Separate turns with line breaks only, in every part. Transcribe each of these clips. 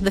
The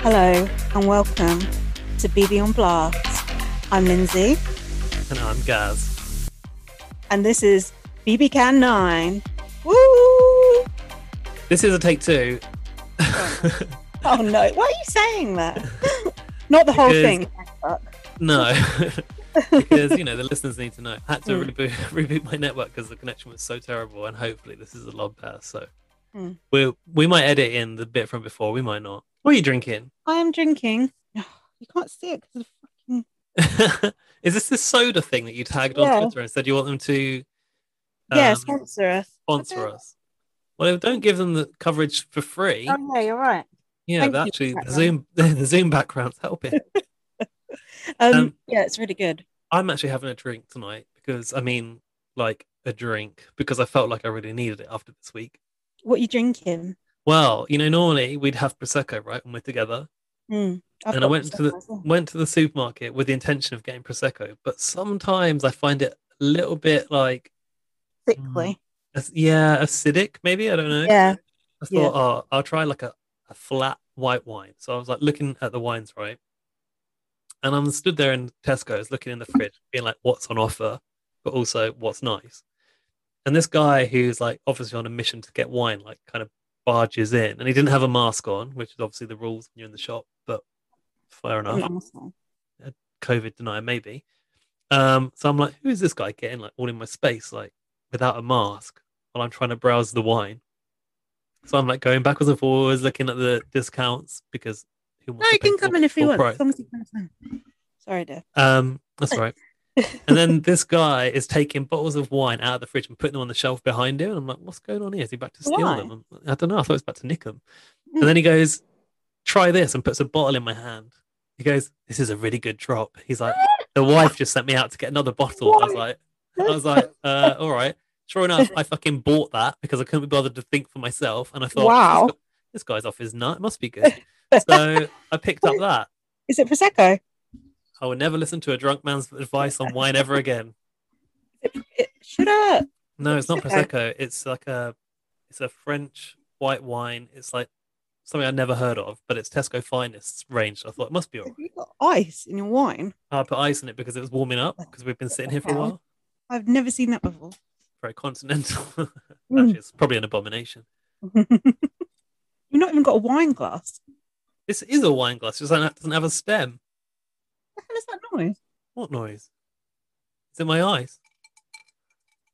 Hello and welcome to BB on Blast. I'm Lindsay
And I'm Gaz.
and this is BB Can 9. Woo! Oh
This is a take two.
Oh no, why are you saying that? Not the whole
Because-
thing. fuck.
No. because, you know, the listeners need to know. I had to
Hmm.
reboot, reboot my network because the connection was so terrible. And hopefully, this is a lot better. So
Mm.
we we might edit in the bit from before. We might not. What are you drinking?
I am drinking. You can't see it because fucking.
is this this soda thing that you tagged
Yeah.
on Twitter and said you want them to
yeah,
um,
sponsor us.
sponsor us? Well, don't give them the coverage for free.
Oh, yeah, you're right.
yeah,
thank
but
you,
actually, the
background.
Zoom the Zoom background's helping.
Um,
Um,
yeah, it's really good.
I'm actually having a drink tonight because I mean, like a drink because I felt like I really needed it after this week.
What are you drinking?
Well, you know, normally we'd have prosecco, right, when we're together.
Mm, I've
And I
got
went to
Prosecco as well.
Went to the supermarket with the intention of getting prosecco, but sometimes I find it a little bit like, Mm,
Thickly.
as- yeah, acidic. Maybe I don't know.
Yeah.
I
yeah.
thought, oh, I'll try like a, a flat white wine. So I was like looking at the wines, right, and I'm stood there in Tesco's looking in the fridge, being like, what's on offer, but also what's nice. And this guy who's like obviously on a mission to get wine, like kind of barges in, and he didn't have a mask on, which is obviously the rules when you're in the shop, but fair enough.
I'm awesome.
COVID denier, maybe. Um, so I'm like, who is this guy getting like all in my space, like without a mask, while I'm trying to browse the wine? So I'm like going backwards and forwards, looking at the discounts because who
No,
wants
he
to pay
can
full-
come in if he
full
wants.
price?
As long as he comes in. Sorry, dear.
Um, that's all right. and then this guy is taking bottles of wine out of the fridge and putting them on the shelf behind him. And I'm like, what's going on here? Is he about to steal
Why? Hmm.
them? I'm- I don't know. I thought he was about to nick them. And then he goes, try this and puts a bottle in my hand. He goes, this is a really good drop. He's like, the wife just sent me out to get another bottle. I was like, I was like, uh, all right. Sure enough, I fucking bought that because I couldn't be bothered to think for myself. And I thought,
Wow.
this, guy- this guy's off his nut. It must be good. So I picked up that.
Is it Prosecco?
I will never listen to a drunk man's advice on wine ever again.
It, shut up.
No, it's not
Okay.
prosecco. It's like a, it's a French white wine. It's like something I'd never heard of, but it's Tesco Finest range. I thought it must be all
Have
right.
you got ice in your wine?
I put ice in it because it was warming up because we've been sitting here for a while.
I've never seen that before.
Very continental.
Mm.
Actually, it's probably an abomination.
You've not even got a wine glass.
This is a wine glass. Just like it doesn't have a stem.
What the hell is that noise?
What noise? Is it my eyes?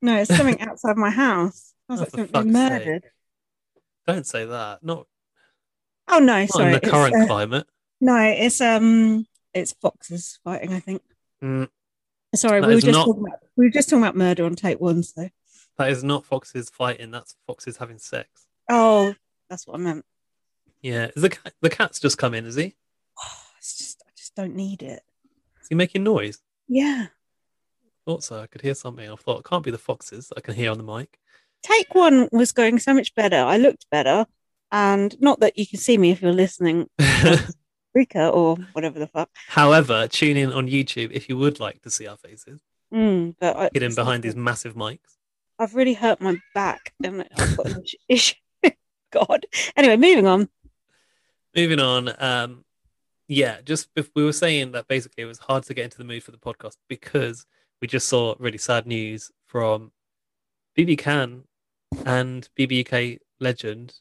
No, it's something outside my house. I was
Oh,
like,
for
something
fuck's sake.
murdered.
Don't say that. Not,
Oh no,
not in
sorry.
the
It's,
current
uh,
climate.
no, it's um, it's foxes fighting. I think.
Mm,
Sorry,
That
we were
is
just
not-
talking about we were just talking about murder on tape one. So,
that is not foxes fighting. That's foxes having sex.
oh, that's what I meant.
Yeah, is the cat, the cat's just come in, is he?
It's just I just don't need it.
Is he making noise?
Yeah,
Thought so. I could hear something. I thought it can't be the foxes that I can hear on the mic.
Take one was going so much better. I looked better. And not that you can see me if you're listening, Rika or whatever the fuck.
However, tune in on YouTube if you would like to see our faces.
Mm, but I,
Get in
it's
behind
not-
these massive mics.
I've really hurt my back and I've got an issue. God. Anyway, moving on.
Moving on. Um, yeah, just if we were saying that basically it was hard to get into the mood for the podcast because we just saw really sad news from BB Can and BB UK legend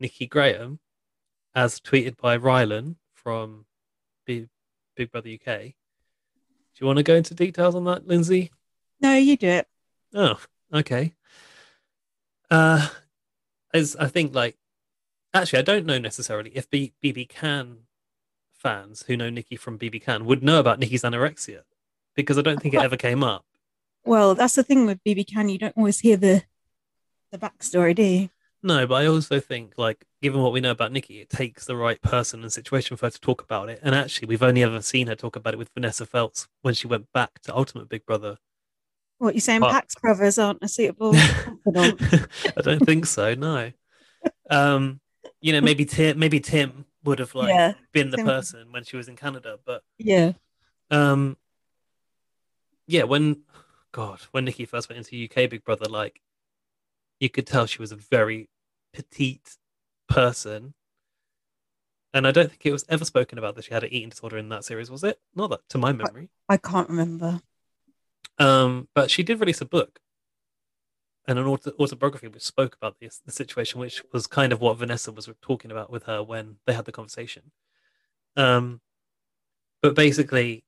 Nikki Graham, as tweeted by Rylan from B- Big Brother UK. Do you want to go into details on that, Lindsay?
No, you do it.
Oh, okay. Uh, as I think, like, actually, I don't know necessarily if B- BB Can fans who know Nikki from BB Can would know about Nikki's anorexia because I don't think it ever came up.
Well, that's the thing with BB Can. You don't always hear the the backstory, do you?
No, but I also think, like, given what we know about Nikki, it takes the right person and situation for her to talk about it. And actually, we've only ever seen her talk about it with Vanessa Feltz when she went back to Ultimate Big Brother.
What you're saying,
But-
Pax brothers aren't a suitable confidant.
I don't think so. No. Um, you know, maybe Tim, maybe Tim would have like
Yeah,
been the
Tim-
person when she was in Canada, but
yeah.
um, yeah, when God, when Nikki first went into UK Big Brother, like you could tell she was a very petite person. And I don't think it was ever spoken about that she had an eating disorder in that series, was it? Not that to my memory.
I can't remember.
Um, but she did release a book and an auto- autobiography which spoke about this the situation, which was kind of what Vanessa was talking about with her when they had the conversation. Um, but basically,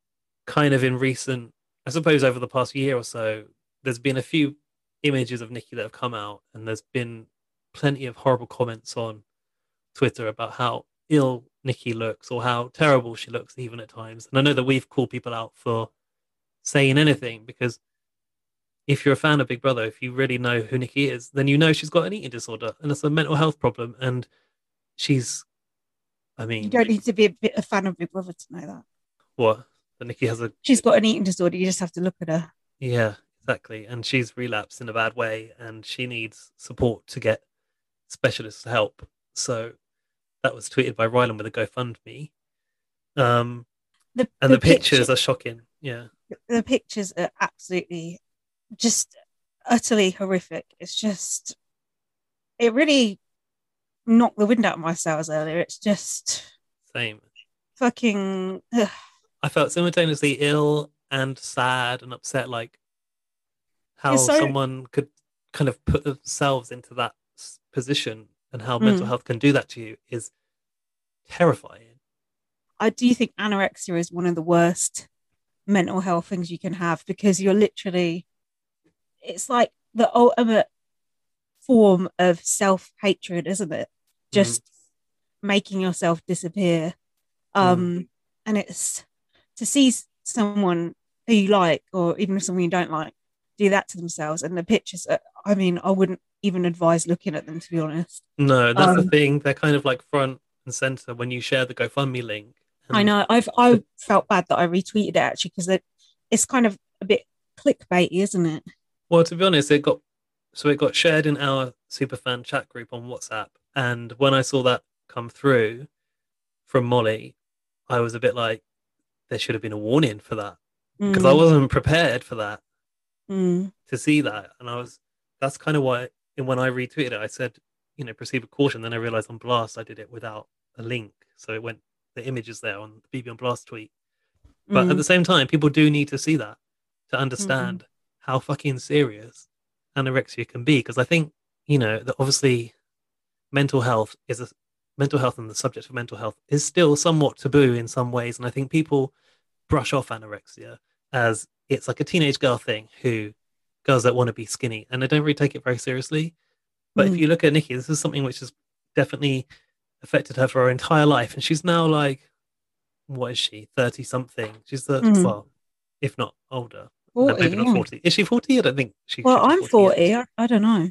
kind of in recent, I suppose over the past year or so, there's been a few images of Nikki that have come out, and there's been plenty of horrible comments on Twitter about how ill Nikki looks or how terrible she looks, even at times. And I know that we've called people out for saying anything because if you're a fan of Big Brother, if you really know who Nikki is, then you know she's got an eating disorder and it's a mental health problem. And she's, I
You
mean,
don't need to be a, bit, a fan of Big Brother to know that.
what? That Nikki has a
She's got an eating disorder. You just have to look at her.
Yeah, exactly. And she's relapsed in a bad way and she needs support to get specialist help. So that was tweeted by Rylan with a GoFundMe. Um,
The,
and the, pictures
picture-
are shocking. Yeah.
the pictures are absolutely just utterly horrific. It's just it really knocked the wind out of my sails earlier. It's just
Same.
fucking ugh.
I felt simultaneously ill and sad and upset, like how
so-
someone could kind of put themselves into that s- position and how mental
Mm.
health can do that to you is terrifying.
I do think anorexia is one of the worst mental health things you can have because you're literally, it's like the ultimate form of self hatred, isn't it? Just making yourself disappear. Um, And it's to see s- someone who you like or even someone you don't like do that to themselves. And the pictures, are, I mean, I wouldn't even advise looking at them, to be honest.
No, that's the
Um,
thing. They're kind of like front and center when you share the GoFundMe link.
I
And
know. I've I felt bad that I retweeted it actually because it's kind of a bit clickbaity, isn't it?
Well, to be honest, it got so it got shared in our superfan chat group on WhatsApp, and when I saw that come through from Molly, I was a bit like, there should have been a warning for that because I wasn't prepared for that
Mm,
to see that, and I was. That's kind of why, and when I retweeted it, I said, you know, proceed with caution. Then I realized on Blast, I did it without a link, so it went. The image is there on the BB on Blast tweet. But uh,
mm.
at the same time, people do need to see that to understand how fucking serious anorexia can be. Because I think, you know, that obviously mental health is a mental health and the subject of mental health is still somewhat taboo in some ways. And I think people brush off anorexia as it's like a teenage girl thing who girls that want to be skinny and they don't really take it very seriously. But if
Mm.
you look at Nikki, this is something which has definitely affected her for her entire life. And she's now like, what is she, 30 something? She's the,
Mhm.
well, if not older. No,
40,
maybe not
yeah.
40. Is she 40? I don't think she
Well,
should be
I'm
40
40.
yet.
I, I don't know.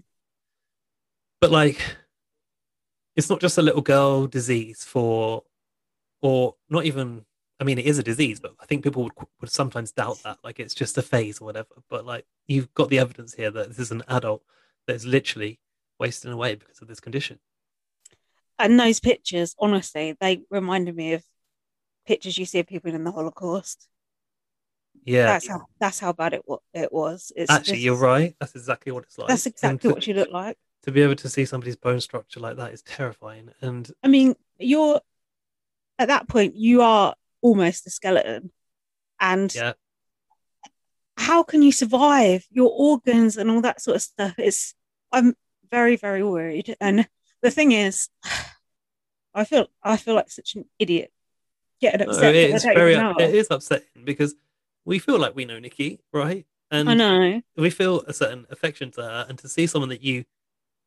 But like, it's not just a little girl disease for, or not even, I mean, it is a disease, but I think people would, would sometimes doubt that. Like, it's just a phase or whatever. But like, you've got the evidence here that this is an adult that is literally wasting away because of this condition.
And those pictures, honestly, they reminded me of pictures you see of people in the Holocaust.
Yeah,
That's how that's how bad it wa- it was. It's
actually,
just-
you're right. That's exactly what it's like.
That's
And
exactly
to-
what she looked like.
to be able to see somebody's bone structure like that is terrifying. And
I mean, you're at that point, you are almost a skeleton, and
Yeah.
how can you survive? Your organs and all that sort of stuff is. I'm very very worried, and the thing is, I feel I feel like such an idiot getting
No,
upset. that I
it's
don't
very
even
up-
know.
it is upsetting because we feel like we know Nikki, right? And
I know.
we feel a certain affection to her, and to see someone that you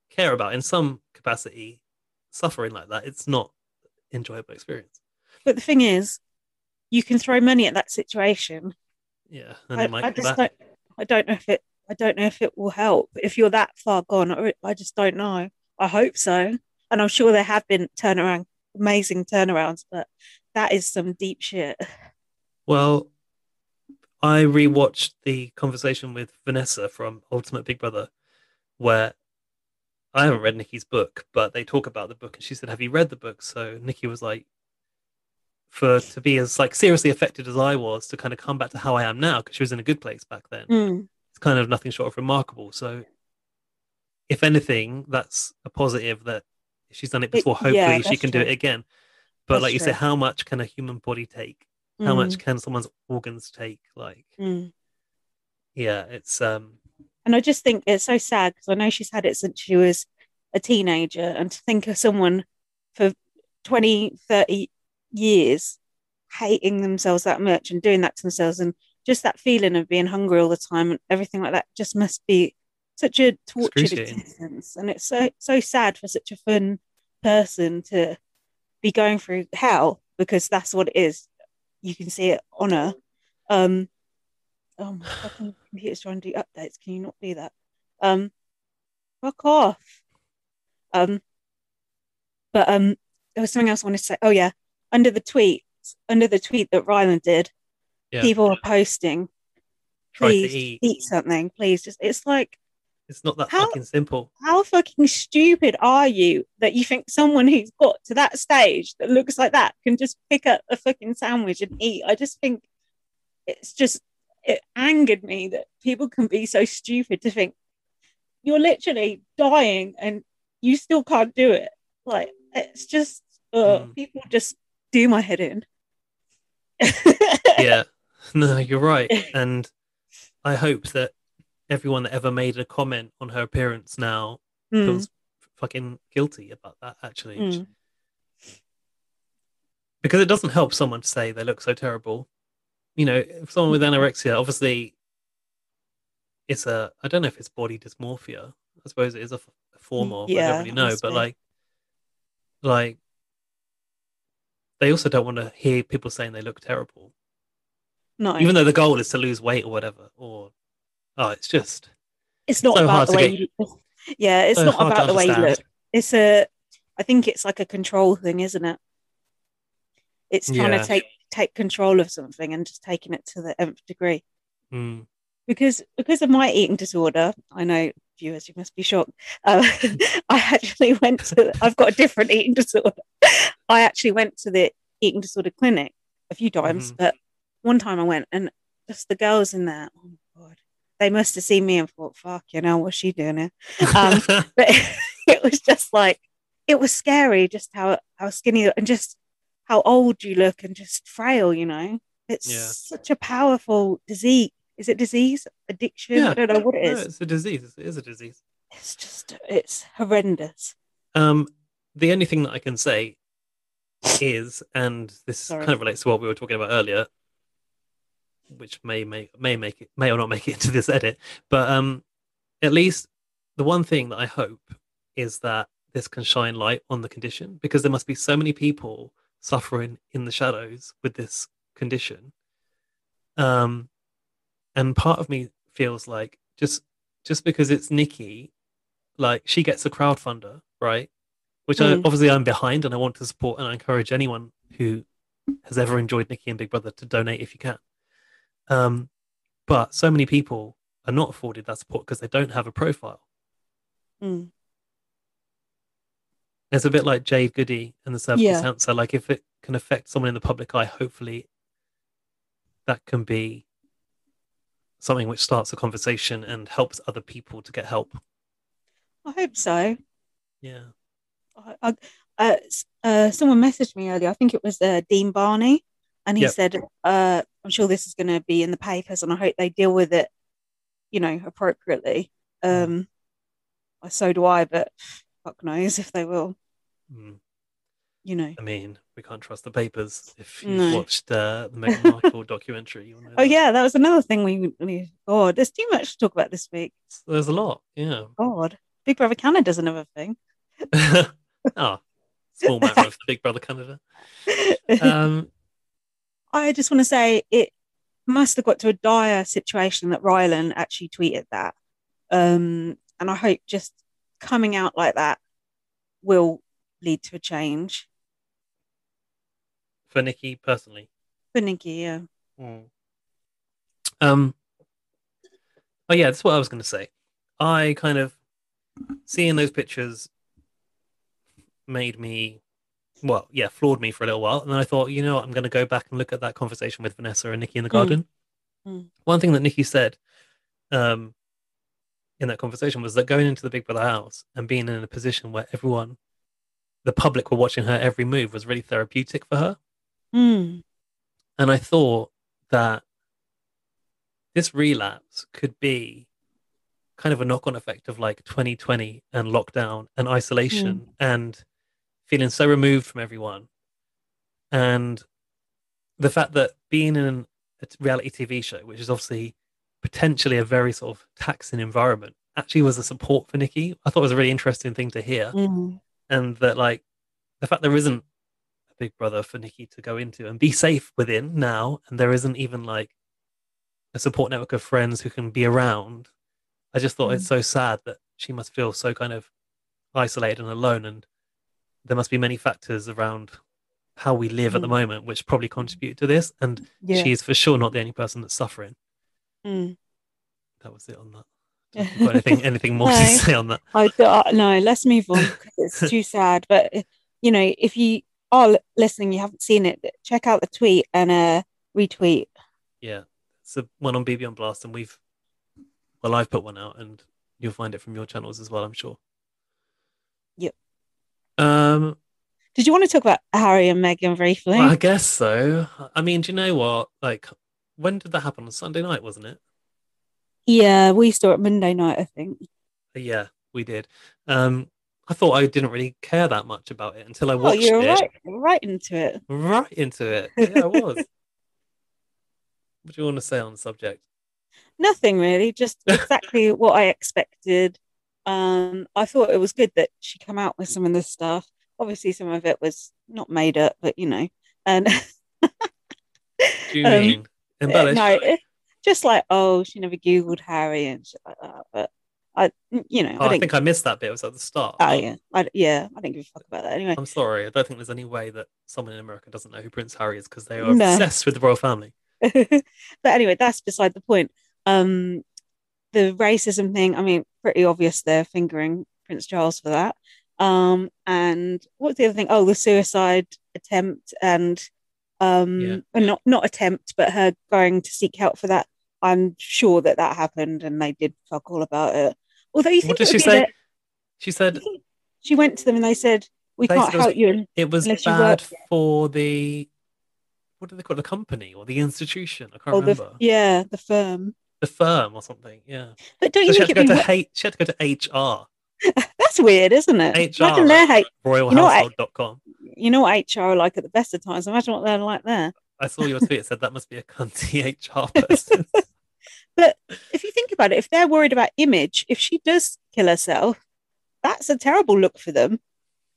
care about in some capacity suffering like that, it's not enjoyable experience.
But the thing is, you can throw money at that situation.
Yeah, and
I,
it might
I
come
just
back.
don't. I don't know if it. I don't know if it will help if you're that far gone. I, re- I just don't know. I hope so, and I'm sure there have been turnaround, amazing turnarounds, but that is some deep shit.
Well, I rewatched the conversation with Vanessa from Ultimate Big Brother, where I haven't read Nikki's book, but they talk about the book, and she said, "Have you read the book?" So Nikki was like, "For to be as like seriously affected as I was, to kind of come back to how I am now, because she was in a good place back then.
Mm.
It's kind of nothing short of remarkable. So, if anything, that's a positive that if she's done it before.
It-
hopefully,
yeah,
she
that's
can do
true.
it again. But
That's
like you
true.
said, how much can a human body take? How much can someone's organs take? Like."
Mm.
yeah it's um
And I just think it's so sad because I know she's had it since she was a teenager, and to think of someone for 20, 30 years hating themselves that much and doing that to themselves, and just that feeling of being hungry all the time and everything like that just must be such a tortured
Excruciating.
existence. And it's so so sad for such a fun person to be going through hell because that's what it is. You can see it on her. Um, oh my fucking computer's trying to do updates. Can you not do that? Um, fuck off. Um, but um, there was something else I wanted to say. Oh yeah, under the tweet, under the tweet that Ryland did,
Yeah.
people are posting,
try to
please
eat
something, please. Just it's like
it's not that
How-
fucking simple
how fucking stupid are you that you think someone who's got to that stage that looks like that can just pick up a fucking sandwich and eat? I just think it's just, it angered me that people can be so stupid to think you're literally dying and you still can't do it. Like, it's just, uh,
Mm.
people just do my head in.
yeah no you're right and i hope that everyone that ever made a comment on her appearance now
Mm,
feels fucking guilty about that actually
mm.
because it doesn't help someone to say they look so terrible you know if someone with anorexia obviously it's a i don't know if it's body dysmorphia i suppose it is a, f- a form of i
Yeah,
don't really know
must
but
be.
like like they also don't want to hear people saying they look terrible
No,
even though the goal is to lose weight or whatever or oh it's just
it's not
so hard
about the
to
way
get-
you look. Yeah, it's
so
not
hard to
about the way you look.
understand.
it's a i think it's like a control thing isn't it it's trying
Yeah.
to take take control of something and just taking it to the nth degree
Mm.
because because of my eating disorder i know viewers you must be shocked uh, i actually went to i've got a different eating disorder i actually went to the eating disorder clinic a few times
Mhm.
but one time i went and just the girls in there oh my god they must have seen me and thought fuck you know what's she doing here Um,
Mm.
but it was just like it was scary just how how skinny you- and just how old you look and just frail you know it's
Yeah.
such a powerful disease is it disease addiction i don't know what it
No,
is
it's a disease it is a disease
it's just it's horrendous
Um, the only thing that I can say is, and this
Sorry.
kind of relates to what we were talking about earlier, which may may may make it may or not make it into this edit, but um, at least the one thing that I hope is that this can shine light on the condition because there must be so many people suffering in the shadows with this condition. Um, and part of me feels like just just because it's Nikki, like she gets a crowdfunder, right? Which I,
Mm.
obviously I'm behind and I want to support and I encourage anyone who has ever enjoyed Nikki and Big Brother to donate if you can. Um, but so many people are not afforded that support because they don't have a profile.
Mm.
It's a bit like Jay Goody and the Cervical
Yeah.
Cancer. Like if it can affect someone in the public eye, hopefully that can be something which starts a conversation and helps other people to get help.
I hope so.
Yeah.
I, I, uh, s- uh, someone messaged me earlier. I think it was uh, Dean Barney, and he
Yep.
said, uh, "I'm sure this is going to be in the papers, and I hope they deal with it, you know, appropriately." Um, well, so do I, but fuck knows if they will,
Mm.
you know.
I mean, we can't trust the papers. If you
No.
watched uh, the Meghan Markle documentary, you'll know
Oh
that.
yeah, that was another thing we. we God, there's too much to talk about this week.
there's a lot. Yeah.
God, Big Brother Canada's another thing.
oh, small matter of Big Brother Canada. Um,
I just want to say it must have got to a dire situation that Rylan actually tweeted that. Um, and I hope just coming out like that will lead to a change
for Nikki personally.
for Nikki. Yeah.
Um. Oh yeah, that's what I was going to say. I kind of seeing those pictures made me, well, yeah, floored me for a little while, and then I thought, you know, what, I'm going to go back and look at that conversation with Vanessa and Nikki in the
Mm.
garden.
Mm.
One thing that Nikki said, um, in that conversation was that going into the Big Brother house and being in a position where everyone, the public, were watching her every move was really therapeutic for her.
Mm.
And I thought that this relapse could be kind of a knock on effect of like 2020 and lockdown and isolation and feeling so removed from everyone. And the fact that being in a t- reality TV show, which is obviously potentially a very sort of taxing environment, actually was a support for Nikki. I thought it was a really interesting thing to hear
Mm.
and that like the fact there isn't a big brother for Nikki to go into and be safe within now, and there isn't even like a support network of friends who can be around. I just thought it's
Mm.
so sad that she must feel so kind of isolated and alone, and there must be many factors around how we live at the
Mm.
moment which probably contribute to this. And
Yeah.
she is for sure not the only person that's suffering.
Mm.
That was it on that. Have you got anything anything more to
No.
say on that?
I do, uh, no, let's move on 'cause it's too sad. But uh, you know, if you are li- listening, you haven't seen it, check out the tweet and uh, retweet.
Yeah, it's the one on BB on Blast, and we've well, I've put one out, and you'll find it from your channels as well, I'm sure.
Yep.
Um,
Did you want to talk about Harry and Meghan briefly?
I guess so. I mean, do you know what? Like, when did that happen? On Sunday night, wasn't it?
yeah, we saw it Monday night, I think.
Yeah, we did. Um, I thought I didn't really care that much about it until I
Oh,
watched
you're
it.
right, right into it.
right into it. Yeah, I was. what do you want to say on the subject?
Nothing really, just exactly what I expected. Um, I thought it was good that she came out with some of this stuff. Obviously, some of it was not made up, but you know, and
What do you
Um,
mean embellish?
no, eh, just like oh, she never googled Harry and shit like that. But I, you know,
Oh,
I
I
don't.
think I missed that bit. It was at the start.
oh yeah, I, yeah, I don't give a fuck about that anyway.
I'm sorry. I don't think there's any way that someone in America doesn't know who Prince Harry is because they are
No.
obsessed with the royal family.
but anyway, that's beside the point. Um, the racism thing, I mean, pretty obvious they're fingering Prince Charles for that. Um, and what's the other thing? Oh, the suicide attempt and um,
Yeah.
and not not attempt, but her going to seek help for that. I'm sure that that happened and they did fuck all about it. Although you think
What did
it
she
would be
say?
that-
She said
you think she went to them and they said, "We
They
can't
said it was-
help you."
it was
Unless you
bad
work
for the what do they call it? the company or the institution? I can't
Or
remember
the yeah, the firm.
the firm or something. Yeah,
But don't
so
you
she had
think
to go
it'd be
to H- she had to go to
that's weird, isn't it?
HR,
Imagine their hate.
like- HR
know what I-
royalhousehold.com.
you know what HR are like at the best of times. Imagine what they're like there.
I saw your tweet. It said that must be a cunty HR person.
If you think about it, if they're worried about image, if she does kill herself, that's a terrible look for them,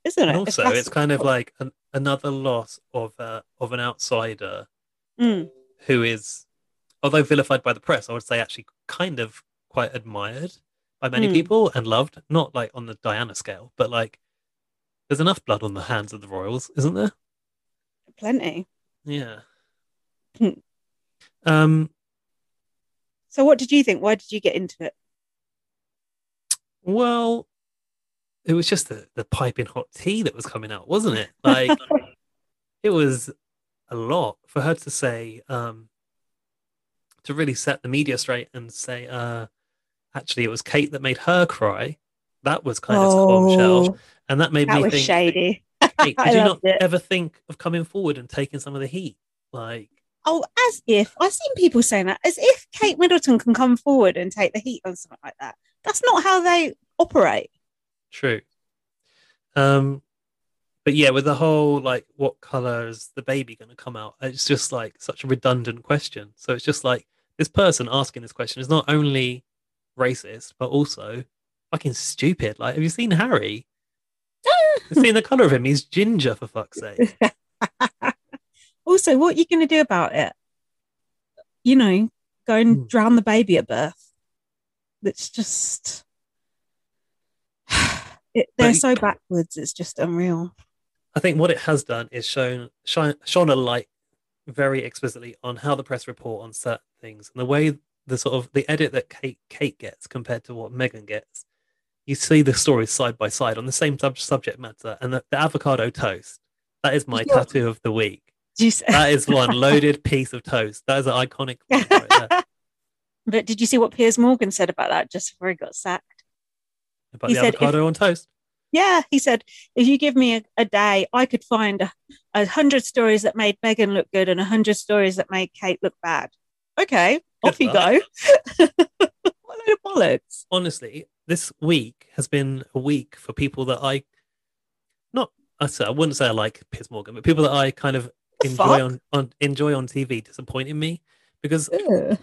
isn't it?
and
If
also,
that's-
it's kind of like an, another loss of uh, of an outsider
Mm,
who is, although vilified by the press, I would say actually kind of quite admired by many
Mm.
people and loved. Not like on the Diana scale, but like there's enough blood on the hands of the royals, isn't there?
plenty.
Yeah.
Hmm.
um.
So, what did you think? Why did you get into it?
Well, it was just the, the piping hot tea that was coming out, wasn't it? Like it was a lot for her to say, um, to really set the media straight and say, uh, actually, it was Kate that made her cry. That was kind of bombshell, and that made
Oh, that
me
was
think.
shady.
Kate,
I
did you not
loved it.
ever think of coming forward and taking some of the heat? Like,
Oh, as if I've seen people saying that, as if Kate Middleton can come forward and take the heat on something like that. That's not how they operate.
True. Um, but yeah, with the whole like, what color is the baby going to come out? It's just like such a redundant question. So it's just like this person asking this question is not only racist but also fucking stupid. Like, have you seen Harry? Have you seen the color of him? He's ginger for fuck's sake.
Also, what are you going to do about it? You know, go and
Hmm.
drown the baby at birth. That's just. It, they're
But-
so backwards. It's just unreal.
I think what it has done is shown shine, shone a light very explicitly on how the press report on certain things and the way the sort of the edit that Kate Kate gets compared to what Megan gets. You see the stories side by side on the same sub- subject matter, and the, the avocado toast. That is my
Yeah.
tattoo of the week.
Did you say-
That is one loaded piece of toast. That is an iconic one right there.
but did you see what Piers Morgan said about that just before he got sacked?
About
He
the
said if-
avocado on toast.
Yeah, he said, if you give me a, a day, I could find a, a hundred stories that made Megan look good and a hundred stories that made Kate look bad. Okay, off
Good
you go. what a load of bollocks.
honestly, this week has been a week for people that I not I say I wouldn't say I like Piers Morgan, but people that I kind of
The
enjoy
fuck?
on, on enjoy on TV disappointing me because
Ugh.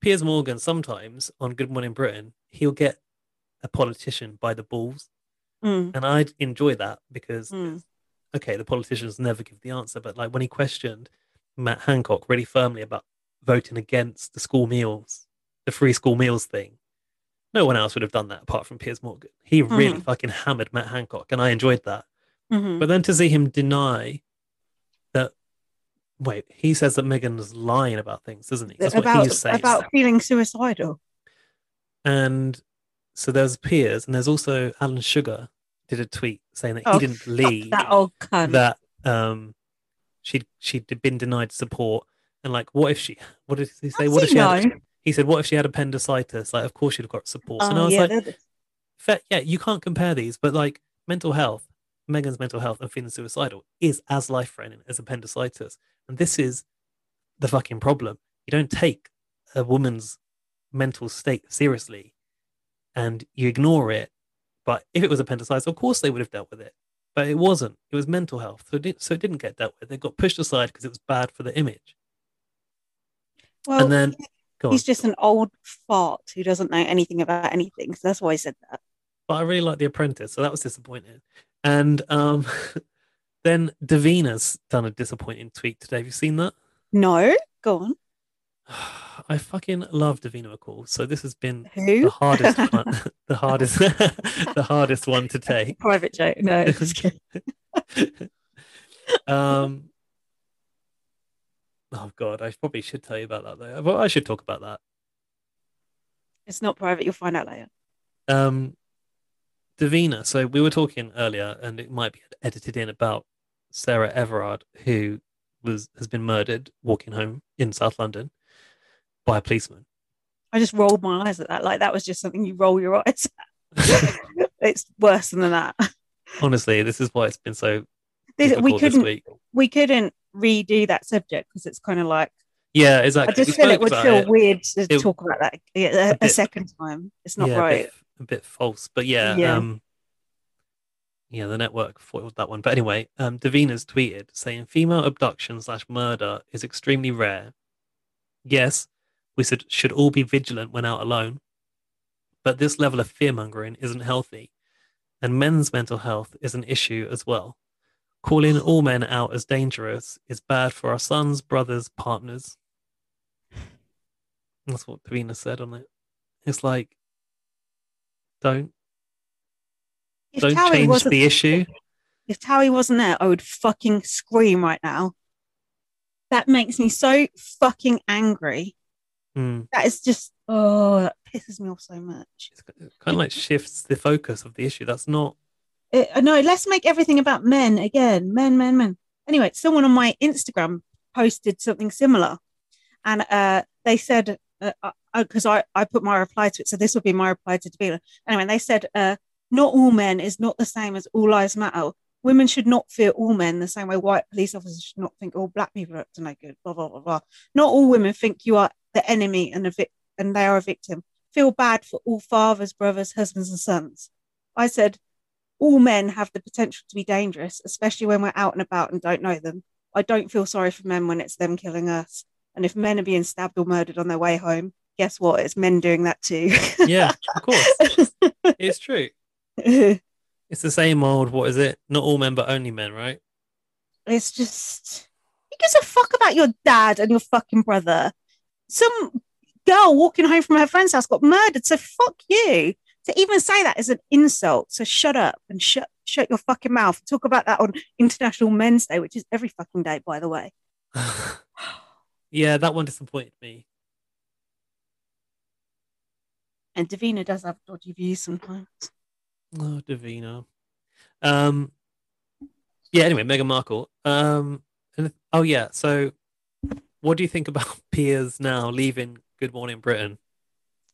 Piers Morgan sometimes on Good Morning Britain he'll get a politician by the balls,
Mm,
and I enjoy that because
mm.
okay, the politicians never give the answer, but like when he questioned Matt Hancock really firmly about voting against the school meals, the free school meals thing, no one else would have done that apart from Piers Morgan. He
Hmm.
really fucking hammered Matt Hancock, and I enjoyed that.
mhm.
But then to see him deny that, wait, he says that Megan's lying about things, doesn't he? That's what he's
About,
saying.
about feeling suicidal.
And so there's Piers, and there's also Alan Sugar did a tweet saying that
Oh,
he didn't
Fuck
leave
that old cunt.
that um she'd she'd been denied support and like what if she what did he say
How's
what
he
if she had
know?
he said what if she had appendicitis like of course she'd have got support and i
Oh,
was
yeah,
like
they're the-
fair, yeah you can't compare these but like mental health megan's mental health and feeling suicidal is as life threatening as appendicitis and this is the fucking problem you don't take a woman's mental state seriously and you ignore it but if it was appendicitis of course they would have dealt with it but it wasn't it was mental health so it, didn't, so it didn't get dealt with it got pushed aside because it was bad for the image
well,
and then go on.
he's just an old fart who doesn't know anything about anything. So that's why he said that.
but I really liked The Apprentice, so that was disappointing. And um, then Davina's done a disappointing tweet today. Have you seen that?
No, go on.
I fucking love Davina McCall. So this has been the
Who?
hardest one, the hardest, the hardest one to take.
Private joke. No, just kidding.
um, oh god, I probably should tell you about that though. Well, I should talk about that.
It's not private. You'll find out later.
Um, Davina, so we were talking earlier, and it might be edited in about Sarah Everard, who was has been murdered walking home in South London by a policeman.
I just rolled my eyes at that. Like that was just something you roll your eyes. at. it's worse than that.
Honestly, this is why it's been so
This-
difficult
we
this
couldn't.
week.
We couldn't redo that subject because it's kind of like
Yeah,
I
exactly. We
just feel it
spoke
would
about
feel
it.
weird to
It-
talk about that yeah,
a
a, a
bit.
second time. It's not
yeah, a
right.
bit, a bit false, but yeah,
Yeah.
um, yeah, the network foiled that one. But anyway, um, Davina's tweeted saying female abduction slash murder is extremely rare. Yes, we should should all be vigilant when out alone, but this level of fear mongering isn't healthy, and men's mental health is an issue as well. Calling all men out as dangerous is bad for our sons, brothers, partners. That's what Davina said on it. It's like, don't
If
don't
Towie
change
wasn't,
the issue.
if Towie wasn't there, I would fucking scream right now. That makes me so fucking angry.
Mm.
That is just oh, that pisses me off so much.
It's kind of like shifts the focus of the issue. That's not
It, uh, no, let's make everything about men again. Men, men, men. Anyway, someone on my Instagram posted something similar, and uh, they said uh, because I I put my reply to it, so this will be my reply to Tabila. Anyway, they said uh, not all men is not the same as all lives matter. Women should not fear all men the same way white police officers should not think all black people are up to no good. Blah blah blah blah. Not all women think you are the enemy and a vic- and they are a victim. Feel bad for all fathers, brothers, husbands, and sons. I said all men have the potential to be dangerous, especially when we're out and about and don't know them. I don't feel sorry for men when it's them killing us. And if men are being stabbed or murdered on their way home, guess what? It's men doing that too.
yeah, of course. It's true.
it's
It's the same old what is it? Not all men but only men, right?
just who gives a fuck about your dad and your fucking brother? Some girl walking home from her friend's house got murdered, so fuck you. To even say that is an insult. So shut up and shut shut your fucking mouth. Talk about that on International Men's Day, which is every fucking day, by the way.
yeah, that one disappointed me.
And Davina does have dodgy views sometimes.
Oh, Davina. Um, yeah. Anyway, Meghan Markle. Um, and, oh yeah. So, what do you think about Piers now leaving Good Morning Britain?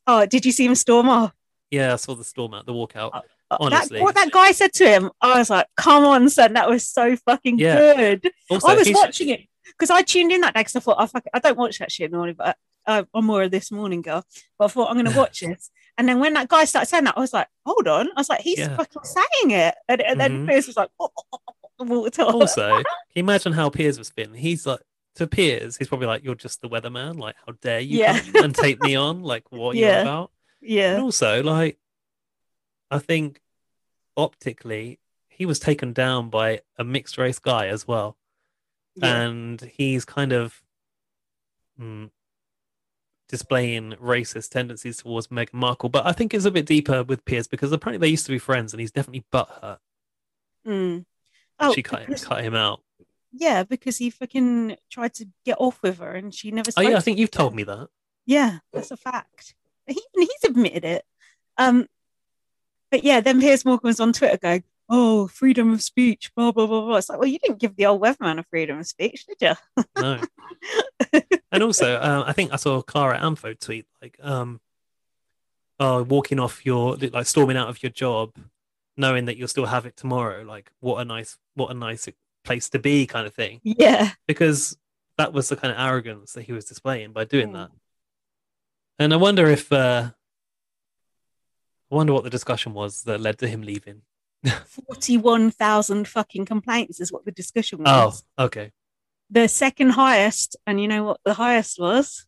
Oh, did you see him storm off?
Yeah, I saw the storm out, the walkout.
Uh,
Honestly.
That, what that guy said to him, I was like, come on, son, that was so fucking
Yeah.
good.
Also,
I was
he's-
watching it because I tuned in that day because I thought, oh, fuck it, I don't watch that shit normally, but uh, I'm more of this morning girl. But I thought, I'm going to watch this. And then when that guy started saying that, I was like, hold on. I was like, he's
Yeah.
fucking saying it. And, and then
Mhm.
Piers was like, oh, oh, oh, oh, oh, walked off.
Also, can you imagine how Piers was feeling? He's like, to Piers, he's probably like, "You're just the weatherman. Like, how dare you
Yeah.
come and take me on? Like, what are you on
Yeah.
about?" And
yeah.
also, like, I think optically, he was taken down by a mixed race guy as well.
Yeah.
And he's kind of mm, displaying racist tendencies towards Meghan Markle. But I think it's a bit deeper with Piers because apparently they used to be friends and he's definitely butthurt.
Mm.
that
Oh,
Uh, she cut,
because-
cut him out.
yeah, because he fucking tried to get off with her and she never
Oh,
spoke
yeah, I
to
think
him
you've
again.
told me that.
Yeah, that's a fact. He, even he's admitted it. Um, but yeah, then Piers Morgan was on Twitter going, "Oh, freedom of speech, blah blah blah blah." It's like, well, you didn't give the old weatherman a freedom of speech, did you?
No. and also, um, I think I saw Clara Amfo tweet like, um, "Oh, walking off your like storming out of your job, knowing that you'll still have it tomorrow. Like, what a nice, what a nice place to be, kind of thing."
Yeah,
Because that was the kind of arrogance that he was displaying by doing
Yeah.
that. And I wonder if, uh, I wonder what the discussion was that led to him leaving.
forty-one thousand fucking complaints is what the discussion
Oh,
was.
okay.
The second highest, and you know what the highest was?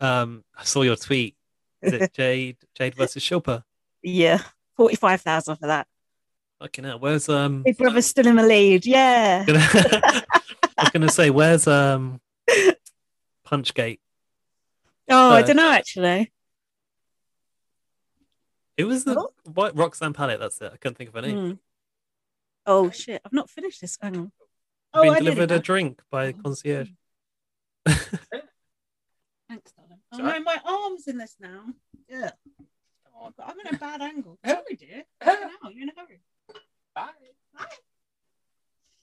Um, I saw your tweet. Is it Jade Jade versus Shilpa?
Yeah, forty-five thousand for that.
Fucking hell. Where's um?
Big Brother's still in the lead. Yeah.
gonna- I was gonna say, where's um Punchgate?
Oh, I
Uh,
don't know actually.
It was the
What?
what Roxanne Pallet, that's it. I couldn't think of her name.
Hmm. Oh shit! I've not finished this. Hang on.
I've
Oh,
Been
I did it
delivered
now.
a drink by a concierge.
Thanks, darling. Oh
Sorry.
no, my arm's in this now. Yeah. Oh, but I'm in a bad angle. Sorry, dear. Now you're in a hurry.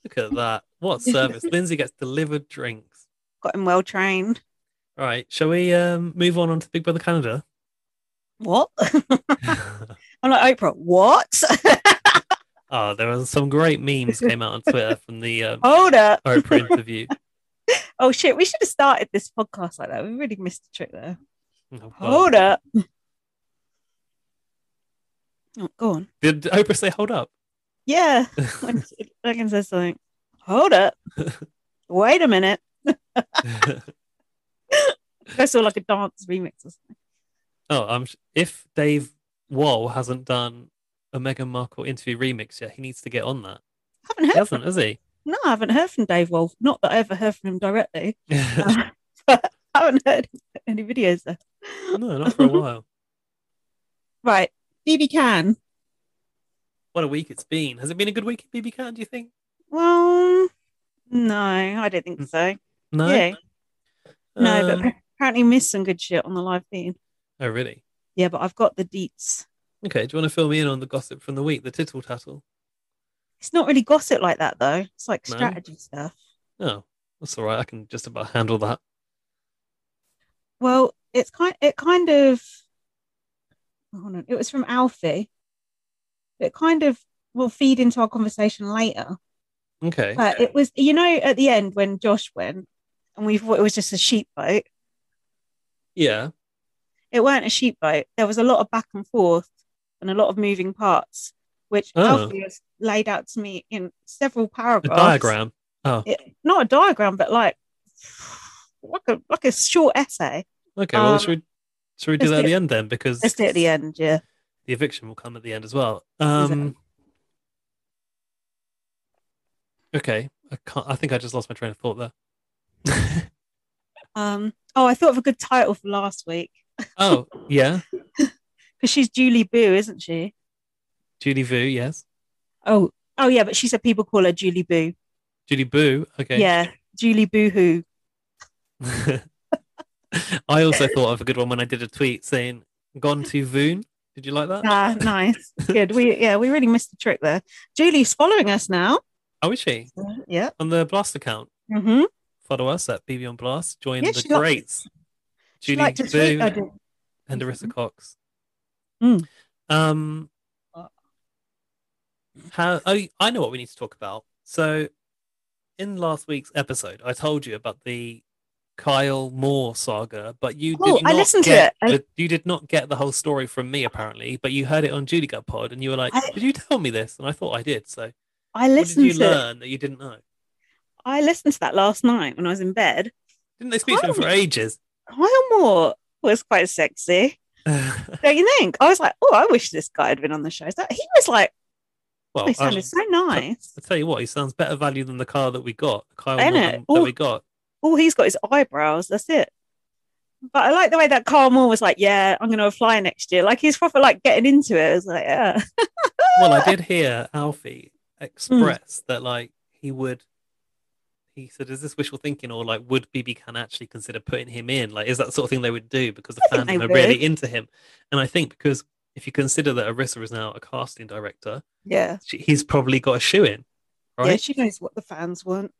Look at that. What service. Lindsay gets delivered drinks.
Got him well trained.
All right, shall we um move on, on to Big Brother Canada?
What? I'm like Oprah. What?
oh, there were some great memes came out on Twitter from the um,
Hold up.
Oprah interview.
Oh shit! We should have started this podcast like that. We really missed a trick there.
Oh, God.
Hold up. Oh, go on.
Did Oprah say hold up?
Yeah. When she- Duncan says something. Hold up. Wait a minute. That's all like a dance remix or something.
Oh, I'm sh- if Dave Wall hasn't done a Meghan Markle interview remix yet, he needs to get on that.
I haven't
He
heard from
hasn't, has he?
No, I haven't heard from Dave Wolf. Not that I ever heard from him directly. but I haven't heard any videos there.
no, not for a while.
Right. BB Can.
What a week it's been. Has it been a good week at BB Can, do you think?
Well, no, I don't think so.
No.
Yeah. No,
Um,
but apparently missed some good shit on the live feed.
Oh, really?
Yeah, but I've got the deets.
Okay. Do you want to fill me in on the gossip from the week, the tittle tattle?
It's not really gossip like that though. It's like
No?
strategy stuff.
Oh, that's all right. I can just about handle that.
Well, it's kind it kind of hold on. It was from Alfie. It kind of will feed into our conversation later.
Okay.
But it was you know at the end when Josh went and we thought it was just a sheep boat.
Yeah.
It weren't a sheep boat. There was a lot of back and forth and a lot of moving parts, which
Oh.
Alfie has laid out to me in several
A
paragraphs.
diagram. Oh,
It- not a diagram, but like like a like a short essay.
okay. Well,
um,
should we, should we do
let's
that at
do
the end then? Because
Let's do it at the end, yeah.
the eviction will come at the end as well. Um, okay, I can't. I think I just lost my train of thought there.
Um, oh, I thought of a good title for last week
oh yeah,
because she's Julie Boo, isn't she?
Judy Vu. Yes,
Oh, oh yeah, but she said people call her Julie Boo.
Judy Boo. Okay.
Yeah, Julie Boo Hoo.
I also thought of a good one when I did a tweet saying "Gone to Voon." Did you like that?
Ah, nice, good. We yeah, we really missed the trick there. Julie's following us now.
How is she
Yeah.
on the Blast account?
Mm-hmm.
Follow us at BB on Blast. Join
Yeah,
the
she likes-
greats. Judy
liked to tweet,
Vu.
I did.
and Arissa Cox.
Mm-hmm. Mm.
Um,
Uh.
how? Oh, I know what we need to talk about. So, in last week's episode, I told you about the Kyle Moore saga, but you
Oh,
did
I
not
listened to
get,
it. I-
the- you did not get the whole story from me, apparently. But you heard it on Judy Gut Pod, and you were like,
I-
"Did you tell me this?" And I thought I did. So,
I
what did
listened
you
to
learn that you didn't know?
I listened to that last night when I was in bed.
Didn't they speak to him for
Kyle-
ages?
Kyle Moore was quite sexy,
well,
don't you think? I was like, oh, I wish this guy had been on the show. So he was like, oh, he
I,
sounded so nice.
um, I tell you what, he sounds better value than the car that we got, Kyle
I
Moore,
know.
than- that
Oh.
we got.
all he's got is eyebrows. That's it. But I like the way that Carl Moore was like, "Yeah, I'm going to apply next year." Like he's proper like getting into it. I was like, "Yeah,
well, I did hear Alfie
Hmm.
express that like he would. He said, "Is this wishful thinking, or like would BB Can actually consider putting him in? Like, is that sort of thing they would do because the
I think
fandom
they
are really
would.
into him?" And I think because if you consider that Arissa is now a casting director,
yeah,
she, he's probably got a shoe in, right?
yeah."
she-,
She knows what the fans want.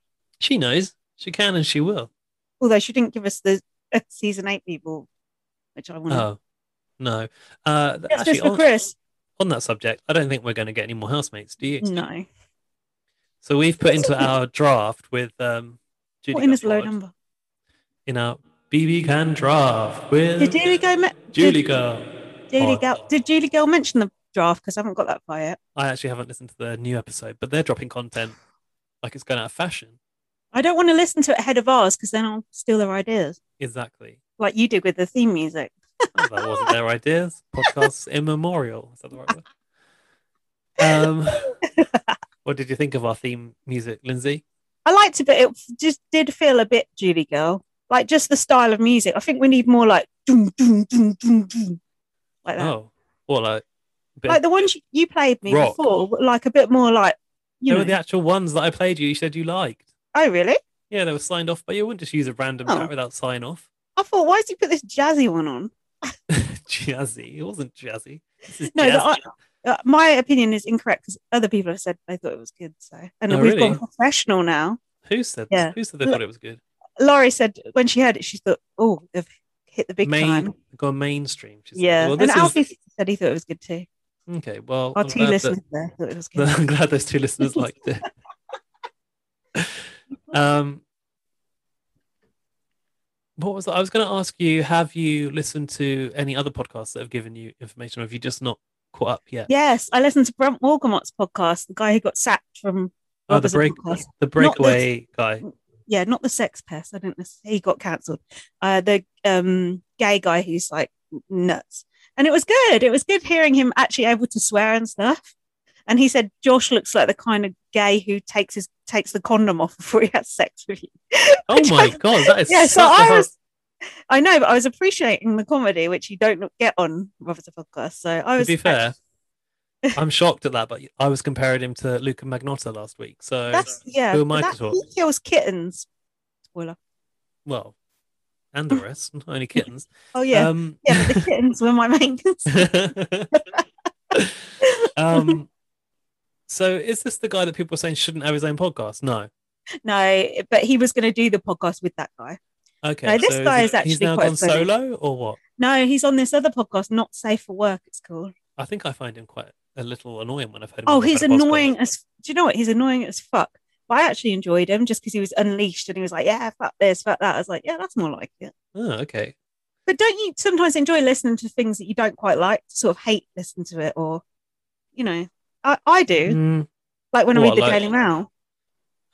knows she can and she will.
Although she didn't give us the uh, season eight people, which I want. to
Oh no, uh, th-
That's
actually,
just for
on,
Chris.
on that subject, I don't think we're going to get any more housemates. Do you?
No,
So we've put into our draft with um, Judy
what in his
Gutpod.
low number?
in our BB Can draft with
Did Julie go? Me-
Uh, Julie
Did
Girl.
Julie
Pod.
Gale- Did Julie Girl mention the draft? Because I haven't got that far yet.
I actually haven't listened to the new episode, but they're dropping content like it's going out of fashion.
I don't want to listen to it ahead of ours because then I'll steal their ideas,
Exactly.
like you did with the theme music.
Oh, that wasn't their ideas. Podcast's immemorial. Is that the right word? Um, what did you think of our theme music, Lindsay?
I liked it, but it just did feel a bit Julie Girl, like just the style of music. I think we need more like doom, doom, doom, doom, doom, like that,
Oh, or like, a bit
like the ones you- you played me
Rock.
before, but like a bit more like you
they
know.
were the actual ones that I played you. You said you liked.
oh, really?
Yeah, they were signed off, but you wouldn't just use a random
Oh.
track without sign off.
I thought, why did you put this jazzy one on?
jazzy. It wasn't jazzy. This is
No,
jazz
that I- Uh, my opinion is incorrect because other people have said they thought it was good. So, and
Oh,
we've
really?
gone professional now.
Who said?
Yeah.
Who said they
Look-
thought it was good?
Laurie said when she heard it, she thought, oh, they've hit the big
Main,
time.
gone mainstream. She said.
Yeah,
Well,
and
this
Alfie
is
said he thought it was good too.
okay. Well,
Our
I'm
two
glad that-
listeners there thought it was good.
I'm glad those two listeners liked it. um, what was that? I was going to ask you: Have you listened to any other podcasts that have given you information, or have you just not caught up yet?
Yes, I listened to Brent Wolgamott's podcast, the guy who got sacked from.
oh,
what
the
was it
break,
podcast?
the breakaway guy.
Yeah, not the sex pest. I didn't. listen- He got cancelled. Uh, the um, gay guy who's like nuts, and it was good. It was good hearing him actually able to swear and stuff. And he said Josh looks like the kind of gay who takes his takes the condom off before he has sex with you.
Oh
Which
my
I-
god, that is
Yeah, so
such a
I
hor-
was- I know, but I was appreciating the comedy, which you don't get on Robert's podcast. So I
To
was
be fair, I'm shocked at that, but I was comparing him to Luca Magnotta last week. So
That's yeah.
Who am
but
I to
that,
talk?
he kills kittens. Spoiler.
Well, and the rest, not only kittens.
Oh yeah,
Um,
yeah. But the kittens were my main concern.
um, so is this the guy that people are saying shouldn't have his own podcast? No.
No, but he was going to do the podcast with that guy.
Okay.
No, this
so
guy
it-
is actually
he's now
quite
gone
funny.
solo or what?
No, he's on this other podcast, not safe for work. It's called.
I think I find him quite a little annoying when I've heard him.
Oh,
on the
he's
podcast before.
annoying as. Do you know what? He's annoying as fuck. But I actually enjoyed him just because he was unleashed and he was like, "Yeah, fuck this, fuck that." I was like, "Yeah, that's more like it."
Oh, okay.
But don't you sometimes enjoy listening to things that you don't quite like? Sort of hate listening to it, or you know, I, I do.
Mm.
Like when I
What,
read the
like-
Daily Mail.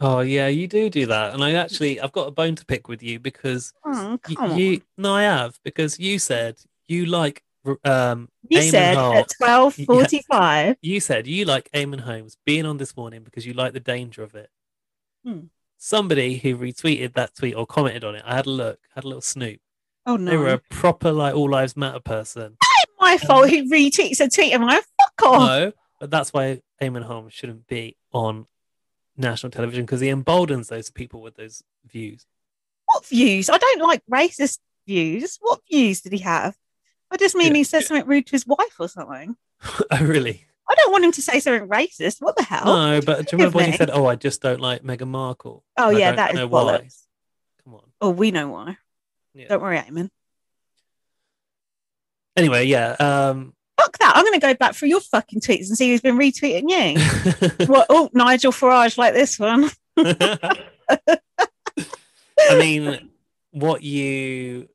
Oh yeah, you do do that, and I actually I've got a bone to pick with you because
Oh,
y-
come
you no I have because you said you like r- um
You
Eamon
said at
Hart.
twelve
Yeah.
forty-five.
you said you like Eamon Holmes being on this morning because you like the danger of it.
Hmm.
Somebody who retweeted that tweet or commented on it, I had a look, had a little snoop.
Oh
They
no,
were a proper like all lives matter person.
my fault. He retweets a tweet, and I fuck off.
No, but that's why Eamon Holmes shouldn't be on national television because he emboldens those people with those views.
What views? I don't like racist views. What views did he have? I just mean
Yeah.
he said something rude to his wife or something.
oh really?
I don't want him to say something racist. What the hell?
No, but do you remember when you
me.
said, "Oh, I just don't like Meghan Markle"?
oh
and I
yeah,
don't
that is
know
bollocks.
Come on.
Oh, we know why.
Yeah.
Don't worry, Eamon.
Anyway, yeah. Um,
Fuck that. I'm going to go back through your fucking tweets and see who's been retweeting you. what? Oh, Nigel Farage like this one.
I mean, what you,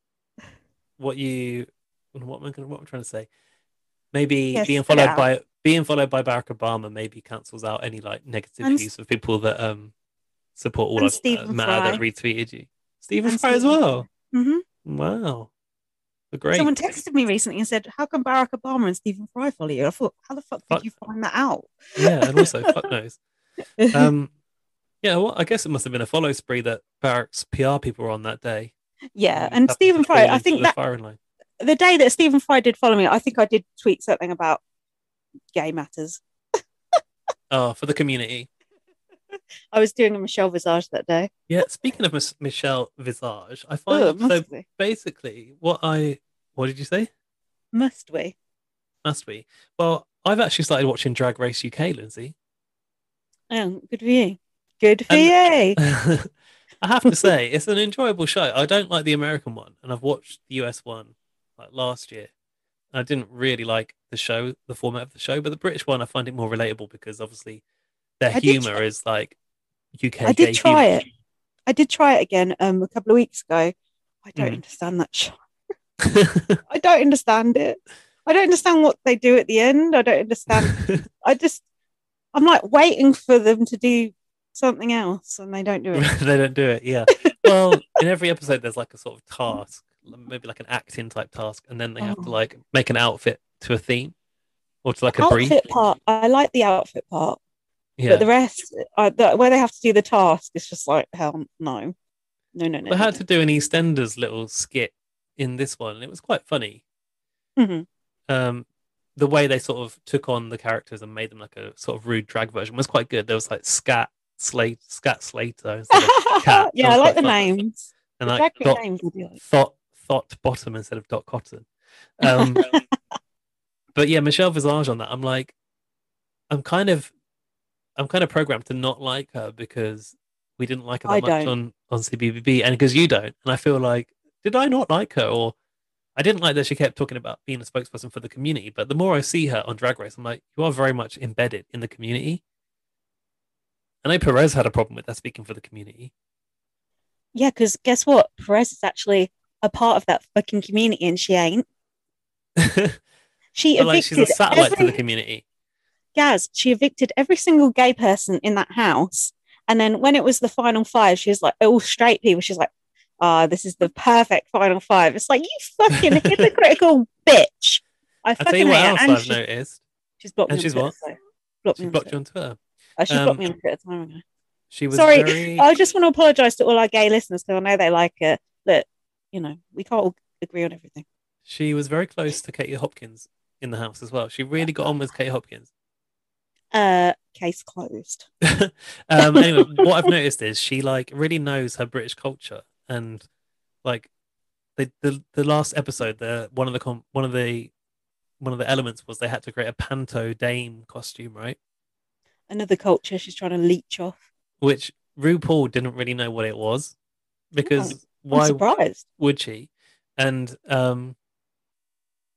what you, what am I, gonna- what am I trying to say? Maybe
Yes,
being
spit it
followed
out.
by being followed by Barack Obama maybe cancels out any like negative
And s-
views of people that um support all
And
of
Stephen
matter that
Fry.
retweeted you. Stephen
And
Fry as
Stephen
well.
hmm
Wow, great.
Someone texted me recently and said, "How can Barack Obama and Stephen Fry follow you?" I thought, "How the fuck
Fuck.
did you find that out?"
yeah, and also fuck knows. Um, yeah, well, I guess it must have been a follow spree that Barrack's PR people were on that day.
yeah,
You happened
and
to
Stephen Fry.
fall
I
into
think
the
that
firing line.
the day that Stephen Fry did follow me, I think I did tweet something about gay matters.
Oh, for the community.
I was doing a Michelle Visage that day.
Yeah, speaking of Miss Michelle Visage, I find
Ugh,
so
must we?
basically what I what did you say?
Must we?
Must we? Well, I've actually started watching Drag Race UK, Lindsay.
Oh, good for you. Good for you.
I have to say, it's an enjoyable show. I don't like the American one, and I've watched the US one like last year. I didn't really like the show, the format of the show, but the British one I find it more relatable because obviously their
I did
humor is like UK.
I
gay
did try
humour.
it. I did try it again um, a couple of weeks ago. I don't
Mm.
understand that show. I don't understand it. I don't understand what they do at the end. I don't understand. I just, I'm like waiting for them to do something else and they don't do it.
they don't do it. Yeah. Well, in every episode, there's like a sort of task, maybe like an acting type task, and then they have to
Oh.
like make an outfit to a theme or to like a brief.
outfit part. I like the outfit part.
Yeah.
But the rest, uh, the, where they have to do the task, it's just like hell no, no, no, no.
I
no,
had to do an EastEnders little skit in this one, and it was quite funny.
no. Mhm.
Um, the way they sort of took on the characters and made them like a sort of rude drag version was quite good. There was like Scat Slate, Scat Slater, instead of Cat.
yeah, I like the names.
and
The
like
drag queen
dot,
names would be like-
thought thought bottom instead of dot cotton. Um, but yeah, Michelle Visage on that. I'm like, I'm kind of, I'm kind of programmed to not like her because we didn't like her that
I
much
don't.
on on CBBB, and because you don't, and I feel like, did I not like her or? I didn't like that she kept talking about being a spokesperson for the community, but the more I see her on Drag Race, I'm like, you are very much embedded in the community. I know Perez had a problem with her speaking for the community.
Yeah, because guess what? Perez is actually a part of that fucking community, and she ain't. She evicted
but like, she's a satellite
every,
to the community.
Gaz, she evicted every single gay person in that house. And then when it was the final five, she was like, all straight people. She's like, ah, this is the perfect final five. It's like, you fucking hypocritical bitch. I
I'll tell
fucking
you what
hate her.
else
And Mm.
I've
she's,
noticed.
she's blocked
and
me
she's
on
what?
Twitter, so- blocked
She
me on
blocked
Twitter.
you on Twitter.
Oh, she
um,
blocked me on Twitter time ago.
She was
Sorry,
very.
I just want to apologise to all our gay listeners because I know they like it. Look, you know, we can't all agree on everything.
She was very close to Katie Hopkins in the house as well. She really got on with Katie Hopkins.
Uh, case closed.
Um, anyway, what I've noticed is she like really knows her British culture and like they, the the last episode, the one of the com- one of the one of the elements was they had to create a panto dame costume, right?
Another culture she's trying to leech off.
Which RuPaul didn't really know what it was
Mm.
because
I'm
why
surprised.
would she? And um,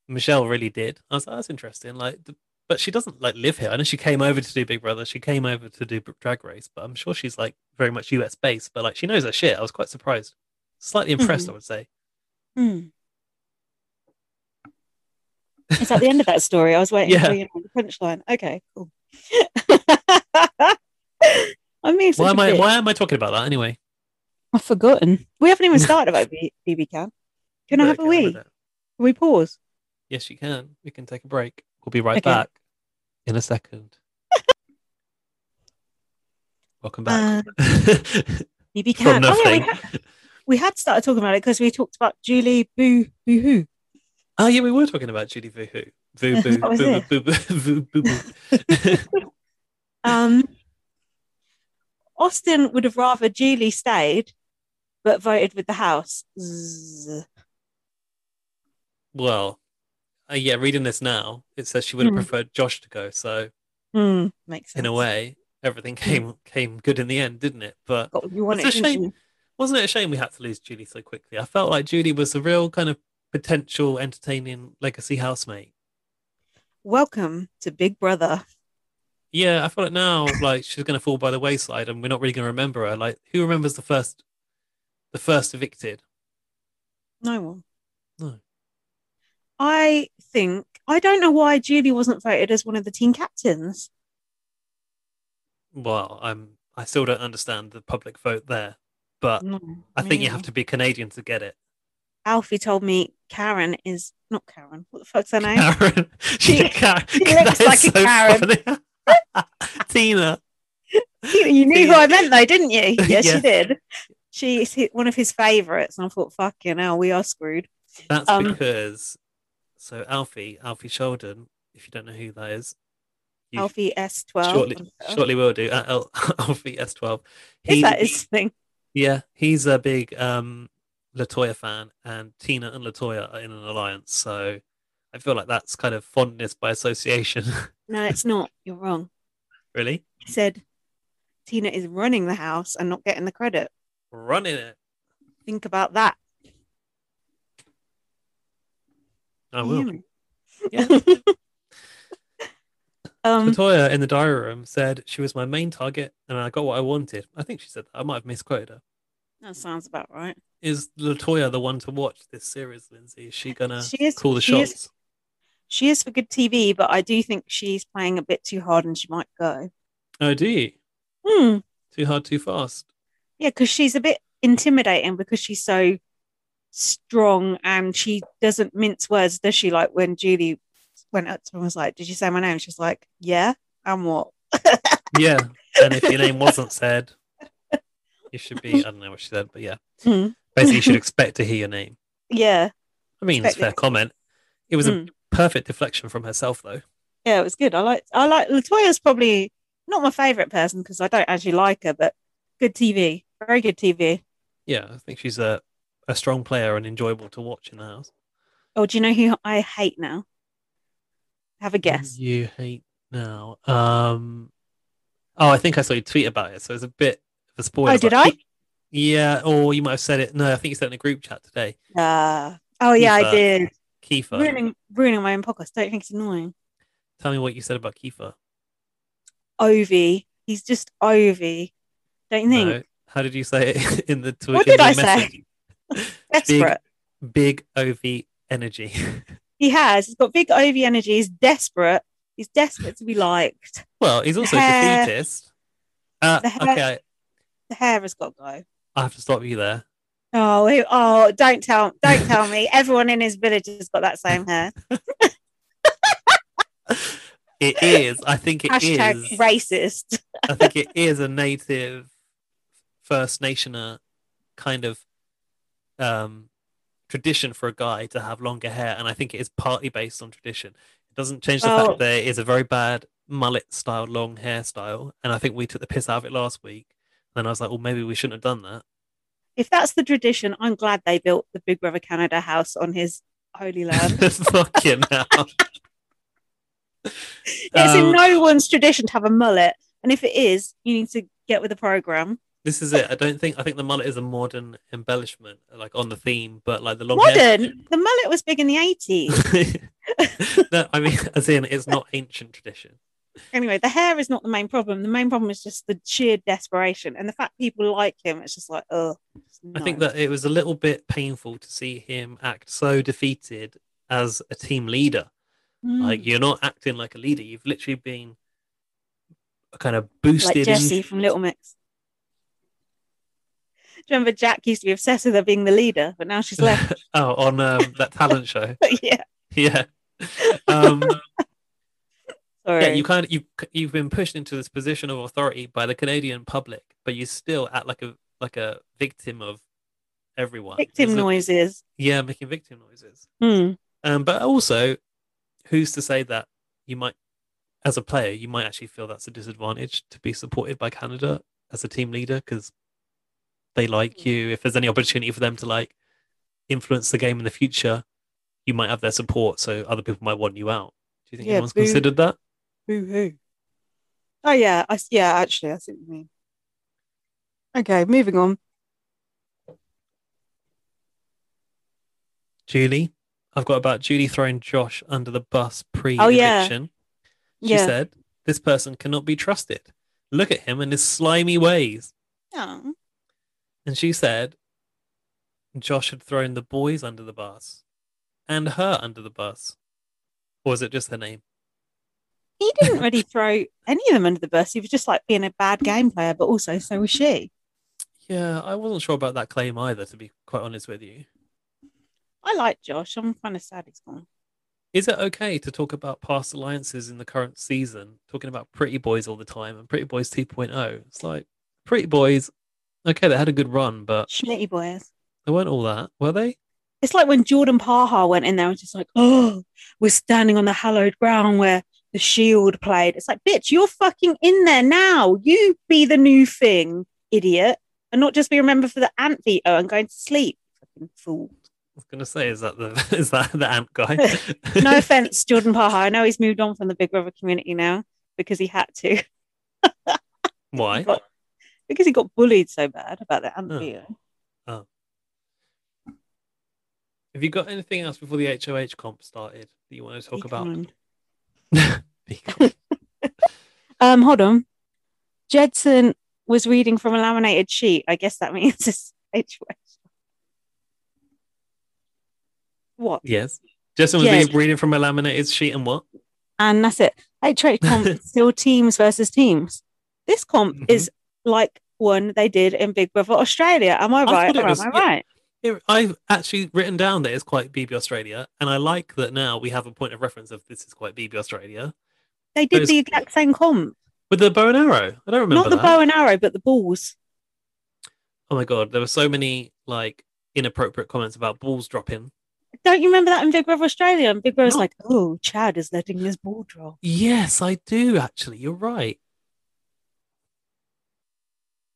Michelle really did. I was like, that's interesting. Like, th- but she doesn't like live here. I know she came over to do Big Brother. She came over to do Br- Drag Race, but I'm sure she's like very much US based. But like, she knows her shit. I was quite surprised, slightly impressed. I would say.
Hmm. It's at the end of that story. I was waiting
Yeah.
for you know, the punchline. Okay, cool. I mean,
Why am I? Why am I talking about that anyway?
I've forgotten. We haven't even started about B- BB Can. Can I
But
have a
okay, I'm
wee?
with
Can
it.
we pause?
Yes, you can. We can take a break. We'll be right
Okay.
back in a second. Welcome back.
BB Uh,
From
Can. Oh, yeah, we,
nothing.
had, we had started talking about it because we talked about Julie Boo Boo Hoo.
Oh yeah, we were talking about Judy Voo Hoo. Voo Boo
That was
Boo
it.
Boo Boo Boo Boo Boo.
Um, Austin would have rather Julie stayed, but voted with the house. Zzz.
Well, uh, yeah, reading this now, it says she would have
Hmm.
preferred Josh to go. So
Hmm, makes sense.
in a way, everything came came good in the end, didn't it? But
Got what you want
It's a
it, didn't
shame.
you?
wasn't it a shame we had to lose Julie so quickly? I felt like Julie was a real kind of potential entertaining legacy housemate.
Welcome to Big Brother.
Yeah, I feel like now like she's gonna fall by the wayside and we're not really gonna remember her. Like who remembers the first the first evicted?
No one.
No.
I think I don't know why Julie wasn't voted as one of the team captains.
Well, I'm I still don't understand the public vote there. But
No,
Uh, I think you have
Mm.
to be Canadian to get it.
Alfie told me Karen is not Karen. What the fuck's her name?
Karen. She's a Karen.
she looks
That is
like a Karen.
funny. Tina.
You, you knew who I meant, though, didn't you? Yes,
Yeah.
you did. She is hi- one of his favorites, and I thought, fucking hell, we are screwed.
That's
Um,
because so Alfie, Alfie Sheldon, if you don't know who that is, you
Alfie S twelve.
shortly shortly will do. At Al- Alfie S twelve.
Is uh, that his thing?
Yeah, he's a big um Latoya fan, and Tina and Latoya are in an alliance. So I feel like that's kind of fondness by association,
No, it's not. You're wrong.
really.
He said Tina is running the house and not getting the credit.
Running it,
Think about that.
I will.
Yeah.
Yeah.
um,
Latoya in the diary room said she was my main target, and I got what I wanted. I think she said that. I might have misquoted her.
that sounds about right.
Is Latoya the one to watch this series, Lindsay? Is she gonna
She is.
Uh, call the
she
shots?
is. She is for good TV, but I do think she's playing a bit too hard, and she might go.
Oh, do you?
Hmm.
Too hard, too fast.
Yeah, because she's a bit intimidating because she's so strong and she doesn't mince words, does she? Like when Julie went up to her and was like, Did you say my name? She's like, Yeah, and what?
Yeah. And if your name wasn't said, you should be. I don't know what she said, but yeah.
Hmm.
Basically, you should expect to hear your name.
Yeah,
I mean, it's a
Expect
fair comment. It was
Mm.
a perfect deflection from herself, though.
yeah, it was good. I like I like Latoya's probably not my favorite person because I don't actually like her, but good TV. Very good TV.
Yeah, I think she's a, a strong player and enjoyable to watch in the house.
Oh, do you know who I hate now? Have a guess.
You hate now. Um, oh, I think I saw you tweet about it, so it's a bit of a spoiler.
Oh, did
but
I?
pe- Yeah, or you might have said it. No, I think you said it in a group chat today.
Uh, oh yeah, I
Kiefer.
did.
Kiefer,
Ruining ruining my own podcast. Don't you think it's annoying.
tell me what you said about Kiefer.
Ovi. He's just Ovi. Don't you think?
No. How did you say it in the tweet?
What
in
did
the
I say? Desperate.
Big, big OV energy.
He has. He's got big Ovi energy. He's desperate. He's desperate to be liked.
well, he's also
Hair.
a defeatist. Uh,
The hair.
okay, I-
The hair has got to go.
I have to stop you there.
Oh, he- oh! Don't tell, don't tell me. Everyone in his village has got that same hair.
It is. I think it is.
Hashtag racist.
I think it is a native First Nationer kind of um, tradition for a guy to have longer hair, and I think it is partly based on tradition. It doesn't change the
Oh.
fact that it is a very bad mullet-style long hairstyle, and I think we took the piss out of it last week. And then I was like, "Well, maybe we shouldn't have done that."
if that's the tradition, I'm glad they built the Big Brother Canada house on his holy land.
Fucking hell.
it's in
Um,
no one's tradition to have a mullet, and if it is, you need to get with the program.
This is it. I don't think. I think the mullet is a modern embellishment, like on the theme, but like the long hair.
Modern. The mullet was big in the eighties.
no, I mean, as in, it's not ancient tradition.
anyway, the hair is not the main problem. The main problem is just the sheer desperation and the fact people like him. It's just like, oh,
I think that it was a little bit painful to see him act so defeated as a team leader.
Hmm. Mm.
Like you're not acting like a leader. You've literally been kind of
like
boosted. in-
Jesse from Little Mix. Do you remember Jack used to be obsessed with her being the leader, but now she's left.
oh, on um, that talent show.
yeah,
Yeah. Um,
sorry.
yeah, you kind of you you've been pushed into this position of authority by the Canadian public, but you still act like a like a victim of everyone.
Victim
It's a-
noises.
Yeah, making victim noises.
Hmm.
Um, but also, who's to say that you might, as a player, you might actually feel that's a disadvantage to be supported by Canada as a team leader because they
Mm.
like you. If there's any opportunity for them to like influence the game in the future, you might have their support, so other people might want you out. Do you think
Yeah,
anyone's
boo.
considered that?
Boo hoo. Oh yeah, I, s- yeah. Actually, I see what you mean. Okay, moving on.
Julie, I've got about Julie throwing Josh under the bus pre
Oh, yeah.
eviction. She
yeah.
said, "This person cannot be trusted. Look at him and his slimy ways."
Oh.
And she said Josh had thrown the boys under the bus and her under the bus. Or was it just her name?
He didn't really throw any of them under the bus. He was just like being a bad game player, but also so was she.
Yeah, I wasn't sure about that claim either, to be quite honest with you.
I like Josh. I'm kind of sad he's gone.
Is it okay to talk about past alliances in the current season, talking about Pretty Boys all the time and Pretty Boys 2.0? It's like, Pretty Boys, okay, they had a good run, but
Schmitty boys.
they weren't all that, were they?
It's like when Jordan Paha went in there and just like, oh, we're standing on the hallowed ground where the Shield played. It's like, bitch, you're fucking in there now. You be the new thing, idiot, and not just be remembered for the anteater and going to sleep. Fucking fool.
I was gonna say, is that the is that the ant guy?
No offense, Jordan Paha. I know he's moved on from the Big Brother community now because he had to.
Why?
Got- because he got bullied so bad about the anteater.
Have you got anything else before the HOH comp started that you want to talk
Be
about?
kind.
Be kind.
Um, hold on. Jedson was reading from a laminated sheet. I guess that means it's HOH. What?
yes. Justin was
Yeah.
reading- reading from a laminated sheet and what?
And that's it. HOH comp is still teams versus teams. This comp
Mhm.
is like one they did in Big Brother Australia. Am I
thought
right?
it
Or
was-
am I
yeah.
right?
Here, I've actually written down that it's quite BB Australia, and I like that now we have a point of reference of this is quite BB Australia
They did
Those-
the exact same comp.
with the bow and arrow. I don't remember
Not the
that.
bow and arrow, but the balls.
oh my god, there were so many like inappropriate comments about balls dropping.
Don't you remember that in Big Brother Australia? And Big Brother's
No.
like, oh, Chad is letting his ball drop.
Yes, I do actually. You're right.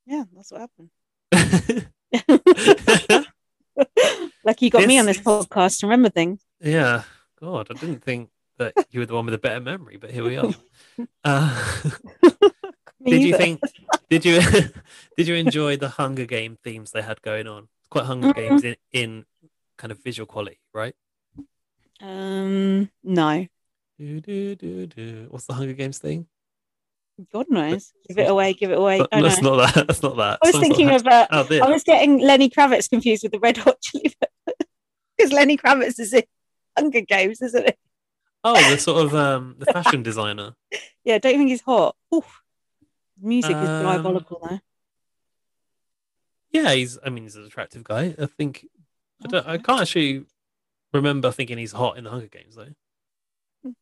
Yeah, that's what happened.
yeah,
Lucky you got me
This
on this
is-
podcast to remember things.
God, I didn't think that you were the one with a better memory, but here we are. Uh,
Me
did you
either.
think did you did you enjoy the hunger game themes they had going on It's quite hunger
Mhm.
games in, in kind of visual quality right
Um, no,
do, do, do, do. what's the hunger games thing
God knows. Give it
That's-
away, give it away.
No,
Oh, no.
that's not that that's not that
I was
Someone's not
thinking of
had-
uh,
oh this
I was getting Lenny Kravitz confused with the Red Hot Chili because Lenny Kravitz is in Hunger Games, isn't it?
oh the sort of um the fashion designer
Yeah, don't think he's hot. Oof. Music is
Um,
diabolical though.
yeah he's i mean he's an attractive guy i think I, don't, I can't actually remember thinking he's hot in the hunger games though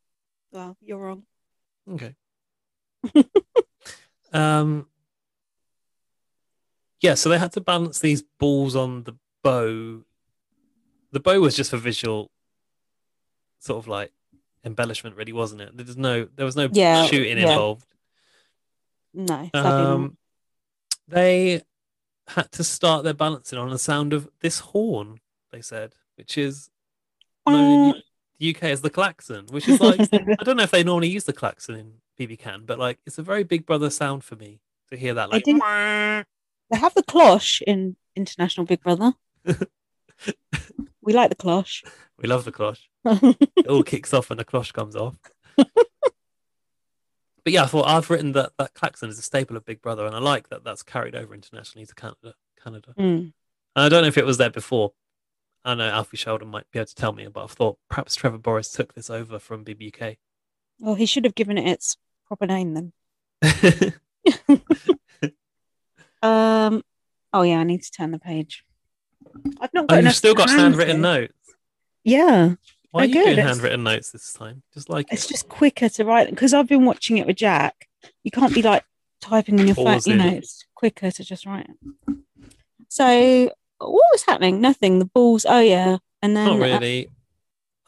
Well, you're wrong.
Okay. um. Yeah, so they had to balance these balls on the bow. The bow was just for visual, sort of like embellishment, really, wasn't it? There was no, there was no
Yeah,
shooting
yeah.
involved.
No, sadly not.
Um, they had to start their balancing on the sound of this horn, they said, which is known in the UK as the klaxon, which is like, I don't know if they normally use the klaxon in BB Can, but like, it's a very big brother sound for me to hear that.
I
Like,
didn't- They have the cloche in International Big Brother. we like the cloche.
we love the cloche. it all kicks off and the cloche comes off. but yeah, I thought I've written that that klaxon is a staple of Big Brother, and I like that that's carried over internationally to Canada. Canada.
Mm.
And I don't know if it was there before. I know Alfie Sheldon might be able to tell me, but I thought perhaps Trevor Boris took this over from BBUK.
Well, he should have given it its proper name then. Um. Oh yeah, I need to turn the page. I've not got.
oh, you've
enough
still got
hands
handwritten
here.
notes.
Yeah,
Why are
I
you
Oh, good,
doing
it's-
handwritten notes this time? Just like
it's
it.
just quicker to write because I've been watching it with Jack. You can't be like typing on your phone.
Pause
You
it.
know, it's quicker to just write it. So what was happening? Nothing. The balls. Oh yeah, and then
not
uh,
really.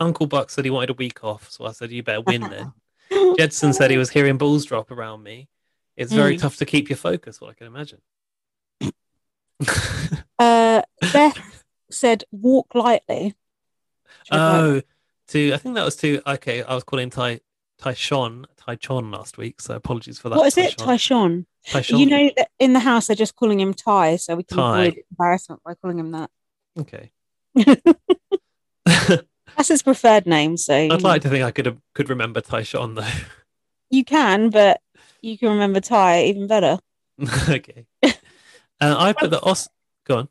Uncle Buck said he wanted a week off, so I said you better win then.
uh,
Jedson said he was hearing balls drop around me. It's very
Mm.
tough to keep your focus, what I can imagine.
Uh, Beth said, "Walk lightly." Which I was like,
oh, to I think that was to okay. I was calling Ty Tyshawn Tychon last week, so apologies for that.
what is it,
Oh, Tyshawn.
Tyshawn?
Tyshawn.
You know, that in the house they're just calling him Ty, so we can
Ty.
avoid embarrassment by calling him that.
Okay.
That's his preferred name, so
I'd like to think I could have, could remember Tyshawn though.
you can, but you can remember Ty even better.
okay. Uh, I put the Os. Go on.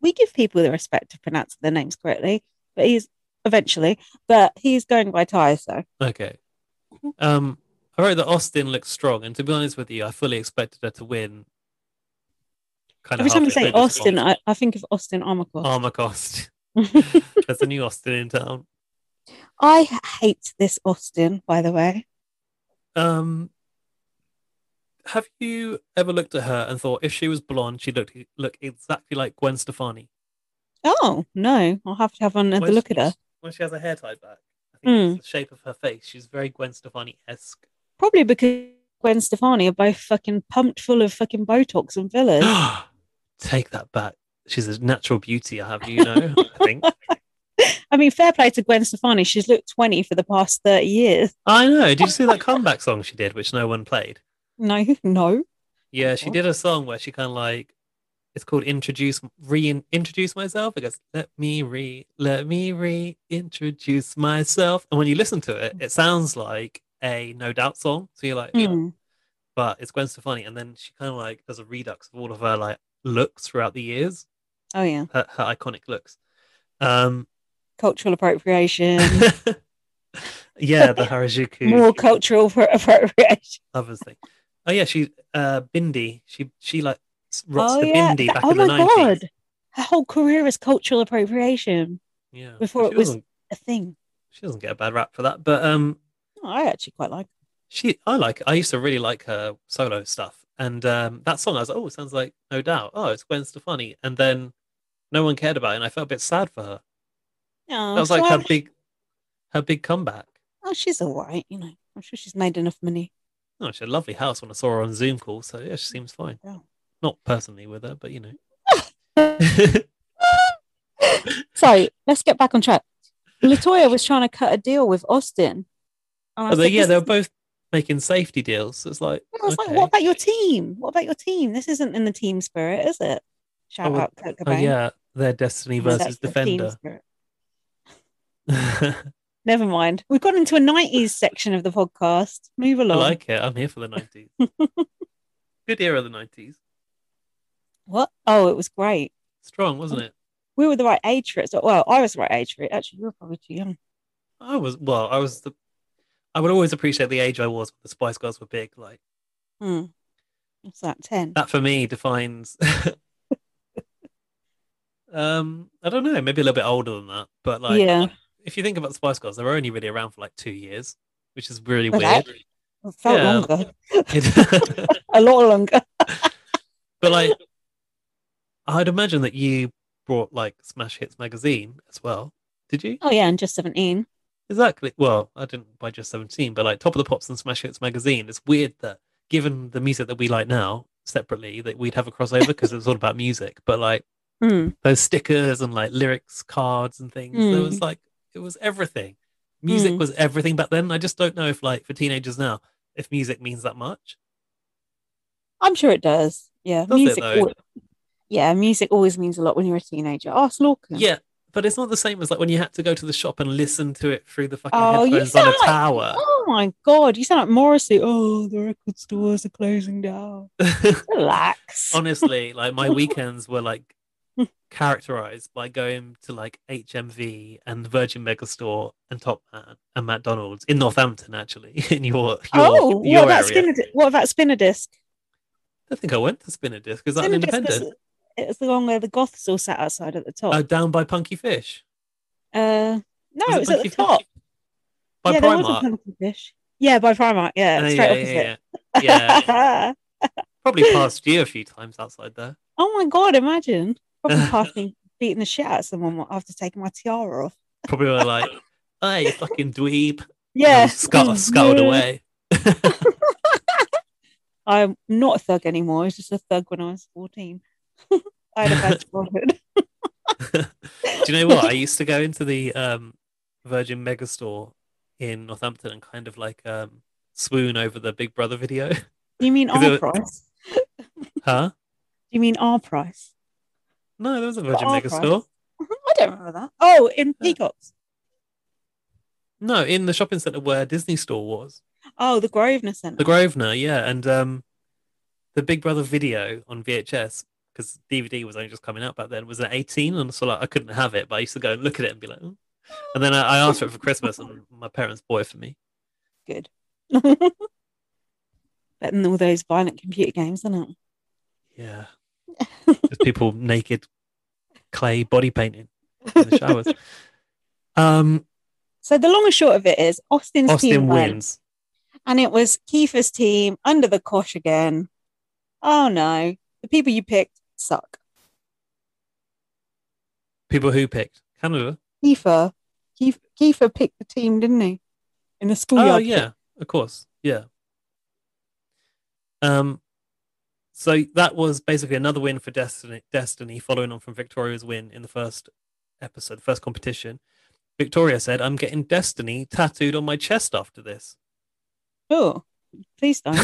We give people the respect to pronounce their names correctly, but he's eventually, but he's going by Ty, so
Okay. Um, I wrote that Austin looked strong, and to be honest with you, I fully expected her to win. Kind
every time I
halfway
say
through this
Austin,
one.
I, I think of Austin Armacost.
Armor cost. There's a new Austin in town.
I hate this Austin, by the way.
Um, have you ever looked at her and thought if she was blonde, she looked look exactly like Gwen Stefani?
Oh no, I'll have to have another
When
look
she-
at her. Hmm.
when she has her hair tied back. I think it's the shape of her face. She's very Gwen Stefani esque.
Probably because Gwen Stefani are both fucking pumped full of fucking Botox and fillers.
Take that back. She's a natural beauty. I have you know. I think
I mean, fair play to Gwen Stefani. She's looked 20 for the past 30 years.
I know. Did you see that comeback song she did, which no one played?
No, no.
Yeah, she
What?
did a song where she kind of like it's called introduce reintroduce myself. It goes let me re let me reintroduce myself, and when you listen to it, it sounds like a No Doubt song. So you're like, yeah,
Mm.
but it's Gwen Stefani, and then she kind of like does a redux of all of her like looks throughout the years,
Oh, yeah.
her, her iconic looks. Um,
Cultural appropriation.
yeah, the Harajuku
More cultural appro- appropriation.
others thing. Oh yeah, she uh Bindi. She she like s- rots
oh,
the
yeah.
Bindi
That-
back
oh,
in the
my
nineties.
God. Her whole career is cultural appropriation,
Yeah.
Before
she
it was-
doesn't,
a thing.
she doesn't get a bad rap for that. But um
Oh, I actually quite like
she I like I used to really like her solo stuff. And um that song I was like, oh it sounds like no doubt. Oh it's Gwen Stefani. And then no one cared about it and I felt a bit sad for her.
it. Oh,
that was like her
so-
big her big comeback.
oh, she's all right. You know, I'm sure she's made enough money.
Oh, she had a lovely house when I saw her on Zoom call, so yeah, she seems fine.
Yeah.
Not personally with her, but you know.
So let's get back on track. Latoya was trying to cut a deal with Austin. And I
But
said,
yeah,
"This
they were
is-
both making safety deals. So it's like,
I was like,
okay.
what about your team? What about your team? This isn't in the team spirit, is it? Shout
Oh, well-
out Kurt
Oh,
Cobain.
yeah, their Destiny
That's
versus
the team
Defender.
spirit.
I
Never mind. We've gone into a 90s section of the podcast. Move along.
like it. I'm here for the 90s. Good era of the 90s.
what? Oh, it was great.
Strong,
Oh.
wasn't it?
We were the right age for it. So, well, I was the right age for it. Actually, you were probably too young.
I was, well, I was the, I would always appreciate the age I was when the Spice Girls were big. Like,
Hmm. What's that? 10.
that for me defines, um, I don't know, maybe a little bit older than that. But like,
yeah.
if you think about the Spice Girls, they were only really around for like two years, which is really
Was
weird.
that- It felt
yeah.
longer.
It-
A lot longer.
But like, I'd imagine that you brought like Smash Hits magazine as well. Did you?
Oh, yeah. And just 17.
Exactly. Well, I didn't buy just seventeen, but like Top of the Pops and Smash Hits magazine. It's weird that given the music that we like now, separately that we'd have a crossover because it was all about music. But like
Hmm.
Mm.
those stickers and like lyrics, cards and things, there was like it was everything. Music
Mm.
was everything back then. I just don't know if like for teenagers now, if music means that much.
I'm sure it does. Yeah,
Does it
music.
though?
al- yeah, music always means a lot when you're a teenager. Ask Lorcan.
Yeah. But it's not the same as like when you had to go to the shop and listen to it through the fucking
Oh, you
headphones on a
sound like-
tower.
Oh my god, you sound like Morrissey. Oh, the record stores are closing down. Relax.
honestly like my weekends were like characterized by going to like hmv and virgin megastore and top man and mcdonald's in northampton actually in your, your
oh,
your
what about,
area.
spinner, what about spinner disc?
i think i went to spinner disc because i'm
Spinner disc
independent
was, it was the one where the goths all sat outside at the top.
uh, down by punky fish
Uh, no, it was at
Punky
the
Fish?
top.
by
yeah, there was a
primark
pumpkin fish. Yeah, by Primark. Yeah,
Uh,
straight
yeah,
opposite.
yeah, yeah. Yeah. probably passed you a few times outside there
oh my god, imagine probably passing, beating the shit out of someone after taking my tiara off.
probably were like hey you fucking dweeb
Yeah,
and scut- scuttled
Yeah.
away
I'm not a thug anymore. I was just a thug when I was 14. I had a bad childhood.
Do you know what? I used to go into the um, Virgin Megastore in Northampton and kind of like um, swoon over the Big Brother video.
You mean
Is it-
our price?
huh?
You mean our price?
No, there was a Virgin
our
Megastore.
I don't remember that. Oh, in Peacocks.
No, in the shopping centre where Disney Store was.
Oh, the Grosvenor Centre.
The Grosvenor, yeah. And um, the Big Brother video on VHS, because DVD was only just coming out back then, was at 18. And so like, I couldn't have it, but I used to go and look at it and be like, "Oh." and then I, I asked for it for Christmas and my parents bought it for me.
Good. Better than all those violent computer games, isn't it?
Yeah. Just people naked clay body painting in the showers. Um,
So the long and short of it is Austin's
Austin
team went.
wins.
and it was Kiefer's team under the cosh again. Oh no, the people you picked suck.
People who picked Canada.
Kiefer, Kief- Kiefer picked the team, didn't he? In the schoolyard.
Oh yeah, of course. Yeah. Um, so that was basically another win for Destiny. Destiny following on from Victoria's win in the first episode, first competition. Victoria said, "I'm getting Destiny tattooed on my chest after this."
Oh, please don't.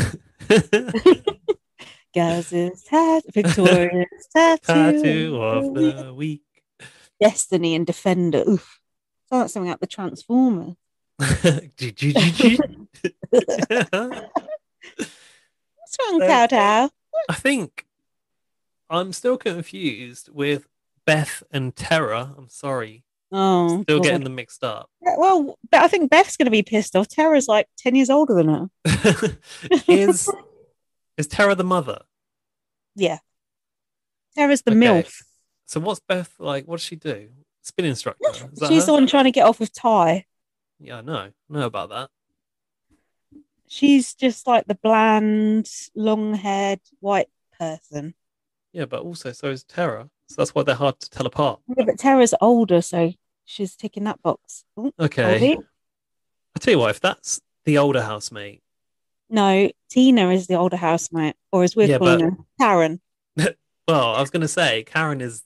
Gaz's tat, Victoria's tattoo,
Tattoo of the week.
Destiny and Defender. Oof, sounds like something out the Transformer.
I
What's wrong,
So-
Kowtow?
think I'm still confused with Beth and Terra. I'm sorry.
Oh,
Still
God.
getting them mixed up.
well, but I think Beth's going to be pissed off. Tara's like ten years older than her.
is is Terra the mother?
Yeah, Tara's the
Okay.
milf.
So what's Beth like? What does she do? Spin instructor. Is that
She's
her?
the one trying to get off with Ty.
Yeah, I know. I know about that.
She's just like the bland, long haired white person.
Yeah, but also so is Terra. So that's why they're hard to tell apart.
Yeah, but Tara's older, so she's ticking that box. Ooh,
Okay.
Ollie?
I tell you what, if that's the older housemate,
No, Tina is the older housemate, or as we're
Yeah,
calling
but-
her, Karen.
Well, I was going to say Karen is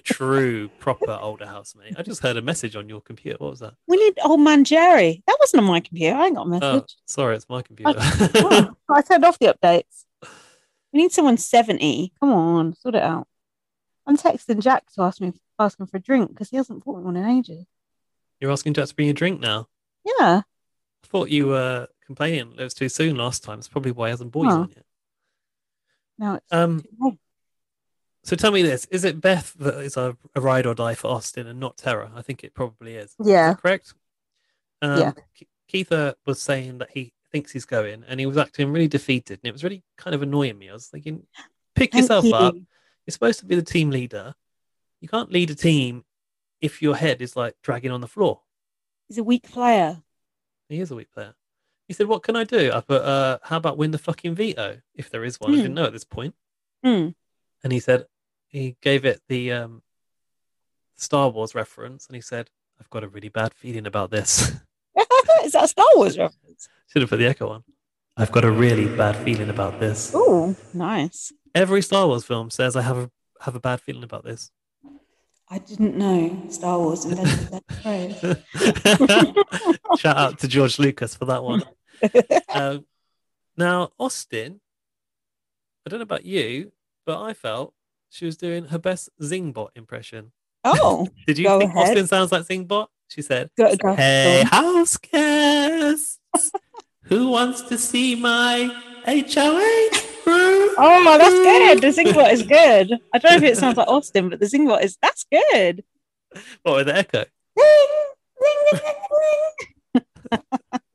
true proper older housemate. I just heard a message on your computer. What was that?
We need old man Jerry. That wasn't on my computer. I ain't got a
Oh,
message.
sorry, it's my computer.
Oh, I turned off the updates. We need someone 70. Come on, sort it out. I'm texting Jack to ask me ask him for a drink because he hasn't bought me one in ages.
You're asking Jack to bring you a drink now.
Yeah.
I thought you were complaining it was too soon last time. It's probably why he hasn't bought you
Oh.
one yet.
Now it's
Um,
too late.
so tell me this: Is it Beth that is a, a ride or die for Austin and not Terra? I think it probably is.
Yeah.
correct? Um,
Yeah.
Ke- Keith uh, was saying that he thinks he's going, and he was acting really defeated, and it was really kind of annoying me. I was thinking, pick
Thank
yourself
you.
up. You're supposed to be the team leader. You can't lead a team if your head is like dragging on the floor.
He's a weak player.
He is a weak player. He said, "What can I do?" I put, uh, "How about win the fucking veto if there is one?" I
Hmm.
didn't know at this point.
Hmm.
And he said, he gave it the um, Star Wars reference, and he said, "I've got a really bad feeling about this."
Is that a Star Wars reference?
Should have put the echo on. I've got a really bad feeling about this.
Oh, nice.
Every Star Wars film says I have a have a bad feeling about this.
I didn't know Star Wars invented that phrase.
Shout out to George Lucas for that one. um, now, Austin, I don't know about you, but I felt she was doing her best Zingbot impression.
Oh,
Did you
Go
think
ahead.
Austin sounds like Zingbot? She said,
go, go.
Hey, house guests, who wants to see my HOA room?
Oh, that's good. The Zingbot is good. I don't know if it sounds like Austin, but the Zingbot is that's good.
What was the echo?
Ding, ding, ding, ding,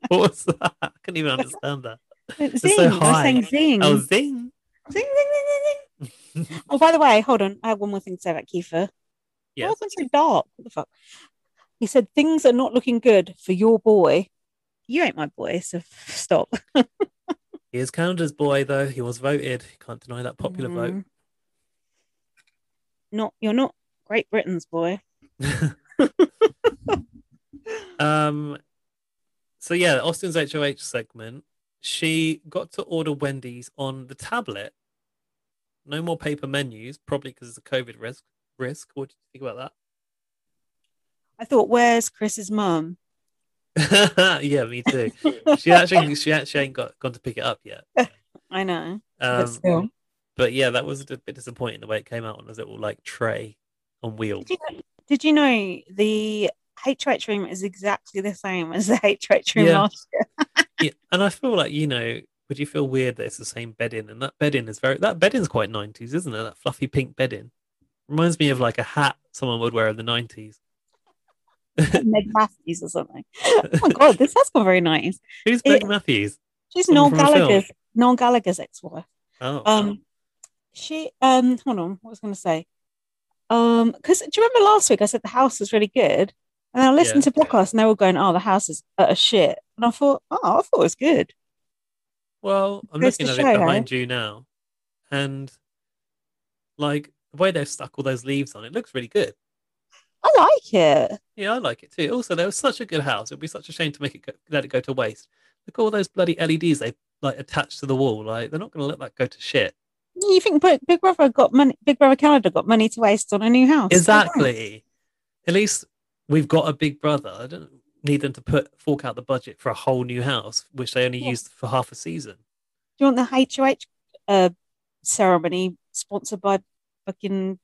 What was that? I couldn't even understand that.
ding.
so
Zing. I
high.
sang zing.
Oh,
zing,
zing.
zing, zing, zing, zing. oh, by the way, hold on. I have one more thing to say about Kiefer. Why
Yes.
was it so dark? What the fuck? He said things are not looking good for your boy. You ain't my boy, so stop.
He is Canada's boy, though. He was voted. You can't deny that popular
Mm. Not you're not Great Britain's boy.
vote. Um, so, yeah, Austin's HOH segment. She got to order Wendy's on the tablet. No more paper menus, probably because of the COVID risk. Risk. What do you think about
I thought, where's Chris's mum?
that? yeah, me too. She actually, she actually ain't got gone to pick it up yet.
I know. but
Um,
still.
but yeah, that was a bit disappointing the way it came out on this little like tray on wheels.
Did you know, did you know the HH room is exactly the same as the HH room
Yeah.
last year?
yeah, and I feel like you know, would you feel weird that it's the same bedding? And that bedding is very that bedding's quite nineties, isn't it? That fluffy pink bedding reminds me of like a hat someone would wear in the nineties.
Meg Matthews or something. Oh my god, this has gone very nice.
Who's Meg
It-
Matthews?
She's Noel
Someone from a film.
Gallagher's Noel Gallagher's ex-wife.
Oh,
um she um hold on what was I gonna say um because do you remember last week I said the house was really good and then I listened to podcasts and they were going oh the house is utter shit and I thought oh I thought it was good
well, I'm
goes
looking
to
at
show,
it behind you now, and like the way they've stuck all those leaves on, it looks really good.
I like it
Yeah, I like it too. Also, there was such a good house; it'd be such a shame to make it go, let it go to waste. Look at all those bloody LEDs they like attached to the wall. Like they're not going to let that go to shit.
you think Big Big Brother got money Big Brother Canada got money to waste on a new house
Exactly. At least we've got a big brother. I don't need them to put fork out the budget for a whole new house, which they only
Yeah.
used for half a season.
do you want the HOH uh ceremony sponsored by fucking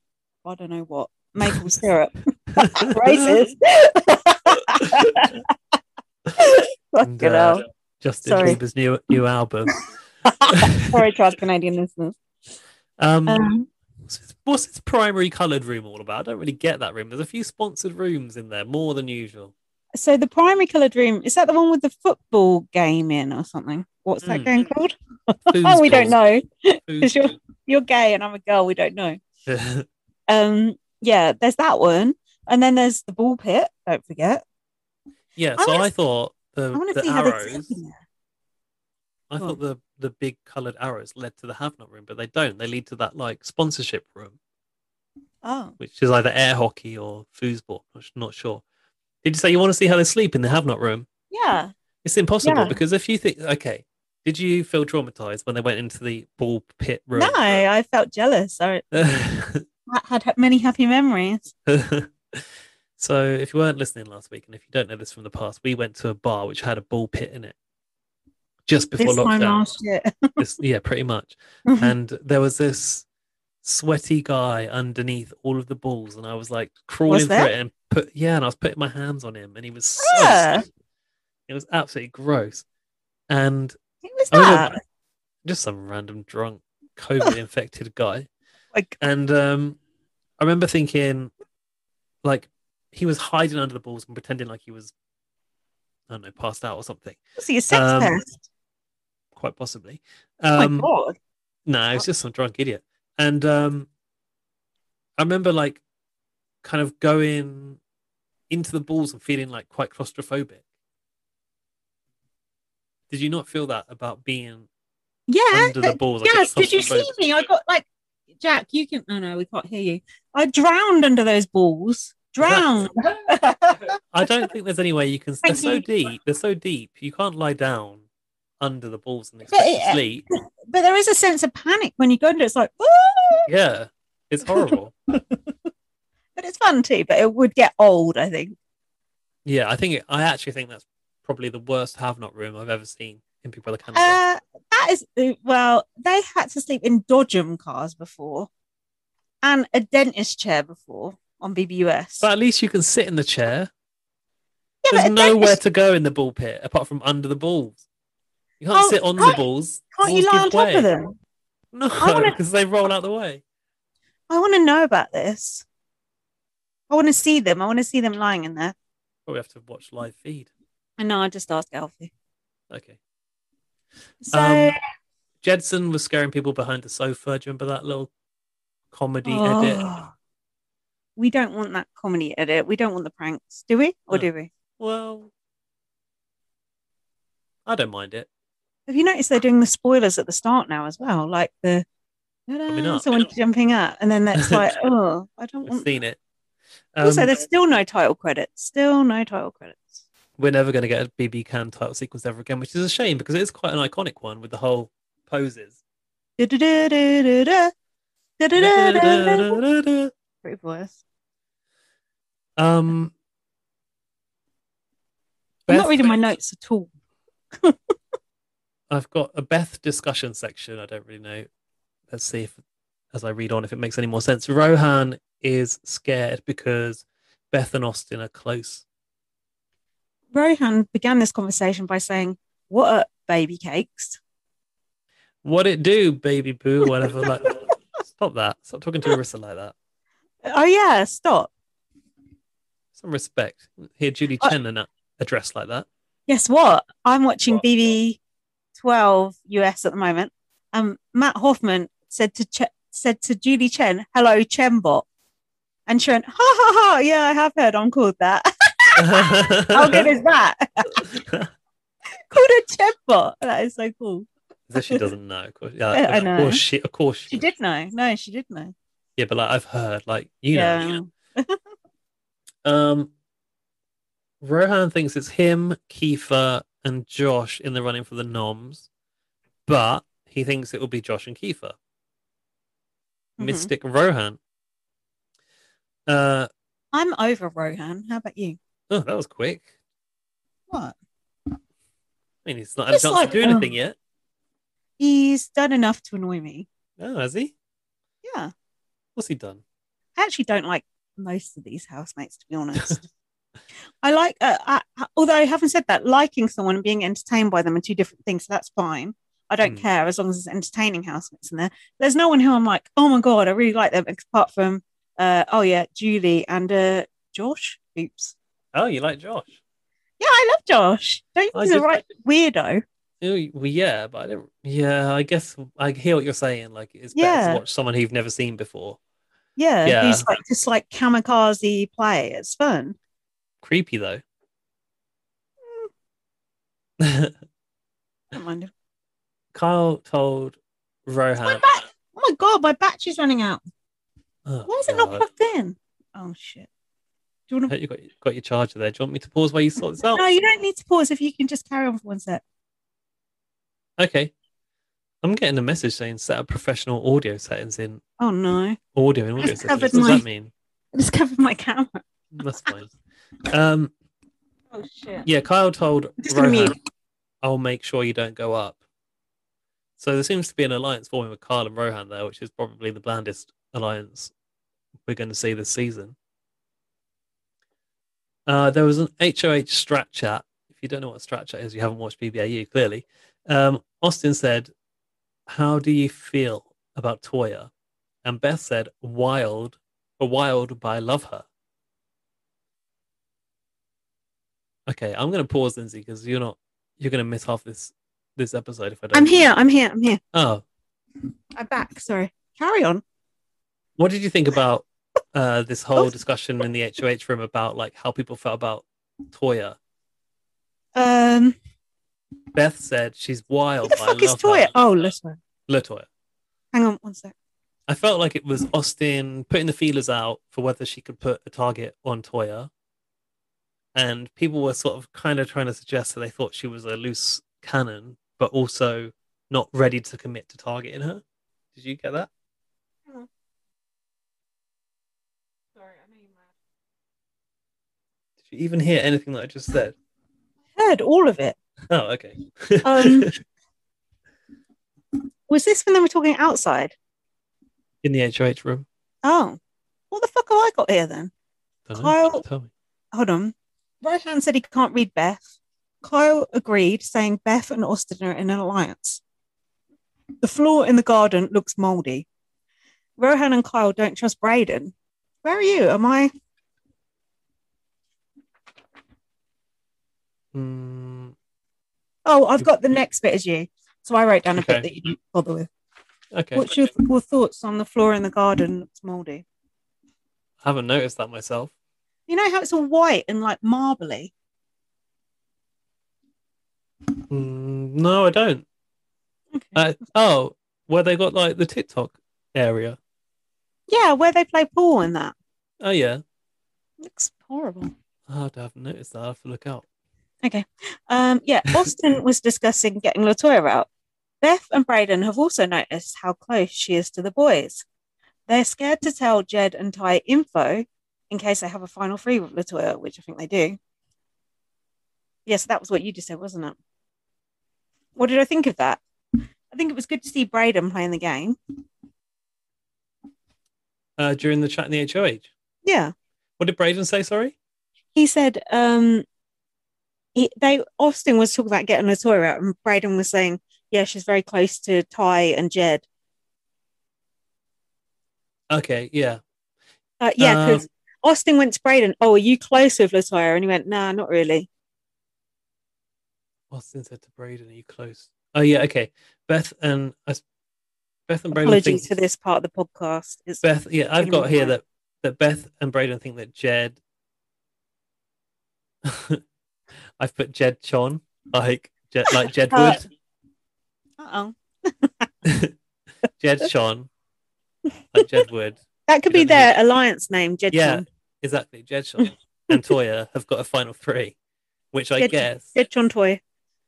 I don't know what maple syrup racist Fucking
And, uh,
hell.
Justin
Sorry.
Bieber's new new album.
Sorry, to our Canadian listeners.
Um,
Um,
what's his- what's his primary coloured room all about? I don't really get that room. There's a few sponsored rooms in there, more than usual.
so the primary coloured room is that the one with the football game in or something? What's that
Mm.
game called? Oh, we don't know.
Foosball.
sure. You're gay and I'm a girl. We don't know. Um, yeah, there's that one, and then there's the ball pit. Don't forget.
yeah,
I
so
wanna
I
s-
thought the,
I want to
the
see how they
arrows.
sleep in there.
I
Go
thought
on.
the the big coloured arrows led to the have not room, but they don't. They lead to that like sponsorship room,
Oh,
which is either air hockey or foosball. I'm s- not sure. Did you say you want to see how they sleep in the have not room?
yeah.
It's impossible
Yeah.
because if you think, okay, did you feel traumatized when they went into the ball pit room?
No, I felt jealous. I I had ha- many happy memories.
so if you weren't listening last week, and if you don't know this from the past, we went to a bar which had a ball pit in it just before
this
lockdown.
time last year.
This- yeah, pretty much.
Mm-hmm.
and there was this sweaty guy underneath all of the balls, and I was like crawling through
there?
it and put yeah, and I was putting my hands on him, and he was so
Ah.
sweaty. it was absolutely gross, and
Who was
I
that?
remember just some random drunk COVID infected guy,
Like,
and um, I remember thinking like he was hiding under the balls and pretending like he was I don't know passed out or something,
was he a sex
um,
pest?
quite possibly.
Oh
Um,
my god!
No, it's just some drunk idiot. And um I remember like kind of going into the balls and feeling like quite claustrophobic. Did you not feel that about being
Yeah,
under
that-
the balls? like,
Yes, did you see
claustrophobic?
me? I got like Jack, you can oh no, we can't hear you. I drowned under those balls. Drowned.
I don't think there's any way you can. They're
Thank
so
you.
deep. They're so deep. You can't lie down under the balls and
But
expect
it- uh,
to sleep.
But there is a sense of panic when you go under. it. It's like, "Ah," "Woo!"
Yeah, it's horrible.
but it's fun too. But it would get old, I think.
yeah, I think it, I actually think that's probably the worst have not room I've ever seen in Big Brother Canada.
Uh, that is well, they had to sleep in Dodgem cars before, and a dentist chair before on BBUS.
but at least you can sit in the chair.
yeah,
There's
a
nowhere
dentist-
to go in the ball pit apart from under the balls. You can't
Oh,
sit on the
can't-
balls.
Can't you
Balls
lie
give
on top
way.
of them?
No,
wanna-
because they roll out the way.
I want to know about this. I want to see them. I want to see them lying in there.
Probably have to watch live feed.
And no, I just asked Alfie.
Okay.
So
Um, Jedson was scaring people behind the sofa. Do you remember that little comedy edit?
Oh. we don't want that comedy edit. We don't want the pranks, do we? Or
No.
do we?
Well, I don't mind it.
Have you noticed they're doing the spoilers at the start now as well? Like the
Coming up.
someone jumping up, and then that's like, oh, I don't
We've
want.
seen it.
also,
Um,
there's still no title credits. Still no title credits.
we're never going to get a BB Can title sequence ever again, which is a shame because it is quite an iconic one with the whole poses.
Du-du-du-du-du-du. Du-du-du-du-du. Pretty voice.
Um,
I'm not
Beth-
reading my notes at all.
I've got a Beth discussion section. I don't really know. Let's see if, as I read on, if it makes any more sense. Rohan is scared because Beth and Austin are close.
Rohan began this conversation by saying, "What up, baby cakes?"
What it do, baby boo? Whatever. like, stop that. Stop talking to Arissa like that.
Oh yeah, stop.
Some respect. Hear Judy
Uh,
Chen and addressed like that.
Guess what? I'm watching
What?
BB12 US at the moment. Um, Matt Hoffman said to Ch- said to Julie Chen, "Hello, Chenbot," and she went, "Ha ha ha! Yeah, I have heard. I'm called that. How good is that? called a Chenbot. That is so cool."
As if she doesn't know. Of course, yeah,
I- I
of
know.
course she. Of course she.
She
does.
did know. No, she did know.
Yeah, but like I've heard, like you know. you know. Um, Rohan thinks it's him, Kiefer, and Josh in the running for the noms, but he thinks it will be Josh and Kiefer.
Mhm.
Mystic Rohan. Uh,
I'm over Rohan. How about you?
oh, that was quick.
What?
I mean, he's not had a
Just
chance
like,
to do anything
um,
yet.
He's done enough to annoy me.
Oh, has he?
Yeah.
What's he done?
I actually don't like most of these housemates, to be honest. I like, uh, I, I- although having said that, liking someone and being entertained by them are two different things. So that's fine. I don't
Hmm.
care as long as it's entertaining housemates in there. There's no one who I'm like, oh my god, I really like them, apart from, uh, oh yeah, Julie and uh, Josh. Oops.
Oh, you like Josh?
Yeah, I love Josh. Don't you
I
think he's a
just-
right weirdo?
Oh, y- Well, yeah, but I don't. Yeah, I guess I hear what you're saying. Like, it's better
Yeah.
to watch someone you've never seen before.
Yeah,
Yeah.
he's like just like kamikaze play. It's fun.
Creepy though. Kyle
I don't mind him.
told
My
Rohan.
back. Oh my god, my battery's running out.
Oh,
Why is it
God.
not plugged in? Oh shit. Do you want
I
to?
hope you got, got your charger there. Do you want me to pause while you sort this out?
No, you don't need to pause. If you can just carry on for one sec.
Okay. I'm getting a message saying set up professional audio settings in
Oh no,
audio and
I
audio
just
settings. What
covered
does that
my-
mean?
I just covered my camera.
That's fine. Um,
Oh shit.
yeah, Kyle told
just gonna
Rohan,
mute.
I'll make sure you don't go up. So there seems to be an alliance forming with Kyle and Rohan there, which is probably the blandest alliance we're going to see this season. Uh, there was an HOH strat chat. If you don't know what a strat chat is, you haven't watched BBAU, clearly. Um, Austin said, How do you feel about Toya? And Beth said, Wild, a wild, but I love her. Okay, I'm going to pause, Lindsay, because you're not, you're going to miss half this this episode if I don't.
I'm here. I'm here. I'm here.
Oh,
I'm back. Sorry. Carry on.
what did you think about uh, this whole
Oh.
discussion in the HOH room about like how people felt about Toya?
Um,
Beth said she's
who
wild.
the
but I
fuck is
love
Toya?
her."
Oh, listen.
Latoya.
Hang on one sec.
I felt like it was Austin putting the feelers out for whether she could put a target on Toya. And people were sort of kind of trying to suggest that they thought she was a loose cannon, but also not ready to commit to targeting her. Did you get that?
Sorry, I mean,
Did you even hear anything that I just said?
heard all of it.
Oh, okay.
Um, Was this when they were talking outside?
In the HOH room.
Oh, what the fuck have I got here then?
Don't know.
Kyle-
Tell me.
Hold on. Rohan said he can't read Beth. Kyle agreed, saying Beth and Austin are in an alliance. The floor in the garden looks moldy. Rohan and Kyle don't trust Braden. Where are you? Am I?
Mm,
Oh, I've got the next bit as you. So I wrote down a
Okay.
bit that you didn't bother with.
okay.
What's your, your thoughts on the floor in the garden looks moldy?
I haven't noticed that myself.
You know how it's all white and like marbly?
Mm, no, I don't.
Okay.
Uh, oh, where they got like the TikTok area.
yeah, where they play pool in that.
Oh, yeah.
Looks horrible.
I haven't noticed that. I have to look out.
Um, yeah, Austin was discussing getting Latoya out. Beth and Braden have also noticed how close she is to the boys. They're scared to tell Jed and Ty info in case they have a final three with Latoya, which I think they do. Yes, that was what you just said, wasn't it? What did I think of that? I think it was good to see Braden playing the game.
Uh, during the chat in the HOH.
Yeah.
What did Braden say? Sorry?
he said um he, they austin was talking about getting latoya out and braden was saying yeah she's very close to ty and jed
Okay, yeah.
uh, yeah
Um,
because austin went to braden oh are you close with latoya and he went nah not really
Austin said to Braden, "Are you close?" Oh yeah, okay. Beth and I, s- Beth and Braden.
apologies
Think,
for this part of the podcast it's
Beth, yeah, I've
Gonna
got
be
here
fine.
that that Beth and Braden think that Jed. I've put Jed Chon like Jed like Jed
Uh,
Wood,
uh-oh
Jed Chon, like Jed Wood.
that could be
You don't
their alliance name jed
Yeah.
John.
Exactly, Jed Chon and Toya have got a final three, which I
Mm. Jed-
guess
jed John toy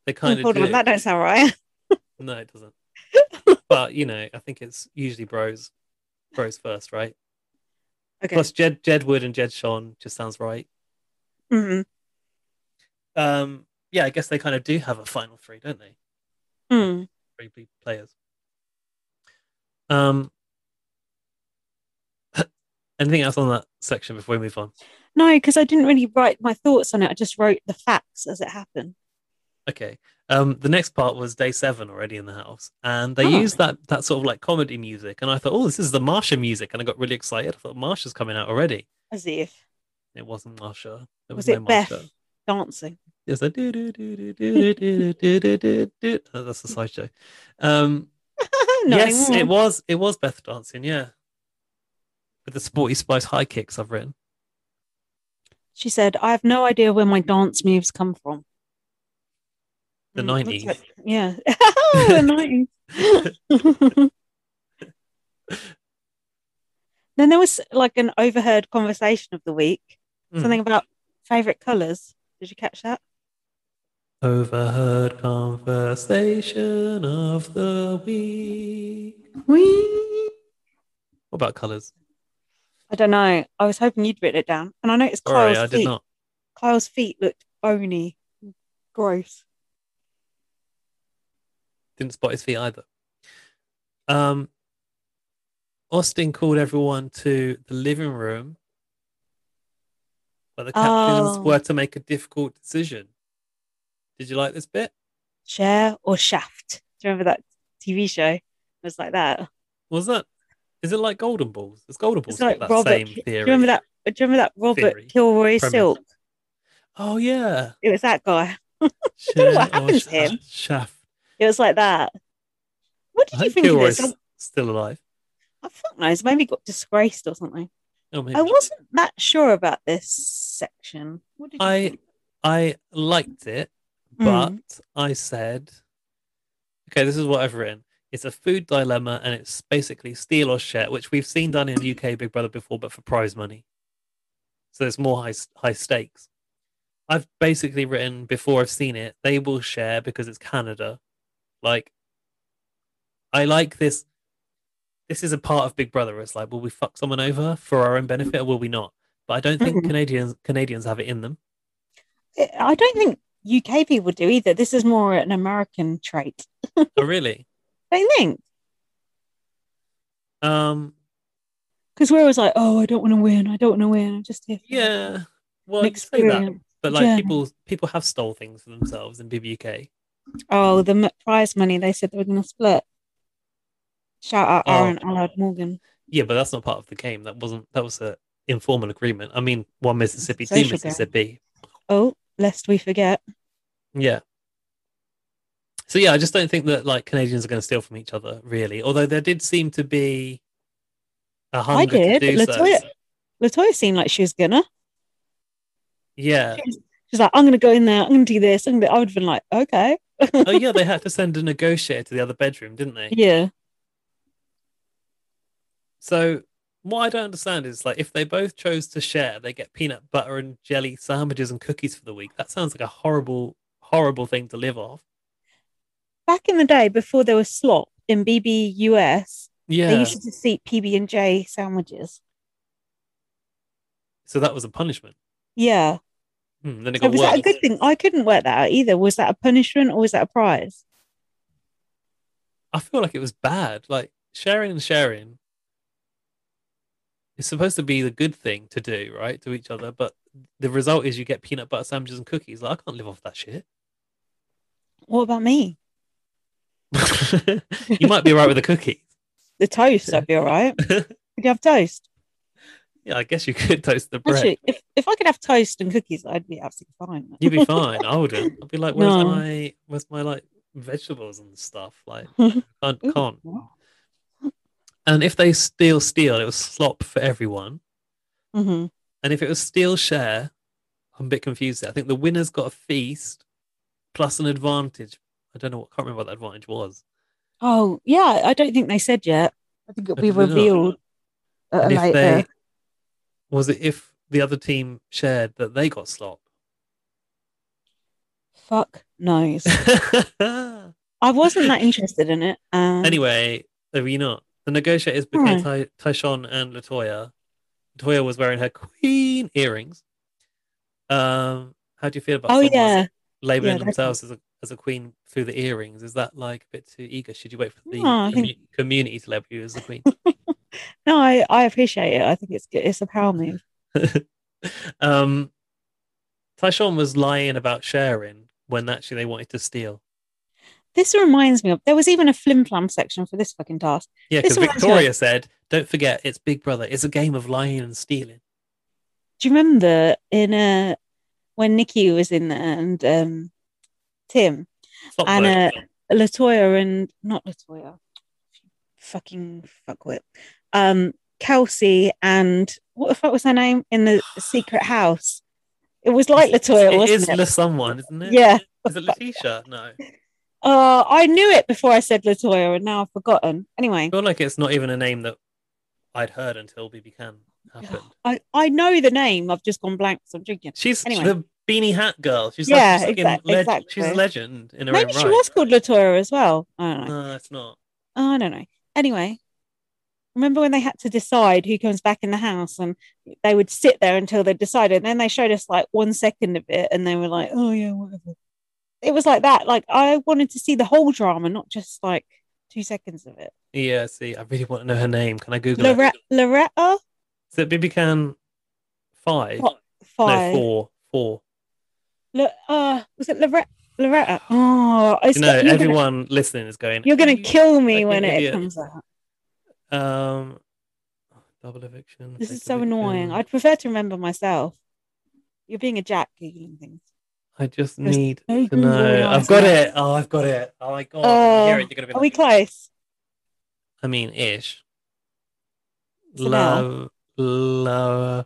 they
Oh,
kind of
hold
do.
on that don't sound right
No, it doesn't. but you know, I think it's usually bros, bros first, right?
okay
Plus Jed Jed Wood and Jed Sean just sounds right.
Mhm.
Um yeah, I guess they kind of do have a final three, don't they?
Mm.
Three pe- players. Um anything else on that section before we move on?
no because i didn't really write my thoughts on it i just wrote the facts as it happened
Okay. Um the next part was day seven already in the house. And they
Oh.
used that that sort of like comedy music. And I thought, oh, this is the Marsha music. And I got really excited. I thought Marsha's coming out already.
as if
It wasn't Marsha. There
was
was,
it
no
beth
Marsha.
dancing
It's like do do do do do do do do do do. Oh, That's the sideshow. Um,
Mm. Not
yes,
anymore.
it was. It was Beth dancing. Yeah, with the sporty spice high kicks I've written.
She said, I have no idea where my dance moves come from.
The
Mm,
90s.
that's it. Yeah. the 90s. then there was like an overheard conversation of the week,
Hmm.
something about favorite colors. Did you catch that?
Overheard conversation of the week. What about colours?
I don't know. I was hoping you'd written it down. And I noticed
Sorry,
Kyle's,
I
feet.
did not.
Kyle's feet looked bony, gross.
Didn't spot his feet either. Um, Austin called everyone to the living room where the captains
Oh.
were to make a difficult decision. Did you like this bit?
Share or shaft? Do you remember that TV show? It was like that.
Was that? Is it like Golden Balls? It's Golden Balls
It's like
got that
Robert.
same
Do you
theory.
remember that? Do you remember that Robert
Theory.
Kilroy
Premise.
Silk?
Oh yeah.
It was that guy.
Share
what
or
happened to
sha-
him.
Shaft.
It was like that. What
I
did you
hope
think of
Kilroy's
this? I,
still alive.
I fuck knows. Maybe he got disgraced or something.
Oh, maybe.
I wasn't that sure about this section. What did you
I
think? Hmm.
I liked it, but I said, okay, this is what I've written. It's a food dilemma, and it's basically steal or share, which we've seen done in UK Big Brother before, but for prize money. So it's more high s- high stakes. I've basically written before I've seen it. They will share because it's Canada, Like, I like this. This is a part of Big Brother. It's like, will we fuck someone over for our own benefit, or will we not? But I don't think
Mhm.
Canadians Canadians have it in them.
I don't think UK people do either. This is more an American trait.
oh, really?
I think
Um,
because we're always like, oh, I don't want to win. I don't want to win. I'm just here. for
yeah. Well,
an
you say that,
experience.
but like
journey.
people people have stole things for themselves in BBUK.
Oh, the m- prize money they said they were going to split. Shout out
Oh.
Aaron Allard Morgan.
Yeah, but that's not part of the game. That wasn't. That was a informal agreement. I mean, one Mississippi, two
Social game.
Mississippi.
Oh, lest we forget.
Yeah. So yeah, I just don't think that like Canadians are going to steal from each other really. Although there did seem to be a hunger
did,
to do
Latoya-
so.
Latoya seemed like she was gonna.
Yeah.
She's like, I'm gonna go in there. I'm gonna do this. I'm gonna. I would have been like, okay,
Oh yeah, they had to send a negotiator to the other bedroom, didn't they?
yeah.
So what I don't understand is like if they both chose to share, they get peanut butter and jelly sandwiches and cookies for the week. That sounds like a horrible, horrible thing to live off.
Back in the day, before there was slop in BBUS, they
Yeah.
used to just eat PB and J sandwiches.
So that was a punishment.
Yeah.
Hmm, then it
So
got
was that a
worse.
good thing? I couldn't work that out either. Was that a punishment or was that a prize?
I feel like it was bad. Like sharing and sharing is supposed to be the good thing to do, right? To each other, but the result is you get peanut butter sandwiches and cookies. Like I can't live off that shit.
What about me?
you might be right with the cookies.
The toast, I'd be all right.
yeah,
Could you have toast?
I guess you could toast the bread.
Actually, if, if I could have toast and cookies, I'd be absolutely fine.
You'd be fine. I wouldn't. I'd be like, where's
No.
my where's my like vegetables and stuff? Like can't
Ooh,
can't.
wow.
And if they steal steal, it was slop for everyone.
Mhm.
And if it was steal share, I'm a bit confused there. I think the winner's got a feast plus an advantage. I don't know what, can't remember what that advantage was.
Oh, yeah. I don't think they said yet. I think it'll be
Did they not?
revealed at a
And if
later.
they, was it if the other team shared that they got slop?
Fuck knows. I wasn't that interested in it. Um,
anyway, are we not? The negotiators between
Hmm.
Ty- Tyshawn and Latoya. Latoya was wearing her queen earrings. Um, how do you feel about
Oh,
someone
yeah.
labeling
Yeah, that's-
themselves as a, as a queen through the earrings is that like a bit too eager should you wait for the
No, I
commu-
think-
community to label you as a queen
No, I, I appreciate it. I think it's good. It's a power move.
um Tyshawn was lying about sharing when actually they wanted to steal
This reminds me of there was even a flim flam section for this fucking task.
yeah
This
because
reminds me of-
victoria said don't forget it's big brother it's a game of lying and stealing
Do you remember in uh when Nikki was in there and um Tim
Fuck
And, uh,
words.
Latoya and not Latoya, fucking fuckwit, um Kelsey and what the fuck was her name in the secret house? It was like Latoya,
it is
wasn't it?
Le someone isn't it
Yeah.
is it Letitia? No. I
Oh, I knew it before I said Latoya, and now I've forgotten. Anyway,
feel like it's not even a name that I'd heard until BB Can happened.
I, I know the name. I've just gone blank. So I'm drinking.
She's
Anyway.
the beanie hat girl. She's
Yeah,
like fucking
exact-
leg- She's a
exactly.
legend in her
Maybe
own
she
right.
was called Latoya as well. I don't know.
No, it's not.
I don't know. Anyway, remember when they had to decide who comes back in the house and they would sit there until they decided. And then they showed us like one second of it and they were like, oh, yeah, whatever. It was like that. Like, I wanted to see the whole drama, not just like two seconds of it.
Yeah, see, I really want to know her name. Can I Google it?
Loretta, Loretta
Is it BB Can five?
What? Five.
No, four. Four.
Lo- uh, was it Loretta? Loretta. Oh, it's
You know,
you're gonna-
everyone listening is going.
You're gonna
"Hey."
kill me
fucking
when it
idiot.
comes out.
Um, double eviction.
This
fake
is so annoying.
eviction.
I'd prefer to remember myself. You're being a jack googling things.
I just
There's
need
no
to
Google
know. I've
answer.
got it. Oh, I've got it. Oh my god. when you hear
Oh,
it, you're gonna be
Are we
like,
close?
I mean, ish.
So now-
Love, love,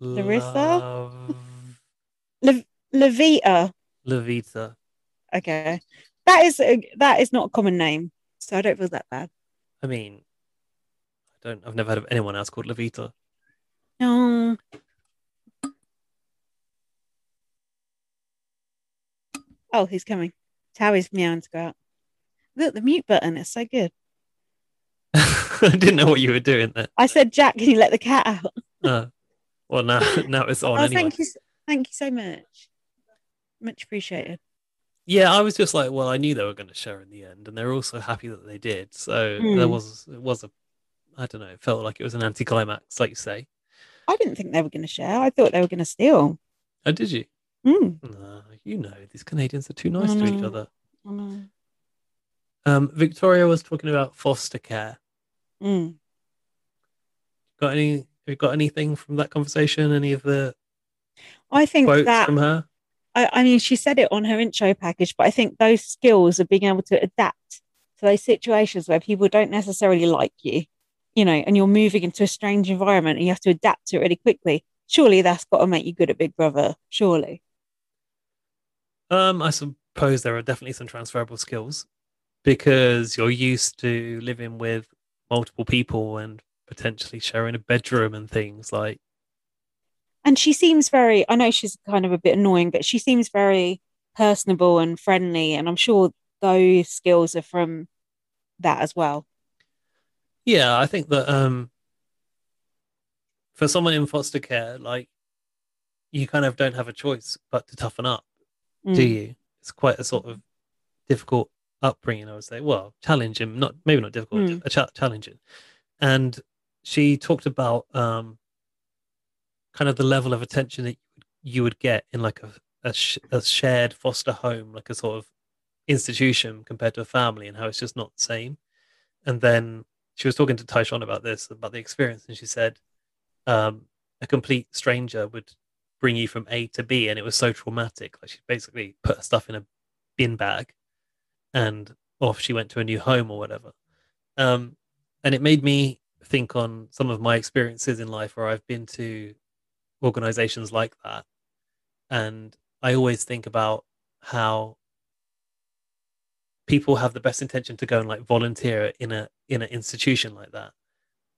Larissa?
love,
Lev- Levita.
Levita.
Okay, that is a, that is not a common name, so I don't feel that bad.
I mean, I don't. I've never heard of anyone else called Levita.
No, oh, he's coming. Towie's meowing to go out. Look, the mute button. It's so good.
I didn't know what you were doing there.
I said, Jack, can you let the cat out?
Uh, well, now now it's on
oh,
anyway.
thank you, s- thank you so much. Much appreciated.
Yeah, I was just like, well, I knew they were going to share in the end, and they're all so happy that they did. So there
Mm.
was it was a, I don't know, it felt like it was an anticlimax, like you say.
I didn't think they were going to share. I thought they were going to steal.
Oh, did you?
Mm.
No, you know, these Canadians are too nice to each
no.
other.
I know.
Um, Victoria was talking about foster care.
Mm.
Got any? Have you got anything from that conversation? Any of the
I think
quotes
that
from her?
I, I mean, she said it on her intro package, but I think those skills of being able to adapt to those situations where people don't necessarily like you, you know, and you're moving into a strange environment and you have to adapt to it really quickly. Surely that's got to make you good at Big Brother. Surely.
Um, I suppose there are definitely some transferable skills because you're used to living with multiple people and potentially sharing a bedroom and things like
And she seems very, I know she's kind of a bit annoying, but she seems very personable and friendly. And I'm sure those skills are from that as well.
Yeah, I think that um for someone in foster care, like you kind of don't have a choice but to toughen up, do
Mm.
you? It's quite a sort of difficult upbringing, I would say. Well, challenging, not maybe not difficult,
Mm.
a cha- challenging. And she talked about um kind of the level of attention that you would get in like a a, sh- a shared foster home, like a sort of institution compared to a family, and how it's just not the same. And then she was talking to Taishan about this, about the experience, and she said um, a complete stranger would bring you from A to B, and it was so traumatic. Like she basically put her stuff in a bin bag, and off she went to a new home or whatever. Um, and it made me think on some of my experiences in life where I've been to organizations like that, and I always think about how people have the best intention to go and like volunteer in a in an institution like that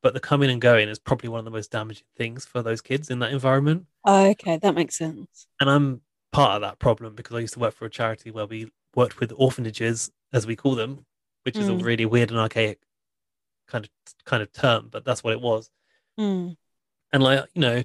but the coming and going is probably one of the most damaging things for those kids in that environment
Oh, okay. That makes sense.
and i'm part of that problem because i used to work for a charity where we worked with orphanages as we call them which is a
Mm.
really weird and archaic kind of kind of term but that's what it was
Mm.
and like you know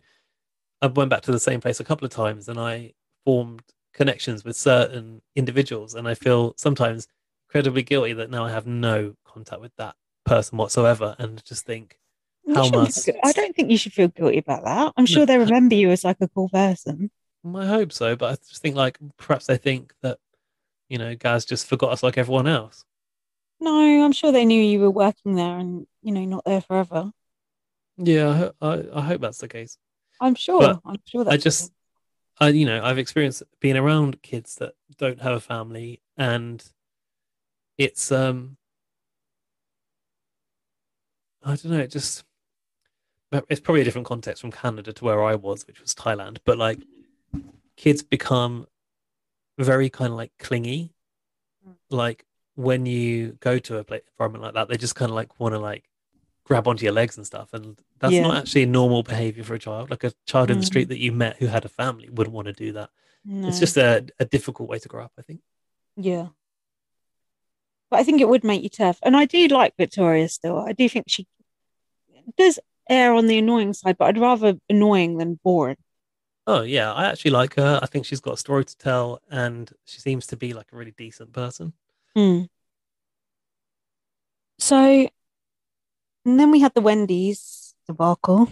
i went back to the same place a couple of times and i formed connections with certain individuals and i feel sometimes incredibly guilty that now i have no contact with that person whatsoever and just think
You
How
shouldn't
must-
feel- I don't think you should feel guilty about that. I'm sure they remember you as like a cool person.
"Mm, i hope so but i just think like perhaps they think that you know guys just forgot us like everyone else
No, I'm sure they knew you were working there and, you know, not there forever.
yeah i, ho- I, I hope that's the case
I'm sure.
But
I'm sure that's
I
the
just,
case.
I you know, I've experienced being around kids that don't have a family, and it's um, I don't know, it just, but it's probably a different context from Canada to where I was, which was Thailand. But like, kids become very kind of like clingy,
Mm.
like when you go to a pla environment like that, they just kind of like want to like grab onto your legs and stuff. And that's
Yeah.
not actually a normal behavior for a child. Like a child in the
Mm.
street that you met who had a family wouldn't want to do that. It's
No.
just a, a difficult way to grow up, I think.
Yeah. But I think it would make you tough. And I do like Victoria still. I do think she does err on the annoying side, but I'd rather annoying than boring.
Oh, yeah. I actually like her. I think she's got a story to tell and she seems to be like a really decent person.
Hmm. So, and then we had the Wendy's debacle.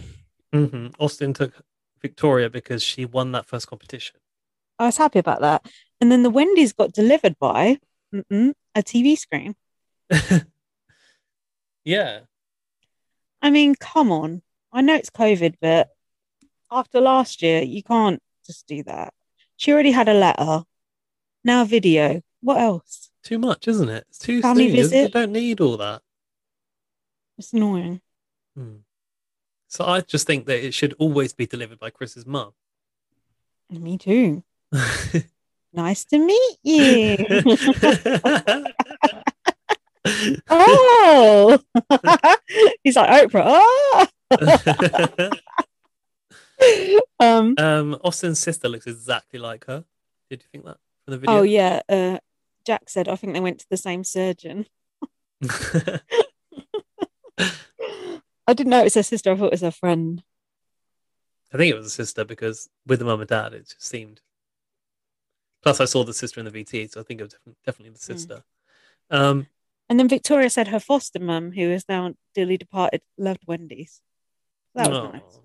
hmm
Mm-hmm.
Austin took Victoria because she won that first competition.
I was happy about that. And then the Wendy's got delivered by mm-mm, a TV screen.
yeah.
I mean, come on. I know it's COVID, but after last year, you can't just do that. She already had a letter, now a video. What else?
Too much, isn't it? It's too
Family
soon. isn't it? You
visit.
don't need all that.
It's annoying.
Hmm. So I just think that it should always be delivered by Chris's mum.
Me too. Nice to meet you. oh, he's like Oprah. Ah. Oh, um.
Uh, um, Austin's sister looks exactly like her. Did you think that from the video?
Oh yeah. Uh, Jack said, I think they went to the same surgeon. I didn't know it was her sister. I thought it was her friend.
I think it was a sister because with the mum and dad, it just seemed. Plus, I saw the sister in the VT, so I think it was defin- definitely
Hmm.
the sister. Um,
And then Victoria said her foster mum, who is now dearly departed, loved Wendy's. That was nice.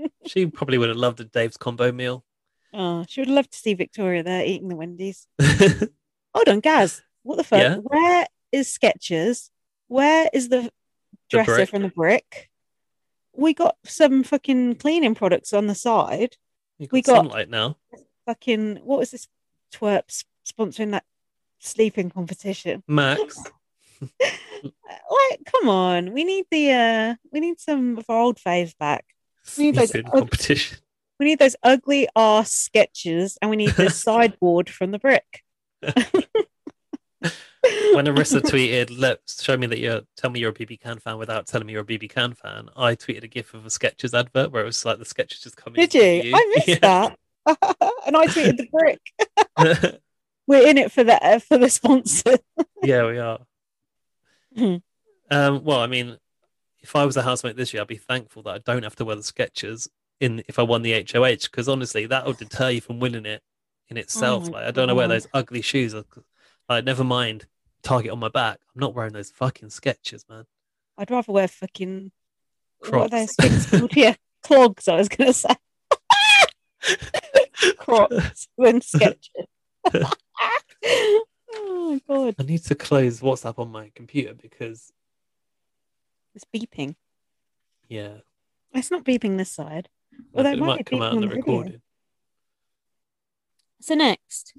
aw. oh. she probably would have loved a Dave's combo meal.
Oh, she would love to see Victoria there eating the Wendy's.
I
Hold on, Gaz. What the fuck?
Yeah?
Where is Sketchers? Where is the dresser
brick.
from the brick? We got some fucking cleaning products on the side. We
got we
got-
got sunlight now.
Fucking what was this twerp s- sponsoring that sleeping competition?
Max,
Uh, Like, come on, we need the uh, we need some of our old faves back. We need those
sleeping
ug-
competition.
We need those ugly ass sketches, and we need the sideboard from the brick.
When Arissa tweeted, "Let show me that you're tell me you're a BB Can fan without telling me you're a BB Can fan," I tweeted a gif of a Skechers advert where it was like the Skechers just coming.
Did you? I missed that, and I tweeted the brick.
that.
We're in it for the uh, for the sponsor.
yeah, we are.
Hmm.
um, well, I mean, if I was a housemate this year, I'd be thankful that I don't have to wear the Skechers in if I won the HOH because honestly, that would deter you from winning it in itself.
Oh my
like, I don't know where
God.
those ugly shoes are. Like, never mind target on my back. I'm not wearing those fucking Skechers, man.
I'd rather wear fucking
Crocs.
what are those things called? Yeah, clogs. I was gonna say Crocs than sketches. oh my god,
I need to close WhatsApp on my computer because
it's beeping.
yeah,
It's not beeping this side. Well,
well,
they
it
might
might
have
come out
beeped
in
on
the
the video.
recording.
So next,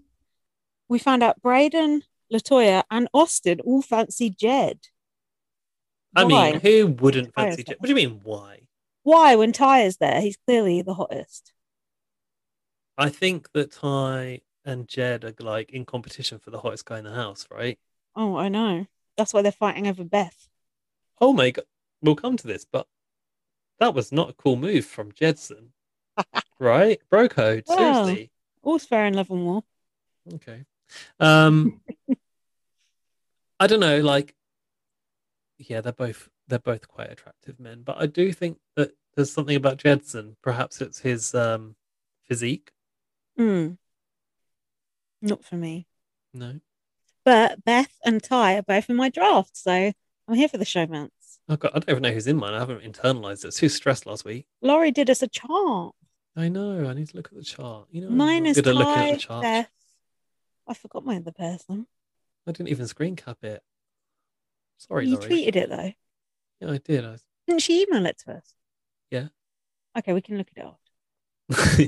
we found out Braden, Latoya, and Austin all fancy Jed.
I
Why?
mean, who wouldn't
Why is
fancy?
that?
Jet? What do you mean? Why?
why when Tyre's there, he's clearly the hottest.
I think that Ty and Jed are like in competition for the hottest guy in the house, right?
Oh, I know. That's why they're fighting over Beth.
Oh my god, we'll come to this, but that was not a cool move from Jedson, right? Bro code,
Well.
seriously.
All's fair in love and war.
Okay. Um, I don't know. Like, yeah, they're both they're both quite attractive men, but I do think that there's something about Jedson. Perhaps it's his um physique.
Mm. Not for me.
No.
But Beth and Ty are both in my draft, so I'm here for the showmance.
Oh god, I don't even know who's in mine. I haven't internalized it. It's too stressed last week.
Laurie did us a chart.
I know. I need to look at the chart. You know, I'm
Mine
not
is
good at looking at
Ty,
the chart.
Beth. I forgot my other person.
I didn't even screen cap it. Sorry,
you
Laurie.
tweeted it though.
Yeah, I did. I...
Didn't she email it to us?
Yeah.
Okay, we can look it up.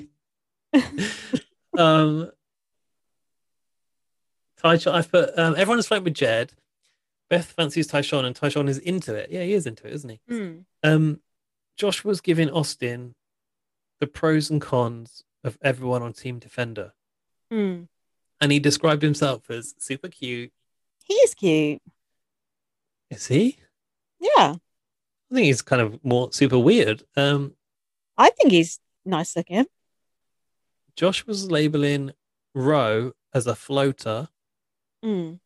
um, Tyshawn, I've put um, everyone's flying with Jed. Beth fancies Tyshawn, and Tyshawn is into it. Yeah, he is into it, isn't he? Um, Josh was giving Austin the pros and cons of everyone on Team Defender,
Mm.
and he described himself as super cute.
He is cute.
Is he?
Yeah.
I think he's kind of more super weird. Um,
I think he's nice looking.
Josh was labeling Roe as a floater,
Mm.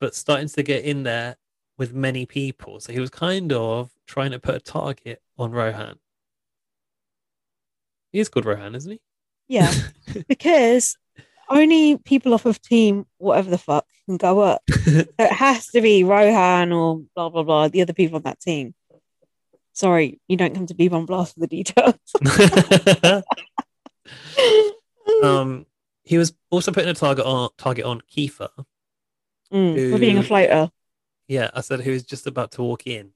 but starting to get in there with many people. So he was kind of trying to put a target on Rohan. He is called Rohan, isn't he?
Yeah. because only people off of team whatever the fuck can go up. So it has to be Rohan or blah blah blah. The other people on that team. Sorry, you don't come to be on blast for the details.
um, he was also putting a target on target on Kiefer.
Mm, for being a
who-
floater.
Yeah, I said who is just about to walk in.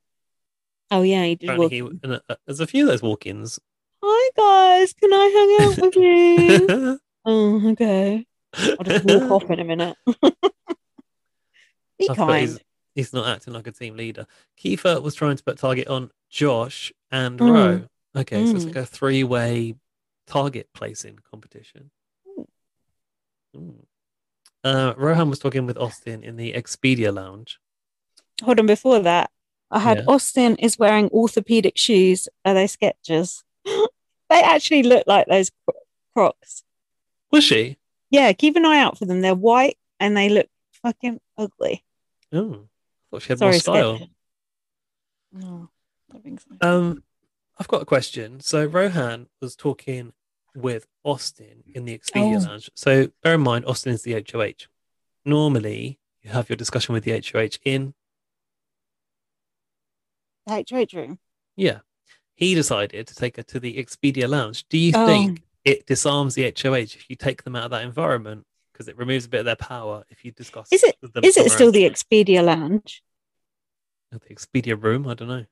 Oh yeah, you did.
Apparently
Walk.
he, and, uh, uh, there's a few of those walk-ins.
Hi guys, can I hang out with you? oh, okay. I'll just walk off in a minute. be
I've got his-
kind.
he's not acting like a team leader. Kiefer was trying to put target on Josh and
Mm.
Rowe. Okay, so it's
Mm.
like a three way target placing competition.
Mm.
Mm. Uh, Rohan was talking with Austin in the Expedia Lounge.
Hold on, before that, I had
Yeah.
Austin is wearing orthopedic shoes. Are they Skechers? they actually look like those Cro- Crocs.
Was she?
Yeah, keep an eye out for them. They're white and they look fucking ugly.
Oh, I thought she had
Sorry,
more style.
Skip. No, I don't think so.
Um, I've got a question. So Rohan was talking with Austin in the Expedia
Oh.
Lounge. So bear in mind, Austin is the HOH. Normally, you have your discussion with the HOH in.
The HOH room.
Yeah, he decided to take her to the Expedia Lounge. Do you
Oh.
think it disarms the HOH if you take them out of that environment because it removes a bit of their power if you discuss?
Is it-
With them
Is it
somewhere
still the
else?
Expedia Lounge?
the Expedia room? I don't know.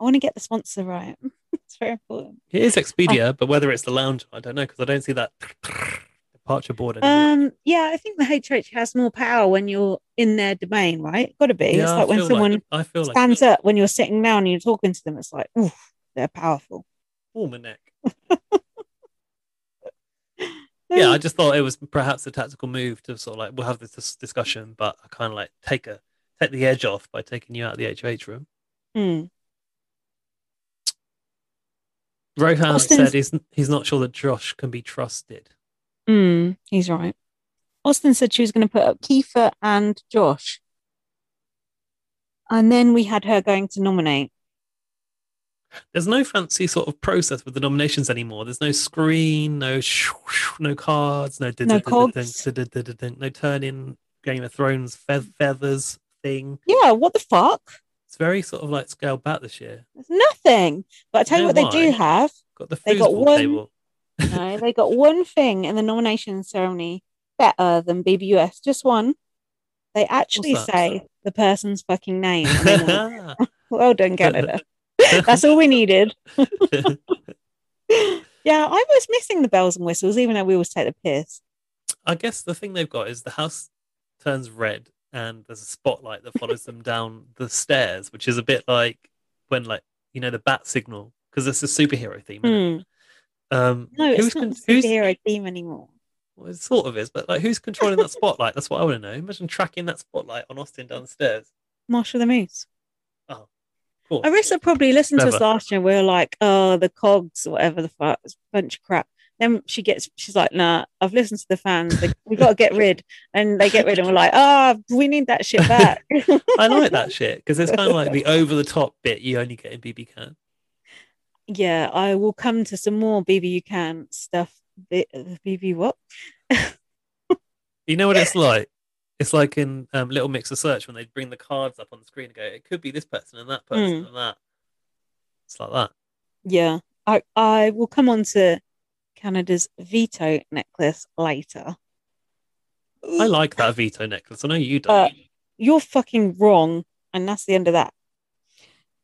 I want to get the sponsor right. it's very important.
It is
Oh.
Expedia, but whether it's the lounge, I don't know because I don't see that departure board anymore.
Um, yeah, I think the HOH has more power when you're in their domain, right? Got to be. it's
I
like when
feel
someone
I feel like
stands up when you're sitting down and you're talking to them. It's like, ooh, they're powerful.
Oh, my neck. Yeah, I just thought it was perhaps a tactical move to sort of like we'll have this, dis- discussion, but I kind of like take a take the edge off by taking you out of the HOH room.
Hmm.
Rohan
Austin's-
said he's he's not sure that Josh can be trusted.
Hmm, he's right. Austin said she was going to put up Kiefer and Josh. And then we had her going to nominate.
There's no fancy sort of process with the nominations anymore. There's no screen, no shoo, shoo, no cards, no
No cogs.
no turn in Game of Thrones fe- feathers thing.
Yeah, what the fuck?
It's very sort of like scaled back this year.
There's nothing. But I tell you
Know
what, they do
why?
have.
Got the
They got
foosball
one-
table.
No, they got one thing in the nomination ceremony better than BBUS, just one. They actually
that?
say the person's fucking name. and they know. well done, Canada. That's all we needed. Yeah, I was missing the bells and whistles, even though we always take the piss.
I guess the thing they've got is the house turns red and there's a spotlight that follows them down the stairs, which is a bit like when like you know the bat signal because it's a superhero theme. isn't it?
Hmm.
Um,
No,
Mm. who's
it's not
con-
a
who's
superhero theme anymore.
well, it sort of is, but like who's controlling that spotlight? That's what I want to know. Imagine tracking that spotlight on Austin downstairs.
Marshall the Moose.
Cool.
Arissa probably listened to us
Clever.
last year. We were like, oh, the cogs or whatever the fuck, it's a bunch of crap. Then she gets, she's like, nah, I've listened to the fans. They, we got to get rid. And they get rid, and we're like, ah, we need that shit back.
I like that shit because it's kind of like the over the top bit you only get in BB Can.
yeah, I will come to some more BB You Can stuff. B- BB what?
You know what it's like? It's like in um, Little Mix of Search when they bring the cards up on the screen and go, it could be this person and that
Hmm.
person and that. It's like that.
Yeah, I, I will come on to Canada's veto necklace later.
I like that veto necklace. I know you don't.
You're fucking wrong. And that's the end of that.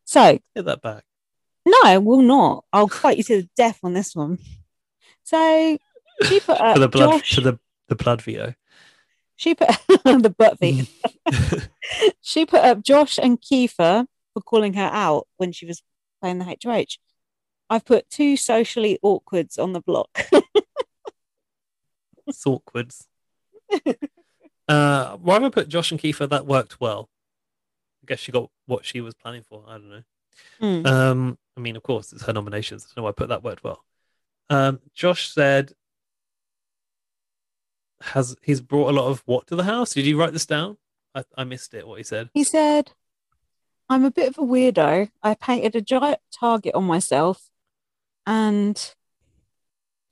So,
Get that back.
no, I will not. I'll fight you to the death on this one. So, she put up
to the blood
Josh,
to the, the blood veto.
she put the butt feet. she put up Josh and Kiefer for calling her out when she was playing the HOH. I've put two socially awkwards on the block.
It's awkwards. uh why have I put Josh and Kiefer? That worked well. I guess she got what she was planning for. I don't know.
Hmm.
Um, I mean, of course, it's her nominations. I don't know why I put that word well. Um, Josh said, "Has he's brought a lot of what to the house?" Did you write this down? I, I missed it. What he said.
He said, I'm a bit of a weirdo. I painted a giant target on myself and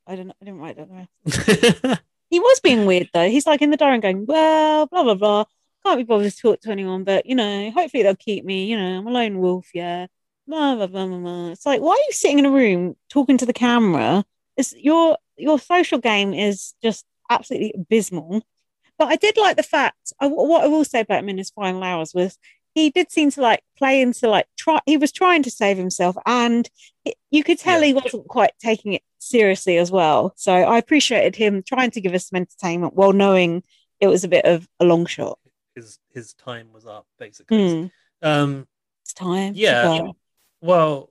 I don't know, I didn't write that down. He was being weird though. He's like in the diary and going, well, blah, blah, blah. Can't be bothered to talk to anyone, but you know, hopefully they'll keep me. You know, I'm a lone wolf. Yeah. Blah, blah, blah, blah, blah. It's like, why are you sitting in a room talking to the camera? It's your, your social game is just absolutely abysmal. But I did like the fact, I, what I will say about him in his final hours was he did seem to like play into like, try, he was trying to save himself and it- you could tell
Yeah.
he wasn't quite taking it seriously as well. So I appreciated him trying to give us some entertainment while knowing it was a bit of a long shot.
his his time was up basically.
Hmm.
Um,
It's time. to
Yeah.
go.
well,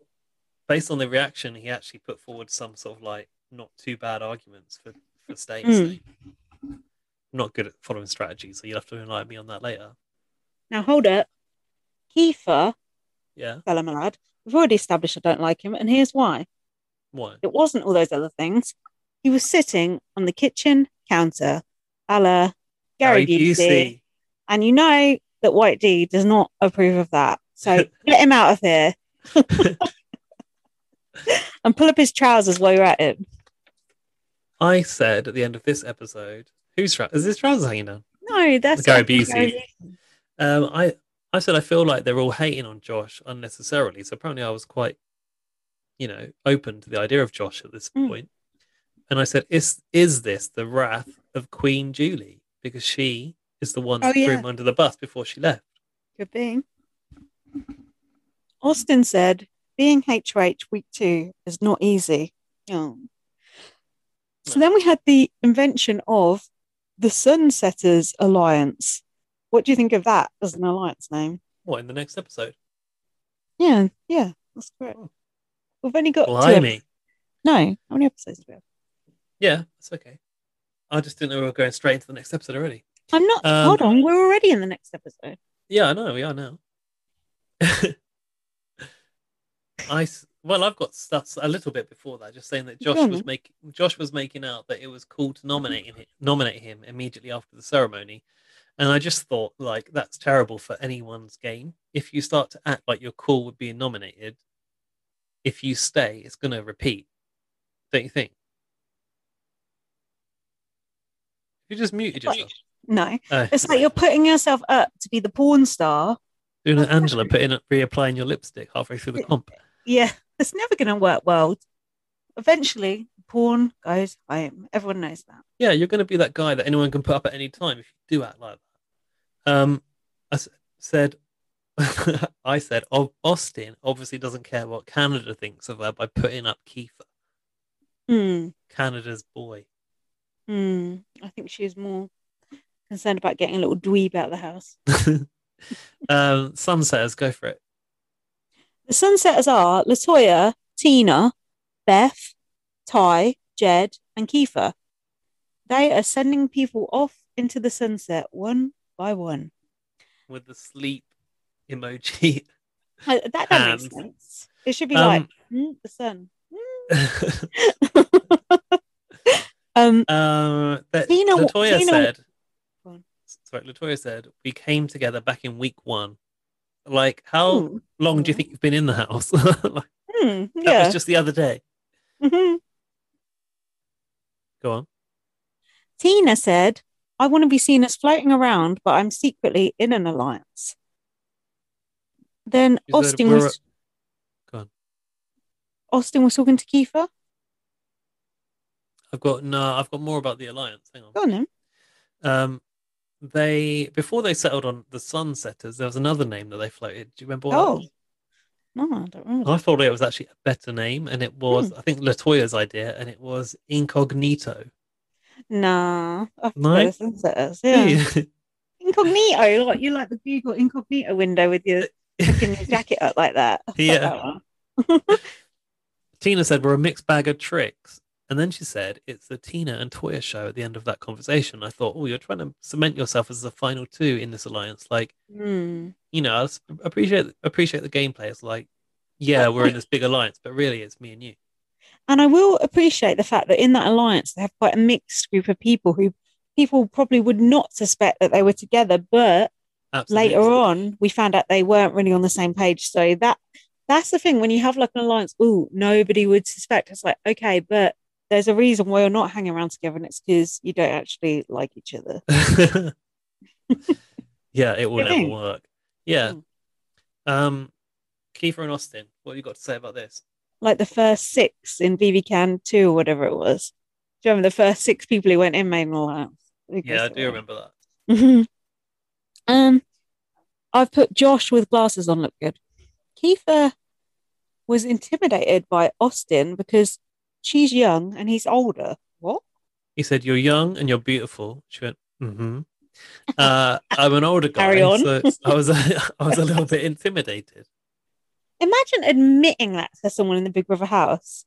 based on the reaction, he actually put forward some sort of like not too bad arguments for for staying.
Mm.
safe. I'm Not good at following strategy, so you'll have to enlighten me on that later.
Now hold up. Kiefer,
Yeah,
fella my lad, we've already established I don't like him, and here's why.
what?
It wasn't all those other things. He was sitting on the kitchen counter, a la Gary Busey. And you know that White D does not approve of that. So get him out of here. and pull up his trousers while you're at it.
I said at the end of this episode, who's trousers? Is his trousers hanging down?
No, that's
Gary
not
Busey. Um, I, I said I feel like they're all hating on Josh unnecessarily. So apparently I was quite, you know, open to the idea of Josh at this
Mm.
point. And I said, is is this the wrath of Queen Julie? Because she is the one
Oh,
that threw
yeah.
him under the bus before she left.
Could be. Austin said, being HOH week two is not easy. Oh. So then we had the invention of the Sunsetters Alliance. What do you think of that as an alliance name?
What in the next episode?
Yeah, yeah, that's correct. We've only got two. ep-
Blimey.
No, how many episodes do we have?
Yeah, that's okay. I just didn't know we were going straight into the next episode already.
I'm not.
Um,
hold on, we're already in the next episode.
Yeah, I know we are now. I s- well, I've got stuff a little bit before that, just saying that
Go
Josh
on
was
then.
making Josh was making out that it was cool to nominate him, nominate him immediately after the ceremony, and I just thought like that's terrible for anyone's game. If you start to act like you're cool with being nominated, if you stay, it's going to repeat. Don't you think? You just muted yourself.
No,
Oh.
it's like you're putting yourself up to be the porn star.
Doing an Angela, putting it, reapplying your lipstick halfway through the comp.
Yeah, it's never going to work well. Eventually, porn goes home. Everyone knows that.
Yeah, you're going to be that guy that anyone can put up at any time if you do act like that. Um, I s- said, I said, "Ob- Austin obviously doesn't care what Canada thinks of her by putting up Kiefer,
Hmm.
Canada's boy.
Hmm. I think she was more concerned about getting a little dweeb out of the house.
um, Sunsetters, go for it.
The sunsetters are Latoya, Tina, Beth, Ty, Jed, and Kiefer. They are sending people off into the sunset one by one.
With the sleep emoji.
Uh, That doesn't make
Hands.
sense. It should be like
Um,
mm, the sun. Um,
Um, that
Tina-
Latoya
Tina-
said.
Go on.
Sorry, Latoya said we came together back in week one. Like, how
ooh,
long do you think you've been in the house? like, that
hmm, yeah.
was just the other day.
Mhm.
Go on.
Tina said, "I want to be seen as floating around, but I'm secretly in an alliance." Then
She said,
Austin
"We're
was.
Go on.
Austin was talking to Kiefer.
I've got no. I've got more about the alliance. Hang on.
Go on then.
Um, they before they settled on the Sunsetters, there was another name that they floated. Do you remember? What
Oh.
that
No, I don't
was?
remember.
I thought it was actually a better name, and it was
Hmm.
I think Latoya's idea, and it was Incognito.
Nah, I think
No?
they're the sunsetters. Yeah. Incognito, like you like the Google incognito window with your fucking jacket up like that. I like
Yeah.
that one.
Tina said we're a mixed bag of tricks. And then she said it's the Tina and Toya show at the end of that conversation. I thought, oh, you're trying to cement yourself as the final two in this alliance. Like,
Hmm.
you know, I s- appreciate appreciate the gameplay. It's like, yeah, we're in this big alliance, but really it's me and you.
And I will appreciate the fact that in that alliance, they have quite a mixed group of people who people probably would not suspect that they were together. But
Absolutely.
later on, we found out they weren't really on the same page. So that that's the thing when you have like an alliance, oh, nobody would suspect. It's like, okay, but there's a reason why you're not hanging around together, and it's because you don't actually like each other.
yeah, it will
Yeah.
never work. Yeah.
Mm.
Um, Kiefer and Austin, what have you got to say about this?
Like the first six in BB Can 2 or whatever it was. Do you remember the first six people who went in made an alliance?
Yeah, I do remember that.
Mhm. Um, I've put Josh with glasses on look good. Kiefer was intimidated by Austin because she's young and he's older. What?
He said, "You're young and you're beautiful." She went, "Hmm." Uh, I'm an older guy,
Carry on.
so I was I was a little bit intimidated.
Imagine admitting that to someone in the Big Brother house.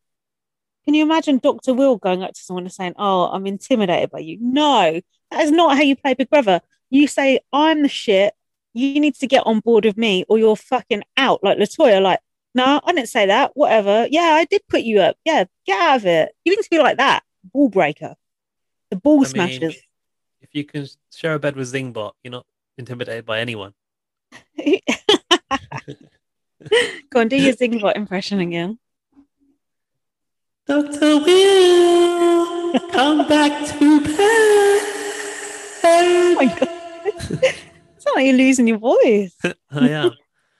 Can you imagine Dr. Will going up to someone and saying, Oh, I'm intimidated by you? No, that is not how you play Big Brother. You say, I'm the shit. You need to get on board with me or you're fucking out. Like Latoya, like, No, I didn't say that. Whatever. Yeah, I did put you up. Yeah, get out of it. You need to be like that. Ball breaker. The ball
I mean,
smashers.
If you can share a bed with Zingbot, you're not intimidated by anyone.
Go on, do your Zingbot impression again.
Doctor Will, come back to bed. Oh
my God. It's not like you're losing your voice.
I am.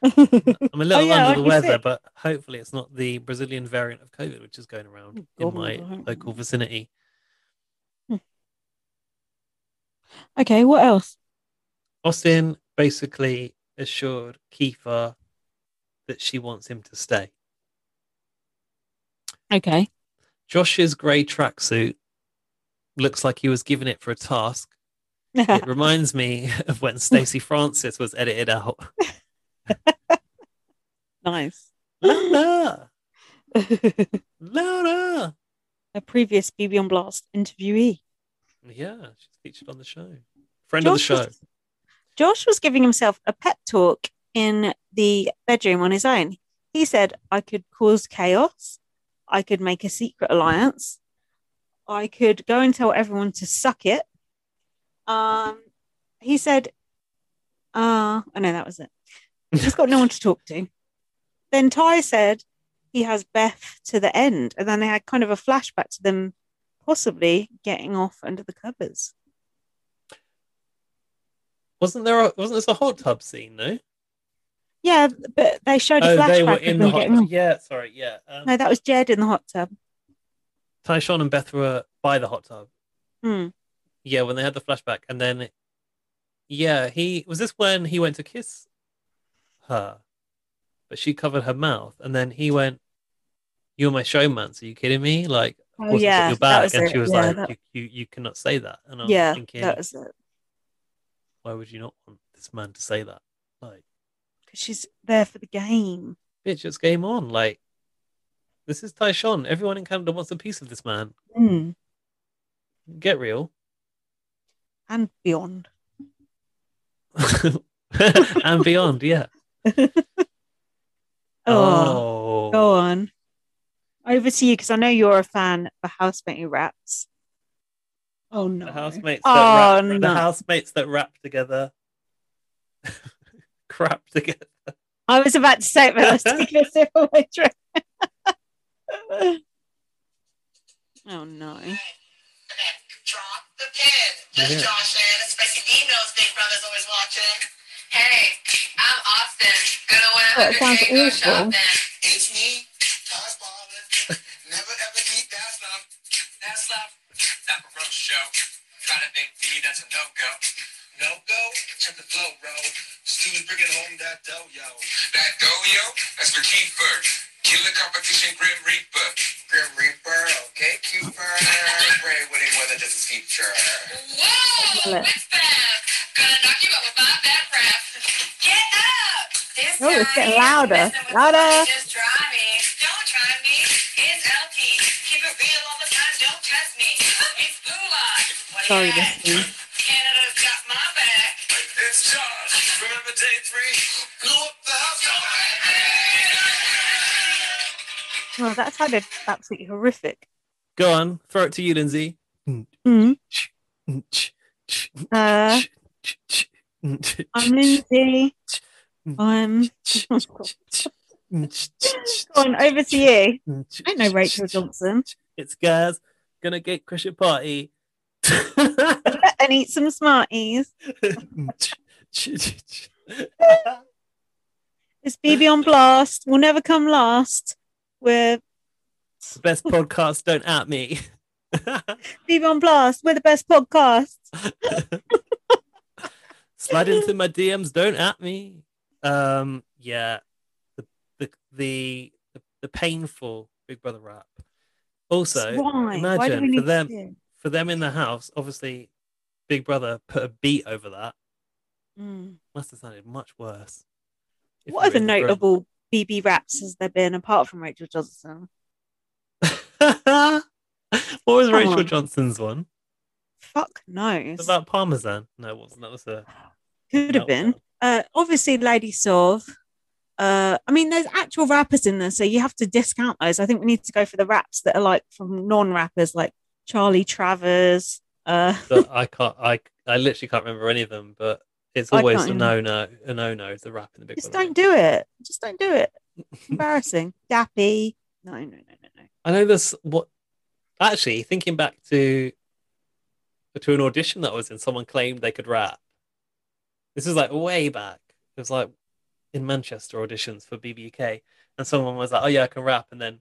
I'm a little
Oh, yeah, aren't
under the
you
weather,
sick?
but hopefully it's not the Brazilian variant of COVID, which is going around
Oh,
in my
God, I hope
local vicinity.
okay, what else?
Austin basically assured Kiefer that she wants him to stay.
Okay.
Josh's grey tracksuit looks like he was given it for a task. It reminds me of when Stacey Francis was edited out.
nice.
Laura!
A
Laura!
previous BB on Blast interviewee.
Yeah, she's featured on the show. Friend
Josh
of the show.
was- Josh was giving himself a pep talk in the bedroom on his own. He said, I could cause chaos. I could make a secret alliance. I could go and tell everyone to suck it. Um, he said, uh, I know that was it. He's got no one to talk to. Then Ty said he has Beth to the end. And then they had kind of a flashback to them possibly getting off under the covers.
Wasn't there? A, wasn't this a hot tub scene? No. Oh,
Yeah, but they showed a flashback
they were
of
in
them
the hot
getting
tub. Yeah, sorry. Yeah. Um,
No, that was Jed in the hot tub.
Tyshawn and Beth were by the hot tub.
Hmm.
Yeah, when they had the flashback, and then, yeah, he was this when he went to kiss her, but she covered her mouth, and then he went, "You're my showman." So you kidding me? Like, of
Oh,
course
yeah,
I took your
that
back,
was
and
it.
she was
Yeah,
like,
that-
you, "You you cannot say that." And I was
yeah,
thinking,
that was it.
why would you not want this man to say that? Like,
Because she's there for the game.
bitch, it's game on. Like, this is Tyshawn. Everyone in Canada wants a piece of this man.
Hmm.
Get real.
And beyond.
and beyond, yeah.
Oh,
Oh,
go on. Over to you, because I know you're a fan of housemate who raps. Oh no.
the housemates
Oh,
that rap,
no.
the housemates that rap together, crap together.
I was about to say it, but I was taking a sip of my drink. oh no.
Drop the pin. That's
Yeah.
Josh and especially Dean knows Big Brother's always watching. Hey, I'm Austin. Gonna win
Oh, it
100K.
sounds
Go
awful.
shopping.
It's me, Taj Ballin. Never ever eat that stuff. That stuff. Not a real show. Try to make me, that's a no-go. No-go? Check the flow, bro. Steve's bringing home that do-yo. That do-yo? That's for Kiefer. Killer competition, Grim Reaper. Grim Reaper, okay, Kiefer. Pray winning weather just a feature.
Whoa,
Love it.
what's that? Gonna knock you out with my back rap. Get up. This
Oh, it's
time
getting
you
louder,
messing with
louder.
me, Just try me. Don't try me. It's LP. Keep it real all the time. Don't test me. It's Lula. What do
Sorry,
you got?
this is
Canada's got my back.
It's Josh. Remember day three? Blew up the house.
Well, that sounded absolutely horrific.
Go on, throw it to you, Lindsay.
Hmm. Uh, I'm Lindsay. I'm Go on, over to you. I know Rachel Johnson.
It's guys gonna get crush your party.
And eat some Smarties. It's BB on blast. We'll never come last. We're
The best podcasts don't at me.
BB on blast. We're the best podcast.
Slide into my DMs, don't at me. Um, yeah, the the the, the, the painful Big Brother rap. Also,
Why?
imagine
Why do we
for
need
them-
to?
for them in the house, obviously, Big Brother put a beat over that.
Mm.
Must have sounded much worse. if
What
you were
other
in the room.
notable BB raps has there been apart from Rachel Johnson?
what was
Come
Rachel
on.
Johnson's one?
Fuck knows.
It's about Parmesan. No, it wasn't. That was a
Could have been. Uh, obviously, Lady Sov. Uh, I mean, there's actual rappers in there, so you have to discount those. I think we need to go for the raps that are like from non-rappers, like Charlie Travers, Uh,
but I can't. I I literally can't remember any of them. But it's
I
always
can't
a
either.
no no, a no no. The rap in the big
just
one.
don't do it. Just don't do it. Embarrassing. Dappy. No, no, no, no, no.
I know this. What actually thinking back to to an audition that I was in, someone claimed they could rap. This is like way back. It was like in Manchester auditions for BBK, and someone was like, "Oh yeah, I can rap," and then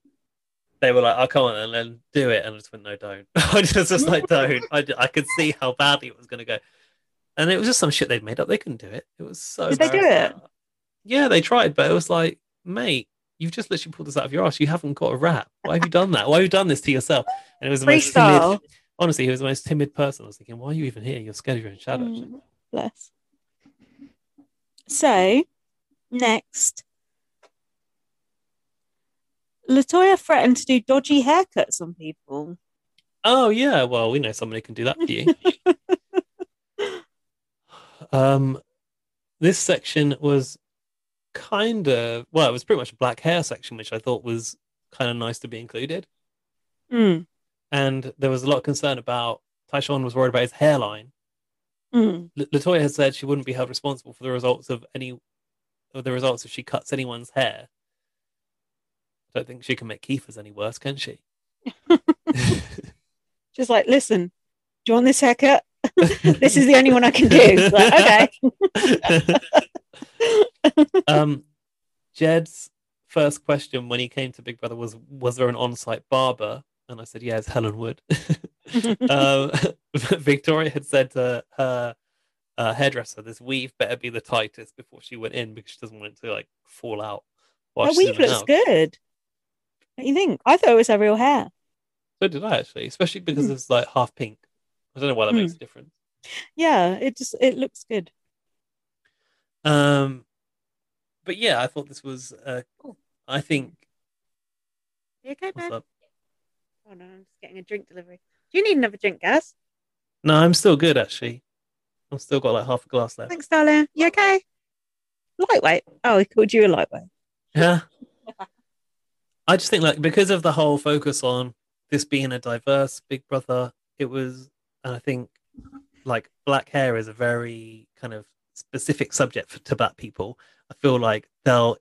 they were like, "Oh come on," and then do it, and I just went, "No, don't." I just was like, "Don't." I, ju- I could see how badly it was going to go, and it was just some shit they'd made up. They couldn't do it. It was so.
Did they do
embarrassing. Yeah, they tried, but it was like, mate, you've just literally pulled this out of your ass. You haven't got a rap. Why have you done that? Why have you done this to yourself? And it was the most timid,
Freestyle.
honestly, he was the most timid person. I was thinking, why are you even here? You're scared of your own shadow.
Mm, bless. So, next, Latoya threatened to do dodgy haircuts on people.
Oh yeah, well, we know someone who can do that for you. um, this section was kind of well, it was pretty much a black hair section, which I thought was kind of nice to be included.
Mm,
And there was a lot of concern about Tyshawn was worried about his hairline.
mm,
L- Latoya has said she wouldn't be held responsible for the results of any of the results if she cuts anyone's hair. I don't think she can make Kiefer's any worse, can she?
Just like, listen, do you want this haircut? this is the only one I can do. It's like, okay.
um, Jed's first question when he came to Big Brother was, "Was there an on-site barber?" And I said, "Yeah, it's Helen Wood." um, Victoria had said to her uh, hairdresser, "This weave better be the tightest before she went in because she doesn't want it to like fall out." while
Her
she's in
weave
and
looks
out."
good. What do you think? I thought it was her real hair.
So did I actually, especially
Hmm.
because it's like half pink. I don't know why that makes a difference.
Yeah, it just it looks good.
Um, but yeah, I thought this was. Uh, I think.
You okay,
What's up?
Oh no, I'm just getting a drink delivery. Do you need another drink, Gaz?
No, I'm still good actually. I've still got like half a glass left.
Thanks, darling. You okay? Lightweight. Oh, he called you a lightweight.
Yeah. I just think like because of the whole focus on this being a diverse Big Brother, it was, and I think like black hair is a very kind of specific subject for, to black people. I feel like they'll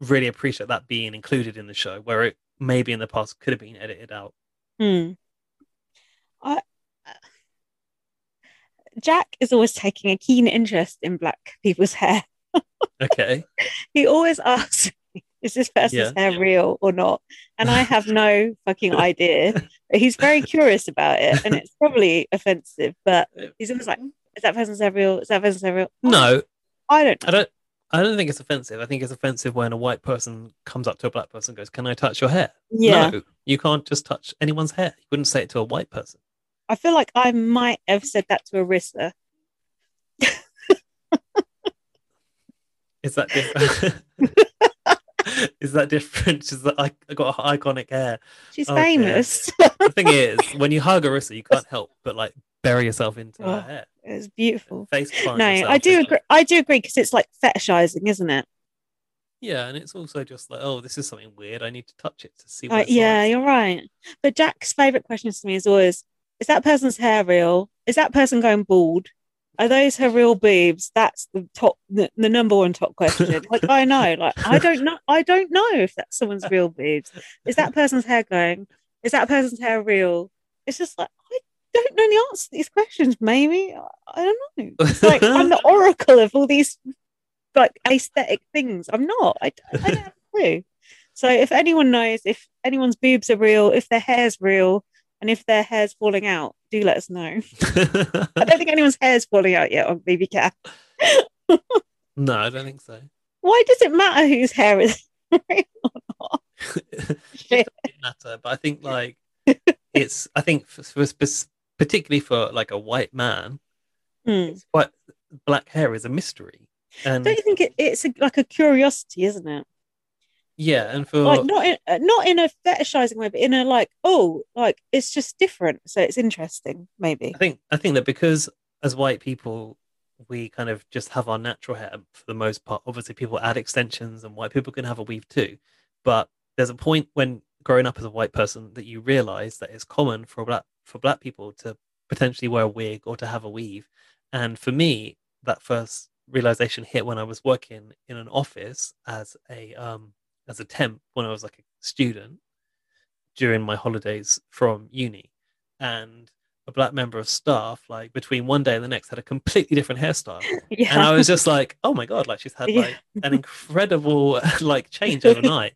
really appreciate that being included in the show, where it maybe in the past could have been edited out.
Hmm. I, uh, Jack is always taking a keen interest in black people's hair.
Okay.
He always asks, me, "Is this person's hair real or not?" And I have no fucking idea. But he's very curious about it, and it's probably offensive. But he's always like, "Is that person's hair real? Is that person's hair real?"
No,
I don't
I don't. I don't think it's offensive. I think it's offensive when a white person comes up to a black person and goes, "Can I touch your hair?"
Yeah,
No, you can't just touch anyone's hair. You wouldn't say it to a white person.
I feel like I might have said that to Arissa.
Is that different? is that different? She's like, I I got iconic hair.
She's
Oh, dear.
famous.
The thing is, when you hug Arissa, you can't help but like bury yourself into her
Oh,
hair.
It was beautiful.
Face plant
No,
yourself
I do
into-
agree. I do agree because it's like fetishizing, isn't it?
Yeah, and it's also just like, oh, this is something weird. I need to touch it to see. What
Like,
it's
Uh, yeah,
like.
you're right. But Jack's favorite questions to me is always, "Is that person's hair real? Is that person going bald? Are those her real boobs?" That's the top, the, the number one top question. like I know, like I don't know, I don't know if that's someone's real boobs. Is that person's hair going? Is that person's hair real? It's just like I don't know the answer to these questions. Maybe I, I don't know. It's like I'm the oracle of all these like aesthetic things. I'm not. I, I don't have a clue. So if anyone knows, if anyone's boobs are real, if their hair's real, and if their hair's falling out, do let us know. I don't think anyone's hair's falling out yet on BB Cat.
no, I don't think so.
Why does it matter whose hair is real?
it doesn't matter, but I think like it's. I think for, for spec- particularly for like a white man,
Hmm.
it's quite black hair is a mystery, and
Don't you think it, it's a, like a curiosity, isn't it?
yeah, and for
Like not in, uh, not in a fetishizing way, but in a like, oh, like it's just different, so it's interesting, maybe.
I think I think that because as white people we kind of just have our natural hair for the most part. Obviously, people add extensions, and white people can have a weave too. But there's a point when growing up as a white person that you realize that it's common for black for black people to potentially wear a wig or to have a weave. And for me, that first realization hit when I was working in an office as a um, as a temp when I was like a student during my holidays from uni, and a black member of staff like between one day and the next had a completely different hairstyle,
Yeah.
and I was just like, oh my god, like she's had
Yeah.
like an incredible like change overnight.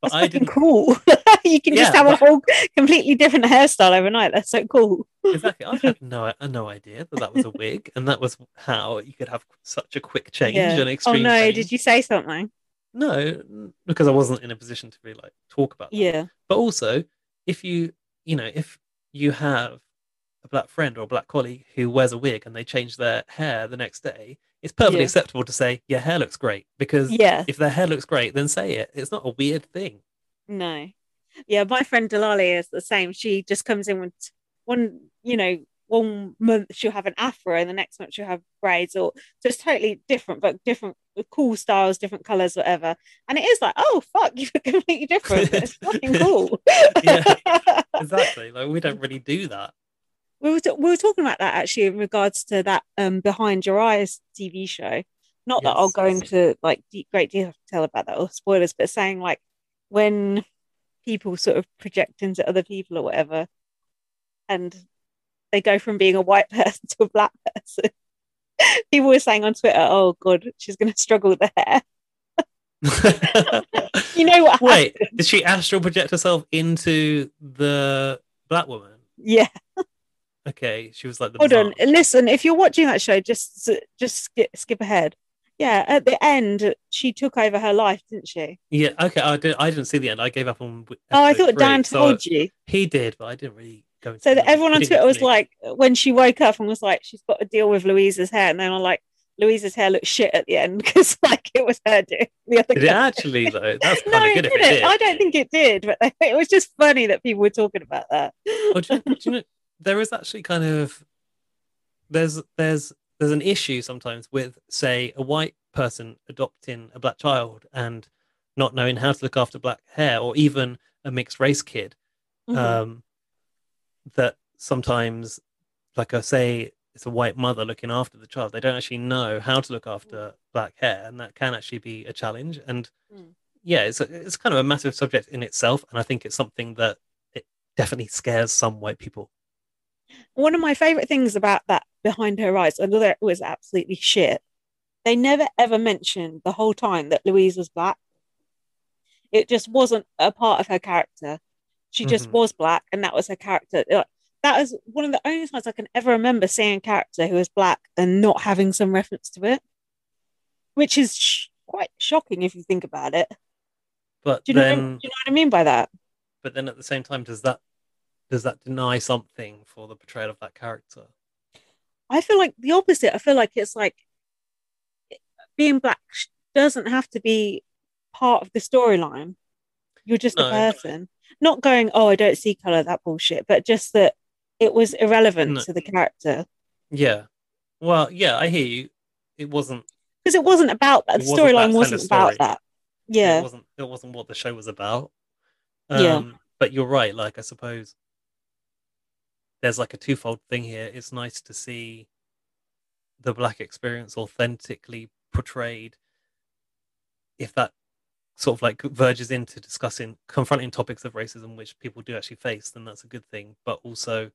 But
That's
I
fucking
didn't
cool. you can just
Yeah,
have a
but-
whole completely different hairstyle overnight. That's so cool.
exactly. I had no, I- no idea that that was a wig, and that was how you could have such a quick change
Yeah.
and
Oh
extreme.
no,
change.
did you say something?
No, n- because I wasn't in a position to really like talk about. That.
Yeah.
But also, if you, you know, if you have a black friend or a black colleague who wears a wig and they change their hair the next day, it's perfectly
Yeah.
acceptable to say your hair looks great because
Yeah.
if their hair looks great, then say it. It's not a weird thing.
No. Yeah, my friend Delali is the same. She just comes in with one, you know, one month she'll have an afro and the next month she'll have braids or so it's totally different, but different cool styles, different colours, whatever. And it is like, oh fuck, you look completely different. It's fucking cool.
Yeah. Exactly. like we don't really do that.
we were, t- we were talking about that actually in regards to that um behind your eyes tv show not that i'll
Yes.
go into like deep, great detail about that or spoilers but saying like when people sort of project into other people or whatever and they go from being a white person to a black person people were saying on twitter oh god she's going to struggle with the hair you know what happened?
Wait, did she astral project herself into the black woman?
yeah
Okay, she was like the.
Hold on,
bizarre.
listen. If you're watching that show, just just skip, skip ahead. Yeah, at the end, she took over her life, didn't she?
Yeah, okay. I didn't. I didn't see the end. I gave up on. w-
Oh, I
episode
thought Dan
three, so
told you.
He did, but I didn't really go. Into
So
the
that
end.
everyone on
He didn't
Twitter was
really-
like, when she woke up and was like, she's got to deal with Louisa's hair, and then I'm like, Louisa's hair looked shit at the end because like it was her doing the other.
"Did it
guy.
actually though? That's
No,
kind of
it
good if
didn't.
it did."
I don't think it did, but it was just funny that people were talking about that.
Well, Oh, do, you, do you know there is actually kind of there's there's there's an issue sometimes with say a white person adopting a black child and not knowing how to look after black hair or even a mixed race kid
Mhm.
um, that sometimes, like I say, it's a white mother looking after the child. They don't actually know how to look after black hair, and that can actually be a challenge. And
Mm.
yeah, it's a, it's kind of a massive subject in itself, and I think it's something that it definitely scares some white people.
one of my favorite things about that behind her eyes, although it was absolutely shit, they never ever mentioned the whole time that Louise was black. It just wasn't a part of her character. She just
Mhm.
was black, and that was her character. Like, That is one of the only times I can ever remember seeing a character who was black and not having some reference to it, which is sh- quite shocking if you think about it.
But
Do you,
then,
know, do you know what I mean by that?
but then at the same time, does that does that deny something for the portrayal of that character?
I feel like the opposite. I feel like it's like being black sh- doesn't have to be part of the storyline. You're just
No.
a person. Not going, oh, I don't see color, that bullshit, but just that it was irrelevant
No.
to the character
Yeah. Well, yeah, I hear you. It wasn't
because it wasn't about that.
It
The
wasn't that
storyline
kind of
wasn't
story.
about that.
it
Yeah.
wasn't it wasn't what the show was about
Yeah.
Um, but you're right like i suppose there's like a twofold thing here it's nice to see the black experience authentically portrayed if that sort of like verges into discussing confronting topics of racism which people do actually face then that's a good thing but also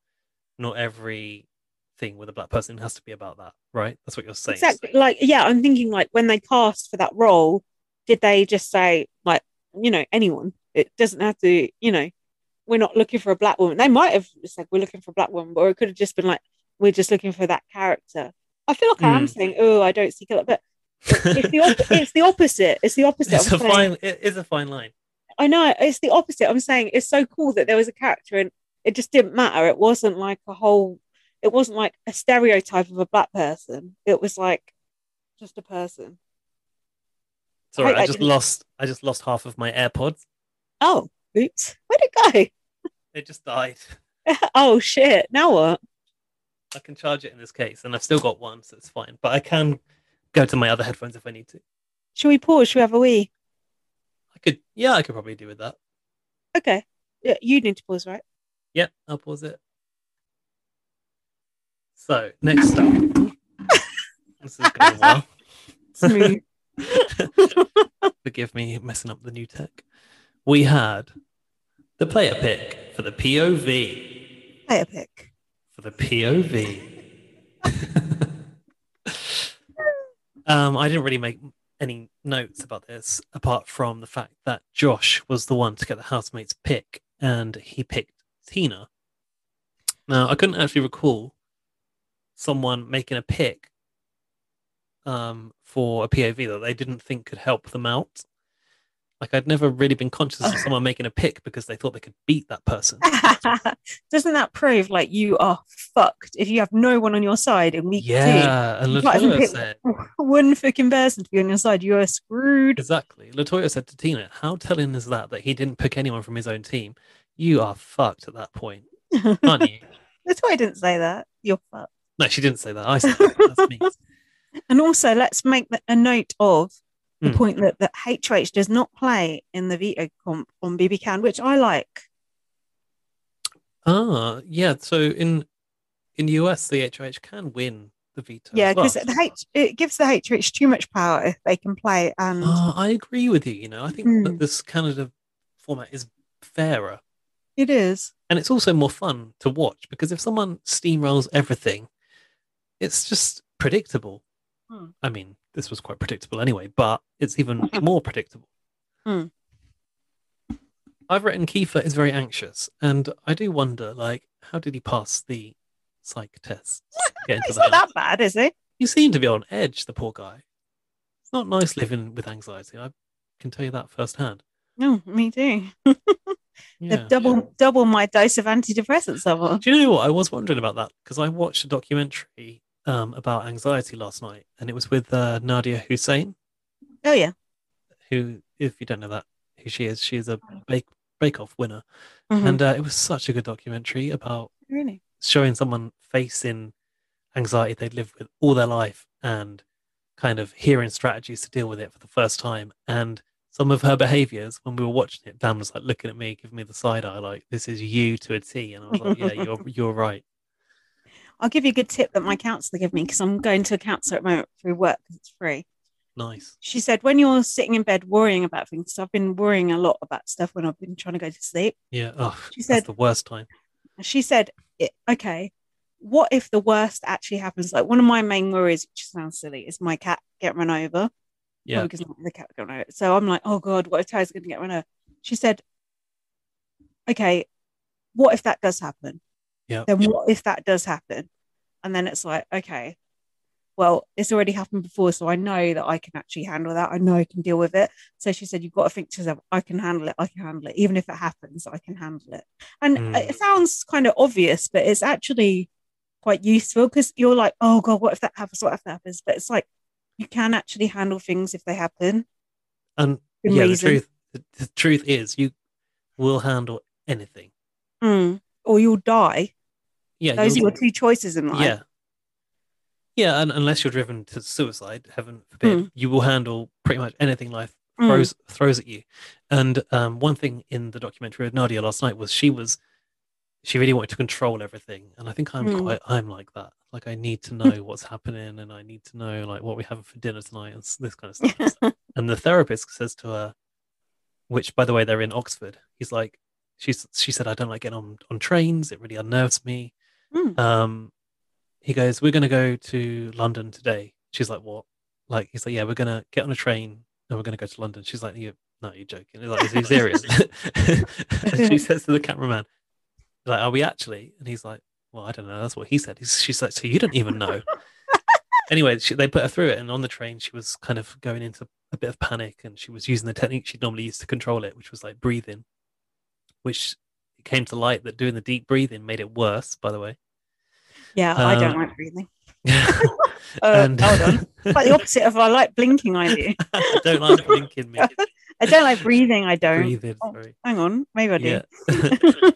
not every thing with a black person has to be about that right that's what you're saying
Exactly. Like, yeah, I'm thinking like when they cast for that role, did they just say like, you know, anyone? It doesn't have to, you know, we're not looking for a black woman. They might have said we're looking for a black woman, or it could have just been like we're just looking for that character. I feel like I am
Mm.
saying, oh, I don't see color, but it's the op- it's the opposite. It's the opposite.
it's
I'm
a
saying.
fine it is a fine line
I know it's the opposite. I'm saying it's so cool that there was a character and it just didn't matter. It wasn't like a whole, it wasn't like a stereotype of a black person. It was like just a person.
Sorry,
I-
I,
I
just
didn't-
lost. I just lost half of my AirPods.
Oh, oops. Where'd it
They just died.
go? oh, shit. Now what?
I can charge it in this case, and I've still got one, so it's fine. But I can go to my other headphones if I need to.
Should we pause? Should we have a wee?
I could, yeah, I could probably do with that.
Okay. Yeah, You need to pause, right?
Yep, I'll pause it. So next up, this is going well.
Smooth.
Forgive me messing up the new tech. We had the player pick for the POV.
Player pick.
For the POV. um, I didn't really make any notes about this apart from the fact that Josh was the one to get the housemate's pick and he picked Tina. Now, I couldn't actually recall someone making a pick um, for a POV that they didn't think could help them out. Like I'd never really been conscious of someone making a pick because they thought they could beat that person.
Doesn't that prove like you are fucked if you have no one on your side in week
yeah, and
You might even
Latoya
pick-
said
two? One fucking person to be on your side, you are screwed.
exactly. Latoya said to Tina, "How telling is that that he didn't pick anyone from his own team? You are fucked at that point, aren't you?"
That's why I didn't say that. You're fucked.
no, she didn't say that. I said that. that's me.
And also, let's make the, a note of the
Hmm.
point that, that HH does not play in the veto comp on BB Can, which I like.
Ah, yeah. So in in US, the HOH can win the veto.
yeah,
as well.
because the H it gives the HH too much power if they can play. And
Ah, I agree with you. You know, I think
Hmm.
that this Canada format is fairer
it is.
and it's also more fun to watch because if someone steamrolls everything, it's just predictable.
Hmm.
I mean, this was quite predictable anyway, but it's even more predictable.
Hmm.
I've written Kiefer is very anxious, and I do wonder, like, how did he pass the psych test? to get into
It's
the
not
house?
that bad, is it?
He seemed to be on edge, the poor guy. It's not nice living with anxiety. I can tell you that firsthand.
No, me too.
Yeah.
They've double double my dose of antidepressants. I want.
Do you know what? I was wondering about that because I watched a documentary um, about anxiety last night, and it was with uh, Nadia Hussein,
Oh yeah.
who, if you don't know that, who she is, she is a Bake Bake Off winner,
Mhm.
and uh, it was such a good documentary about
really.
showing someone facing anxiety they'd lived with all their life and kind of hearing strategies to deal with it for the first time and some of her behaviors when we were watching it dan was like looking at me giving me the side eye like this is you to a t and i was like yeah you're you're right
I'll give you a good tip that my counsellor gave me because I'm going to a counsellor at the moment through work because it's free.
nice
She said when you're sitting in bed worrying about things, so I've been worrying a lot about stuff when I've been trying to go to sleep.
Yeah. Oh,
She
that's
said-
the worst time.
And she said, "I- okay, what if the worst actually happens? Like one of my main worries, which sounds silly, is my cat get run over.
Yeah.
Because the cat got run over. So I'm like, oh God, what if Ty's going to get run over? She said, okay, what if that does happen?
Yeah.
Then what if that does happen? And then it's like, okay, well, it's already happened before. So I know that I can actually handle that. I know I can deal with it. So she said, you've got to think to yourself, I can handle it. I can handle it. Even if it happens, I can handle it. And
Mm.
it sounds kind of obvious, but it's actually quite useful because you're like, oh God, what if that happens? What if that happens? But it's like, you can actually handle things if they happen.
And
Good
yeah,
reason.
the truth the, the truth is you will handle anything.
Mm. Or you'll die.
Yeah.
Those are
you'll-
your two choices in life.
Yeah. Yeah, and unless you're driven to suicide, heaven forbid,
Hmm.
you will handle pretty much anything life
Mm.
throws throws at you. And um, one thing in the documentary with Nadia last night was she was she really wanted to control everything, and I think I'm
Mm.
quite I'm like that. Like I need to know what's happening, and I need to know like what we have for dinner tonight, and s- this kind of stuff. and the therapist says to her, which by the way they're in Oxford. He's like, she's she said I don't like getting on on trains. It really unnerves me.
Mm.
Um, he goes, We're going to go to London today. She's like, What? Like, he's like, Yeah, we're going to get on a train and we're going to go to London. She's like, you No, you're joking. He's like, Is he serious? and she says to the cameraman, like, Are we actually? And he's like, Well, I don't know. That's what he said. He's, she's like, So you don't even know. anyway, she, they put her through it. And on the train, she was kind of going into a bit of panic and she was using the technique she'd normally use to control it, which was like breathing, which it came to light that doing the deep breathing made it worse, by the way.
Yeah, I
Uh,
don't like breathing. Uh,
and
hold on. Quite the opposite of I like blinking, I do.
I don't like blinking, me.
I don't like breathing, I don't.
Breathing,
Oh,
sorry.
Hang on, maybe I do.
Yeah.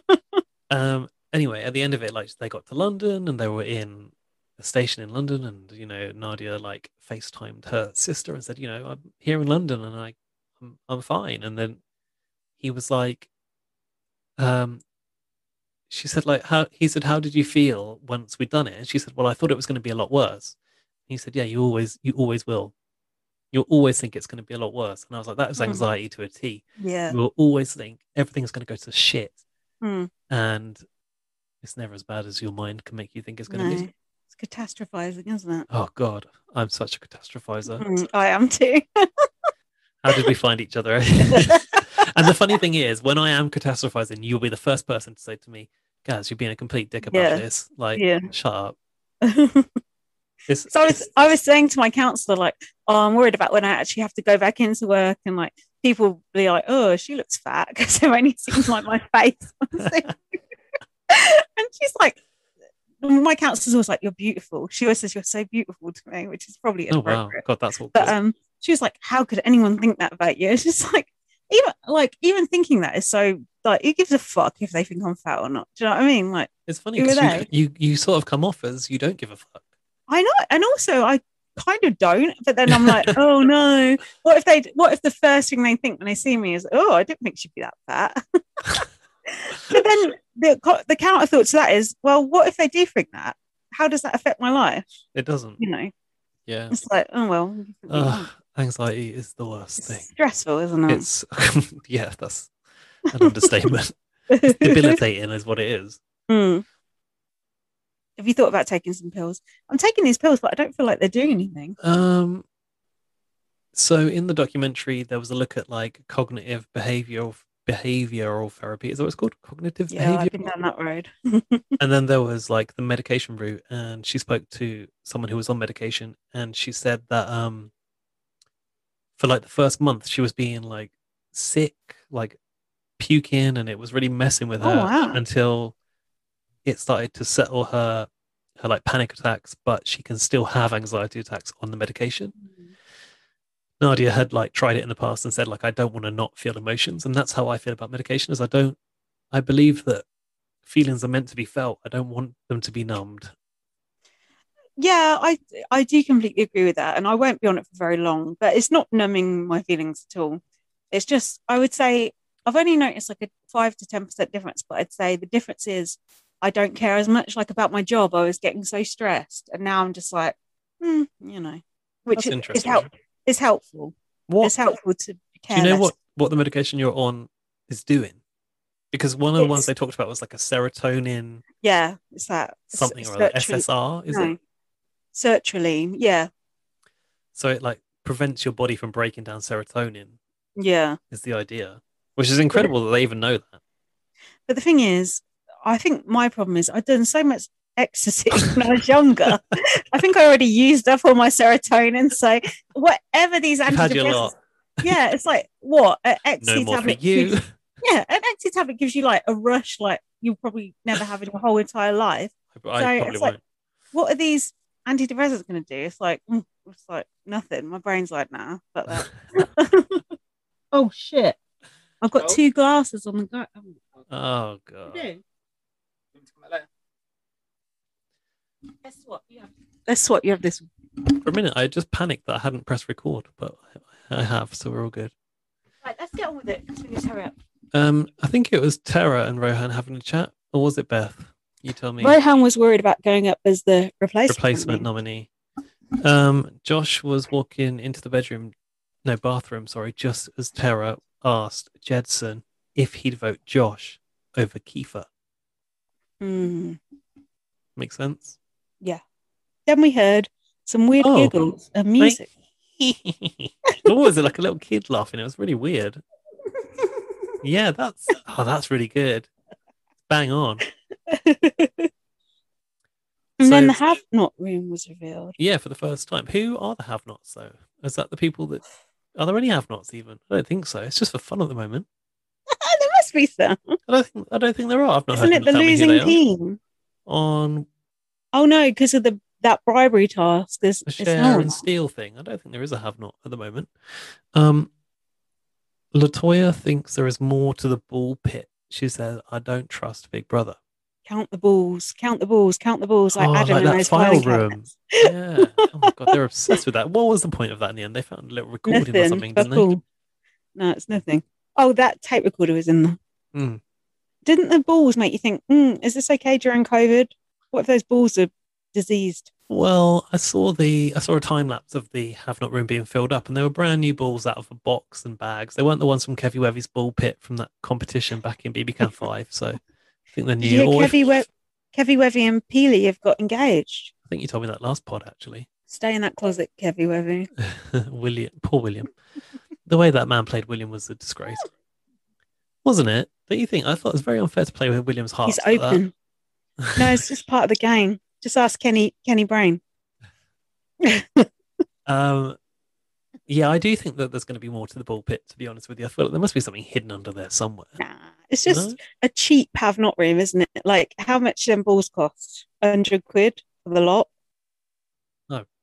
um. Anyway, at the end of it, like they got to London and they were in a station in London, and you know Nadia like FaceTimed her sister and said, you know, I'm here in London and I, I'm, I'm fine. And then he was like, um, she said like how he said how did you feel once we'd done it and she said well i thought it was going to be a lot worse and he said yeah you always you always will you'll always think it's going to be a lot worse and i was like that was
Mm.
anxiety to a t
Yeah.
you will always think everything's going to go to shit
Mm.
and it's never as bad as your mind can make you think it's going
No.
to be
It's catastrophizing, isn't it?
oh god i'm such a catastrophizer
Mm, I am too.
How did we find each other? and the funny thing is, when I am catastrophizing, you'll be the first person to say to me, Gaz, you're being a complete dick about
Yeah.
this. Like,
Yeah.
shut up.
so
It's,
I
it's-
was, I was saying to my counselor, like, oh, I'm worried about when I actually have to go back into work and like people will be like, oh, she looks fat because they've only seen like my face. and she's like, my counselor's always like, you're beautiful. She always says, you're so beautiful to me, which is probably
oh, wow.
inappropriate.
God, that's awkward.
But um, she was like, "How could anyone think that about you?" It's just like even like even thinking that is so like who gives a fuck if they think I'm fat or not? Do you know what I mean? Like
it's funny
who were
because
they?
you, you, you sort of come off as you don't give a fuck.
I know, and also I kind of don't. But then I'm like, oh no, what if they? What if the first thing they think when they see me is, oh, I don't think she'd be that fat. but then the co- the counter thought to that is, well, what if they do think that? How does that affect my life?
It doesn't.
You know,
Yeah.
it's like, oh well,
Ugh, anxiety is the worst
it's
thing.
stressful, isn't it?
It's, yeah, that's an understatement. Debilitating is what it is.
Hmm. Have you thought about taking some pills? I'm taking these pills, but I don't feel like they're doing anything.
Um, so in the documentary, there was a look at like cognitive behavioral behavioral therapy. Is that what it's called? Cognitive
Yeah,
behavior.
I've been down that road.
And then there was like the medication route, and she spoke to someone who was on medication, and she said that um, for like the first month, she was being like sick, like puking, and it was really messing with
Oh,
her
wow.
until it started to settle her her like panic attacks, but she can still have anxiety attacks on the medication.
Mm-hmm.
Nadia had like tried it in the past and said like I don't want to not feel emotions and that's how I feel about medication is I don't I believe that feelings are meant to be felt I don't want them to be numbed
Yeah, I I do completely agree with that, and I won't be on it for very long. But it's not numbing my feelings at all. It's just I would say I've only noticed like a five to ten percent difference, but I'd say the difference is I don't care as much. Like about my job, I was getting so stressed, and now I'm just like, hmm, you know, which
that's
is, is,
interesting
help, is helpful.
what
It's helpful to care
do you know
less
what what the medication you're on is doing because one of the ones
It's-
they talked about was like a serotonin
Yeah, it's that S-
something or other
sertraline-
SSR is
no,
it
sertraline, Yeah,
so it like prevents your body from breaking down serotonin
yeah.
is the idea which is incredible that they even know that
But the thing is, I think my problem is I've done so much ecstasy when I was younger. I think I already used up all my serotonin. So whatever these
You've had your lot.
antidepressants, yeah, it's like what an ecstasy
no more for
tablet.
you
gives- yeah, an ecstasy tablet gives you like a rush, like you'll probably never have in your whole entire life.
I
So it's
probably
like-
won't
What are these antidepressants going to do? It's like mm, it's like nothing. My brain's like nah, but that. Oh shit! I've got
Oh.
two glasses on the go. Oh,
oh god
Guess what? You have. Guess what? You have this.
For a minute, I just panicked that I hadn't pressed record, but I I have, so we're all good.
Right, let's get on with it. Let's finish. Hurry up.
Um, I think it was Tara and Rohan having a chat, or was it Beth? You tell me.
Rohan was worried about going up as the replacement. wasn't
Replacement nominee. Um, Josh was walking into the bedroom, no bathroom, sorry, just as Tara asked Jedson if he'd vote Josh over Kiefer.
he? Hmm.
Make sense?
Then we heard some weird
Oh.
giggles and music.
oh, was it like a little kid laughing? It was really weird. Yeah, that's oh, that's really good. Bang on.
and then
So-
the have not room was revealed.
Yeah, for the first time. Who are the have nots though? Is that the people that are there any have nots even? I don't think so. It's just for fun at the moment.
there must be some.
I don't think I don't think there are. I've not
Isn't
heard
it
them
the
tell me who they
losing
are.
team?
on
Oh no, because of the that bribery task. There's,
the
it's
share
not.
and steal thing. I don't think there is a have not at the moment. Um Latoya thinks there is more to the ball pit. She says, I don't trust Big Brother.
count the balls, count the balls, count the balls, like
Oh,
Adam
like
in
that
those
file
filing
room.
cabinets.
Yeah. oh my god, they're obsessed with that. What was the point of that in the end? They found a little recording or
Nothing.
something,
But
didn't they?
cool. No, it's nothing. Oh, that tape recorder was in there.
Mm.
Didn't the balls make you think, mm, is this okay during COVID? What if those balls are diseased?
Well, I saw the I saw a time lapse of the have not room being filled up, and they were brand new balls out of a box and bags. They weren't the ones from Kevy Wevy's ball pit from that competition back in BB Can Five. So I think they're
Did
new.
you know
Or if-
Kevy, we- Kevy Wevy and Peely have got engaged?
I think you told me that last pod actually.
Stay in that closet, Kevy Wevy.
William, poor William. The way that man played William was a disgrace, wasn't it? Don't you think? I thought it was very unfair to play with William's heart.
He's open. No, it's just part of the game. Just ask Kenny Kenny Brain.
Um, yeah, I do think that there's going to be more to the ball pit. To be honest with you, I feel like there must be something hidden under there somewhere.
Nah, it's
No?
just a cheap have not room, isn't it? Like how much them balls cost? Hundred quid for the lot.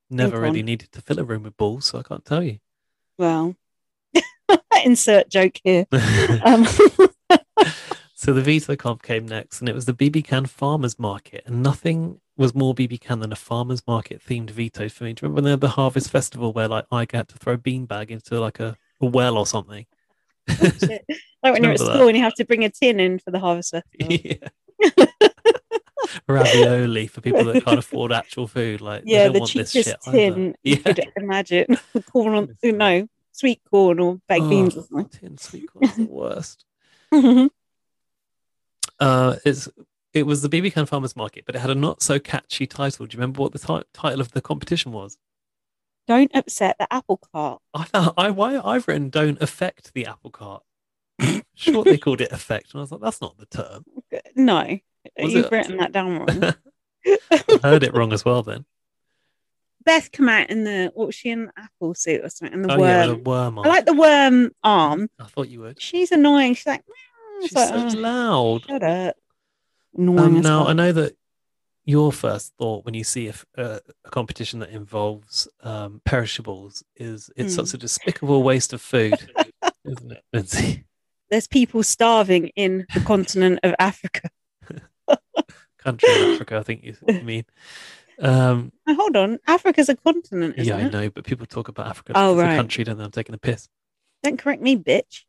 Never
think
really
on.
needed to fill a room with balls, so I can't tell you.
Well, insert joke here. Um,
so the Vito comp came next, and it was the BB Can Farmers Market, and nothing was more BB Can than a farmers market themed Vito for me. Do you remember when they had the Harvest Festival where like I had to throw a beanbag into like a, a well or something?
shit. like when you're
Remember
at
that.
school and you have to bring a tin in for the harvest festival.
yeah. Ravioli for people that can't afford actual food, like they
yeah,
don't
the
want this
cheapest
shit either.
tin
Yeah.
you could imagine. corn on, no, sweet corn or baked
Oh,
beans or something.
tin sweet corn's the worst.
Mhm.
Uh, it's it was the BB Can Farmers Market, but it had a not so catchy title. Do you remember what the ti- title of the competition was?
Don't upset the apple cart.
I thought I why I've written "Don't affect the apple cart." Sure, they called it "affect," and I was like, "That's not the term."
No,
Was
you've
it-
written that down wrong.
I heard it wrong as well. Then
Beth come out in the what was she in the apple suit or something? And the
oh
worm.
yeah, with a worm.
I
on.
like the worm arm.
I thought you would.
She's annoying. She's like, meow.
She's
It's like,
so
oh,
loud.
shut up. Annoying.
Um,
as
now
fuck.
I know that your first thought when you see a, f- uh, a competition that involves um, perishables is it's
Hmm.
such a despicable waste of food, isn't it, Lindsay?
There's people starving in the continent of Africa.
country in Africa, I think you you mean. Um,
Now, hold on, Africa's a continent, isn't
yeah, I
it?
know, but people talk about Africa
Oh,
as a
right.
country, don't they? I'm taking a piss.
Don't correct me, bitch.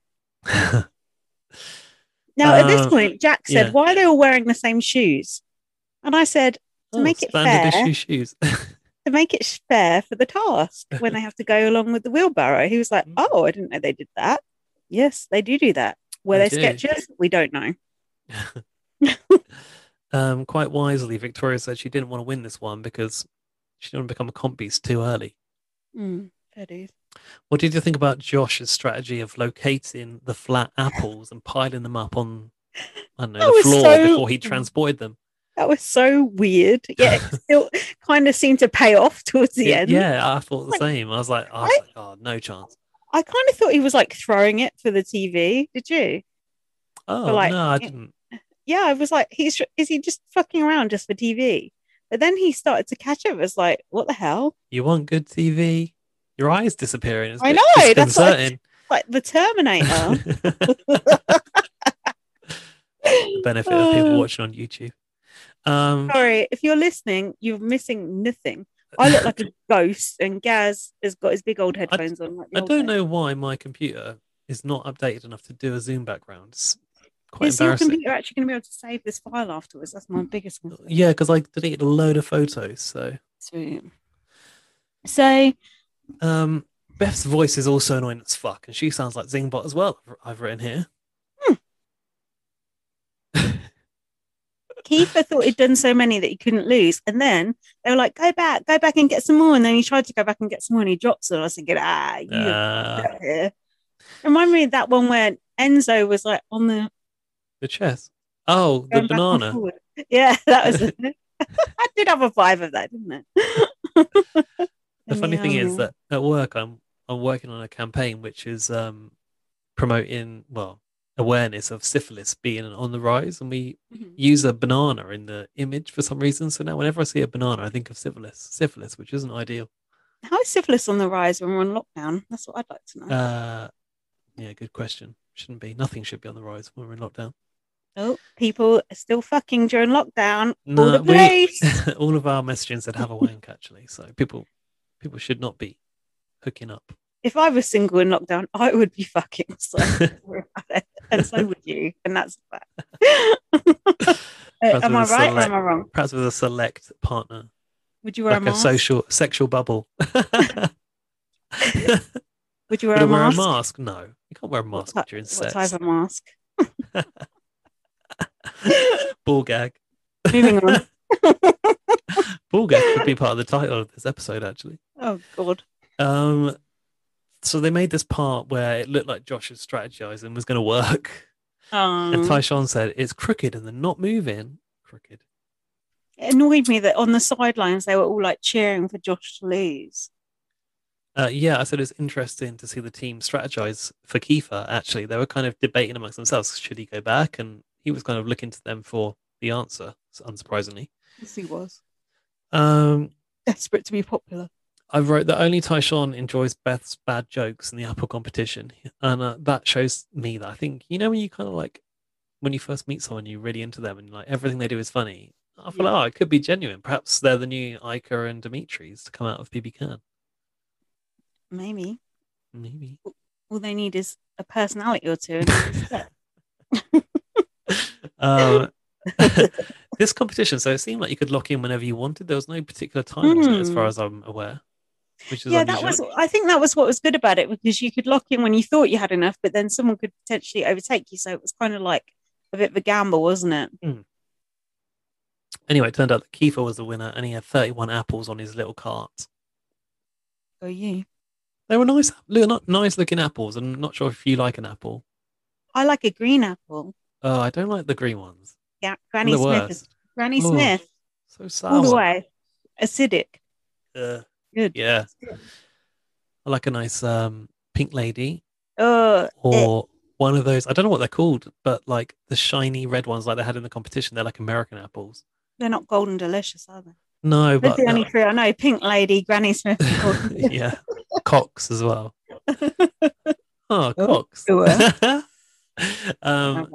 Now at this
Um,
point, Jack said,
yeah.
"Why are they all wearing the same shoes?" And I said, "To
Oh,
make it
standard
fair,
issue shoes.
to make it sh- fair for the task when they have to go along with the wheelbarrow." He was like,
Mm.
"Oh, I didn't know they did that." Yes, they do do that. Were
They
they,
do.
sketches? We don't know.
um, quite wisely, Victoria said she didn't want to win this one because she didn't want to become a comp beast too early.
Mm, fair dues.
What did you think about Josh's strategy of locating the flat apples and piling them up on, I don't
That
know, the
was
floor
so-
before he transported them?
That was so weird. Yeah, it still kind of seemed to pay off towards the
Yeah,
end.
yeah, I thought the
Like,
same. I was like, I was
I-
like, oh, no chance.
I kind of thought he was like throwing it for the TV. Did you?
Oh,
like,
no, I
it-
didn't.
yeah, I was like, he's is he just fucking around just for TV? But then he started to catch it. I was like, what the hell?
You want good TV? Your eyes disappearing. It's a
I
bit
know, that's what I-
disconcerting.
Like the Terminator.
the benefit of people
Oh.
watching on YouTube. Um,
Sorry, if you're listening, you're missing nothing. I look like a ghost, and Gaz has got his big old headphones on. Like the
I
old
don't
days.
know why my computer is not updated enough to do a Zoom background. It's quite
Is your
embarrassing.
computer actually going to be able to save this file afterwards? That's my biggest concern.
Yeah, because I deleted a load of photos. So
Sweet. So
um, Beth's voice is also annoying as fuck, and she sounds like Zingbot as well. I've- I've written here.
Kiefer thought he'd done so many that he couldn't lose. And then they were like, go back, go back and get some more. And then he tried to go back and get some more and he drops it. I was thinking, ah, you
Uh,
out here. Remind me of that one where Enzo was like on the,
the chess. Oh, the
going back and
banana.
forward. Yeah, that was I did have a vibe of that, didn't it?
the funny thing
Meow.
is that at work I'm I'm working on a campaign which is um promoting well awareness of syphilis being on the rise and we
Mhm.
use a banana in the image for some reason so now whenever I see a banana I think of syphilis syphilis which isn't ideal
How is syphilis on the rise when we're on lockdown? That's what I'd like to know.
uh yeah good question shouldn't be nothing should be on the rise when we're in lockdown
oh, people are still fucking during lockdown. all
No,
the
we-
place.
all of our messaging said have a wank actually so people people should not be hooking up
if I was single in lockdown, I would be fucking so. don't worry about it. and so would you. And that's the fact. Uh,
That's
am I
what
right
it's
or
like.
am I wrong?
Perhaps with a select partner,
Would you wear a
like a
mask?
social sexual bubble.
Would you wear
Would
a
I wear a
mask?
mask? No, you can't wear a mask
What
during
ty-
sex.
What type of mask?
Ball gag.
Moving on.
Ball gag could be part of the title of this episode, actually.
Oh God.
Um, so they made this part where it looked like Josh was strategizing was going to work, and
Um,
Tyshawn said it's crooked and they're not moving. Crooked.
it annoyed me that on the sidelines they were all like cheering for Josh to lose.
Uh, yeah, I said it's interesting to see the team strategize for Kiefer. Actually, they were kind of debating amongst themselves should he go back, and he was kind of looking to them for the answer, unsurprisingly.
Yes, he was
Um,
desperate to be popular.
I wrote that only Tyshawn enjoys Beth's bad jokes in the Apple competition, and uh, that shows me that I think you know when you kind of like when you first meet someone, you're really into them, and like everything they do is funny. I feel like, oh, it could be genuine. Perhaps they're the new Ica and Dimitri's to come out of BB Can.
Maybe
Maybe.
all they need is a personality or two. And it's set.
um, this competition, so it seemed like you could lock in whenever you wanted. There was no particular time, was there, as
Hmm.
far as I'm aware. Which is
yeah, that
unusual.
was. I think that was what was good about it because you could lock in when you thought you had enough, but then someone could potentially overtake you. So it was kind of like a bit of a gamble, wasn't it?
Anyway, it turned out that Kiefer was the winner, and he had 31 apples on his little cart.
For you,
They were nice, look, not nice looking apples. I'm not sure if you like an apple.
I like a green apple.
Oh, I don't like the green ones.
Yeah,
They're
Granny
the
Smith. Is,
worst.
Granny
Oh,
Smith
So
all the
sour.
way. Acidic.
Uh,
Good.
yeah, I like a nice um, pink lady
Oh,
or one of those. I don't know what they're called, but like the shiny red ones, like they had in the competition. They're like American apples.
they're not golden delicious, are they?
No,
That's
but
the only three I know. Pink Lady, Granny Smith.
uh, yeah, Cox as well. Oh, Cox.
sure.
um,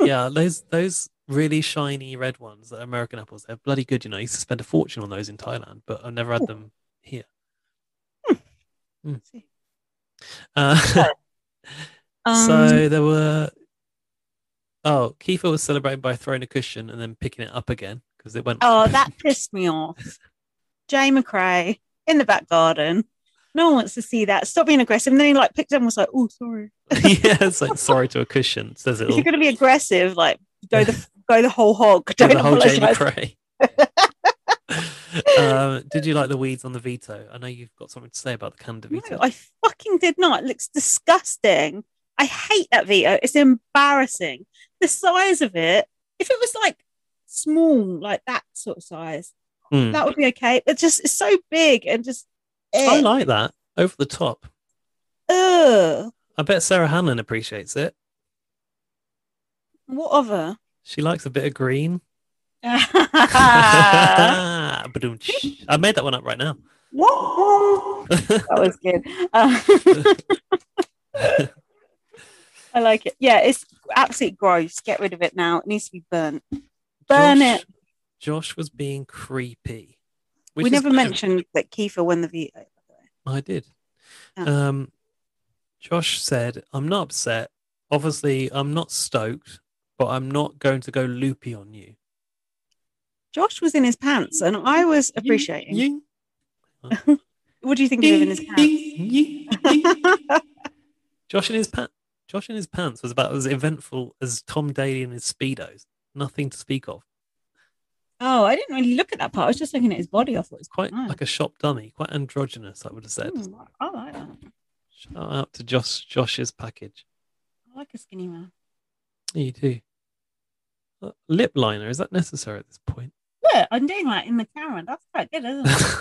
yeah, those those really shiny red ones, that are American apples, they're bloody good. You know, I used to spend a fortune on those in Thailand, but I've never had
Ooh.
them here. Uh,
Um,
so there were. Oh, Kiefer was celebrating by throwing a cushion and then picking it up again because it went.
oh, that pissed me off. Jay McRae in the back garden. No one wants to see that. Stop being aggressive. And then he like picked up and was like, oh, sorry.
yeah, it's like sorry to a cushion. Says it
If
all.
you're going to be aggressive, like go the go the whole hog.
Do
Don't
the whole Jamie
apologize.
Cray. um, did you like the weeds on the veto? I know you've got something to say about the Canada veto.
No, I fucking did not. It looks disgusting. I hate that veto. It's embarrassing. The size of it, if it was like small, like that sort of size,
Hmm.
that would be okay. But just it's so big and just
I
eh,
like that. Over the top.
ugh.
I bet Sarah Hanlon appreciates it.
What other?
She likes a bit of green.
what?
Ba-doom-tsh. I made that one up right now.
that was good. Uh, I like it. Yeah, it's absolutely gross. Get rid of it now. It needs to be burnt. Burn
Josh-
it.
Josh was being creepy.
we
which is
never
good.
mentioned that Kiefer won the veto.
I did.
Oh.
Um, Josh said, I'm not upset. Obviously, I'm not stoked, but I'm not going to go loopy on you.
Josh was in his pants, and I was
Ying,
appreciating.
ying,
What do you think of him in his pants?
ying, ying, ying. Josh in his pants. Josh in his pants was about as eventful as Tom Daly in his speedos. Nothing to speak of.
Oh, I didn't really look at that part. I was just looking at his body. I thought it was
Quite
nice.
like a shop dummy. Quite androgynous, I would have said.
Hmm, I like that.
Shout out to Josh. Josh's package.
I like a skinny man.
You do. Uh, Lip liner is that necessary at this point?
Look, I'm doing that in the camera. That's quite good, isn't it?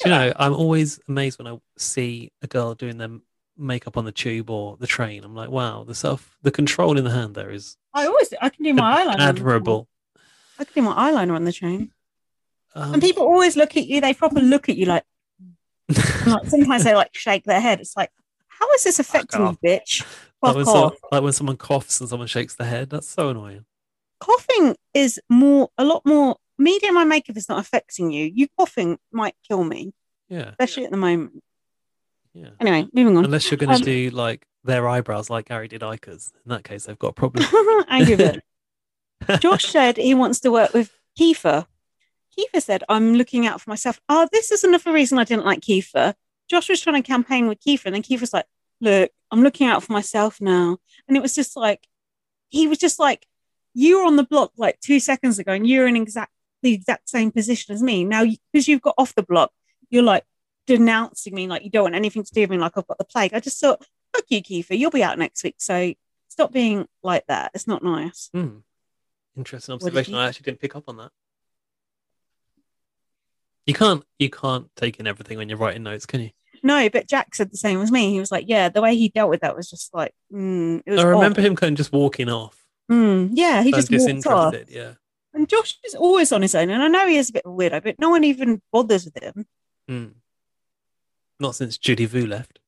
do you know i'm always amazed when i see a girl doing their makeup on the tube or the train i'm like wow the self the control in the hand there is
I always I can do my eyeliner. on the train.
admirable
I can do my eyeliner on the train.
um,
And people always look at you. They probably look at you like, and, like sometimes they like shake their head. It's like, how is this affecting
off.
you, bitch?
like,
Fuck
when
off.
someone, like when someone coughs and someone shakes their head that's so annoying
coughing is more a lot more me doing my makeup is not affecting you you coughing might kill me
yeah
especially at the moment
yeah
anyway moving on
unless you're going to
Um,
do like their eyebrows like Gary did Ica's. In that case, they've got a problem.
Angry Bird. Josh said he wants to work with Kiefer. Kiefer said, I'm looking out for myself. Oh, this is another reason I didn't like Kiefer. Josh was trying to campaign with Kiefer, and then Kiefer's like, Look, I'm looking out for myself now. And it was just like, he was just like, You were on the block like two seconds ago, and you're in exact the exact same position as me. Now, because you've got off the block, you're like denouncing me, like you don't want anything to do with me, like I've got the plague. I just thought, Fuck you, Kiefer. You'll be out next week. So stop being like that. It's not nice.
Hmm. Interesting
did
observation.
you
I actually didn't pick up on that. You can't you can't take in everything when you're writing notes, can you?
No, but Jack said the same as me. He was like, "Yeah, the way he dealt with that was just like, mm, it was."
I
odd.
remember him kind of just walking off.
Mm, yeah, he
so
just walked off.
disinterested, yeah.
And Josh is always on his own, and I know he is a bit of a weirdo, but no one even bothers with him.
Hmm. Not since Judy Vu left.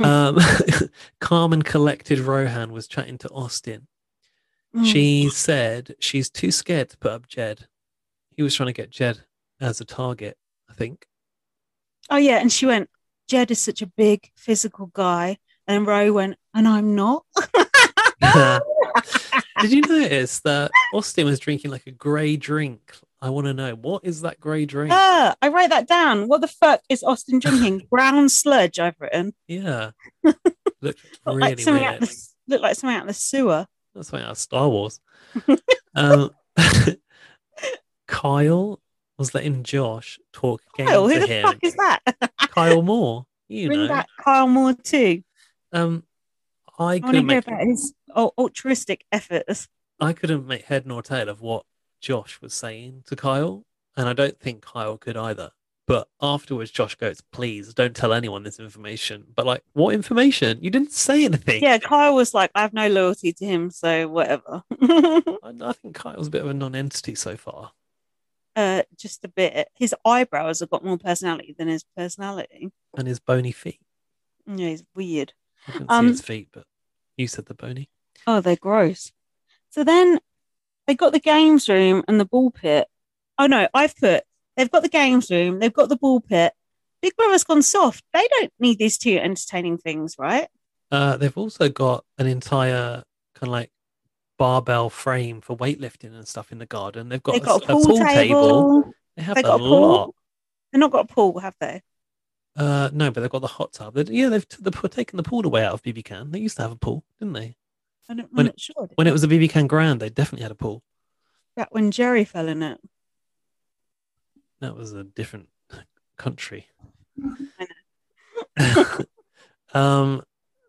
Um, calm and collected Rohan was chatting to Austin.
Mm.
She said she's too scared to put up Jed. He was trying to get Jed as a target, I think.
oh yeah, and she went, "Jed is such a big physical guy," and Ro went, "And I'm not."
Did you notice that Austin was drinking like a grey drink? I want to know what is that grey drink?
Ah, I wrote that down. What the fuck is Austin drinking? Brown sludge. I've written.
yeah, looked
Looked
really
like something out
weird.
the, looked like something out the sewer.
That's why out of Star Wars. um, Kyle was letting Josh talk game
Kyle,
to
who the
him.
fuck is that?
Kyle Moore, you
Bring
know.
back Kyle Moore too.
Um, I
I want to
couldn't
hear
make
about his al- oh, altruistic efforts.
I couldn't make head nor tail of what Josh was saying to Kyle, and I don't think Kyle could either. But afterwards, Josh goes, "Please don't tell anyone this information." But like, what information? You didn't say anything.
Yeah, Kyle was like, I have no loyalty to him, so whatever.
I, I think Kyle's a bit of a non-entity so far.
uh, just a bit. His eyebrows have got more personality than his personality.
And his bony feet.
Yeah, he's weird.
I couldn't
Um,
see his feet, but you said the bony.
Oh, they're gross. So then they got the games room and the ball pit. Oh, no, I've put they've got the games room, they've got the ball pit. Big Brother's gone soft. They don't need these two entertaining things, right?
Uh, they've also got an entire kind of like barbell frame for weightlifting and stuff in the garden. They've got,
They've got
s-
a pool, table.
They have
They've
a,
got a pool.
lot.
They've not got a pool, have they?
Uh, no, but they've got the hot tub. They, yeah, they've t- they've taken the pool away out of BB Can. They used to have a pool, didn't they?
I don't, I'm
When-
not sure.
When it was a BB Can Grand, they definitely had a pool.
Back when Jerry fell in it.
That was a different country.
I
um,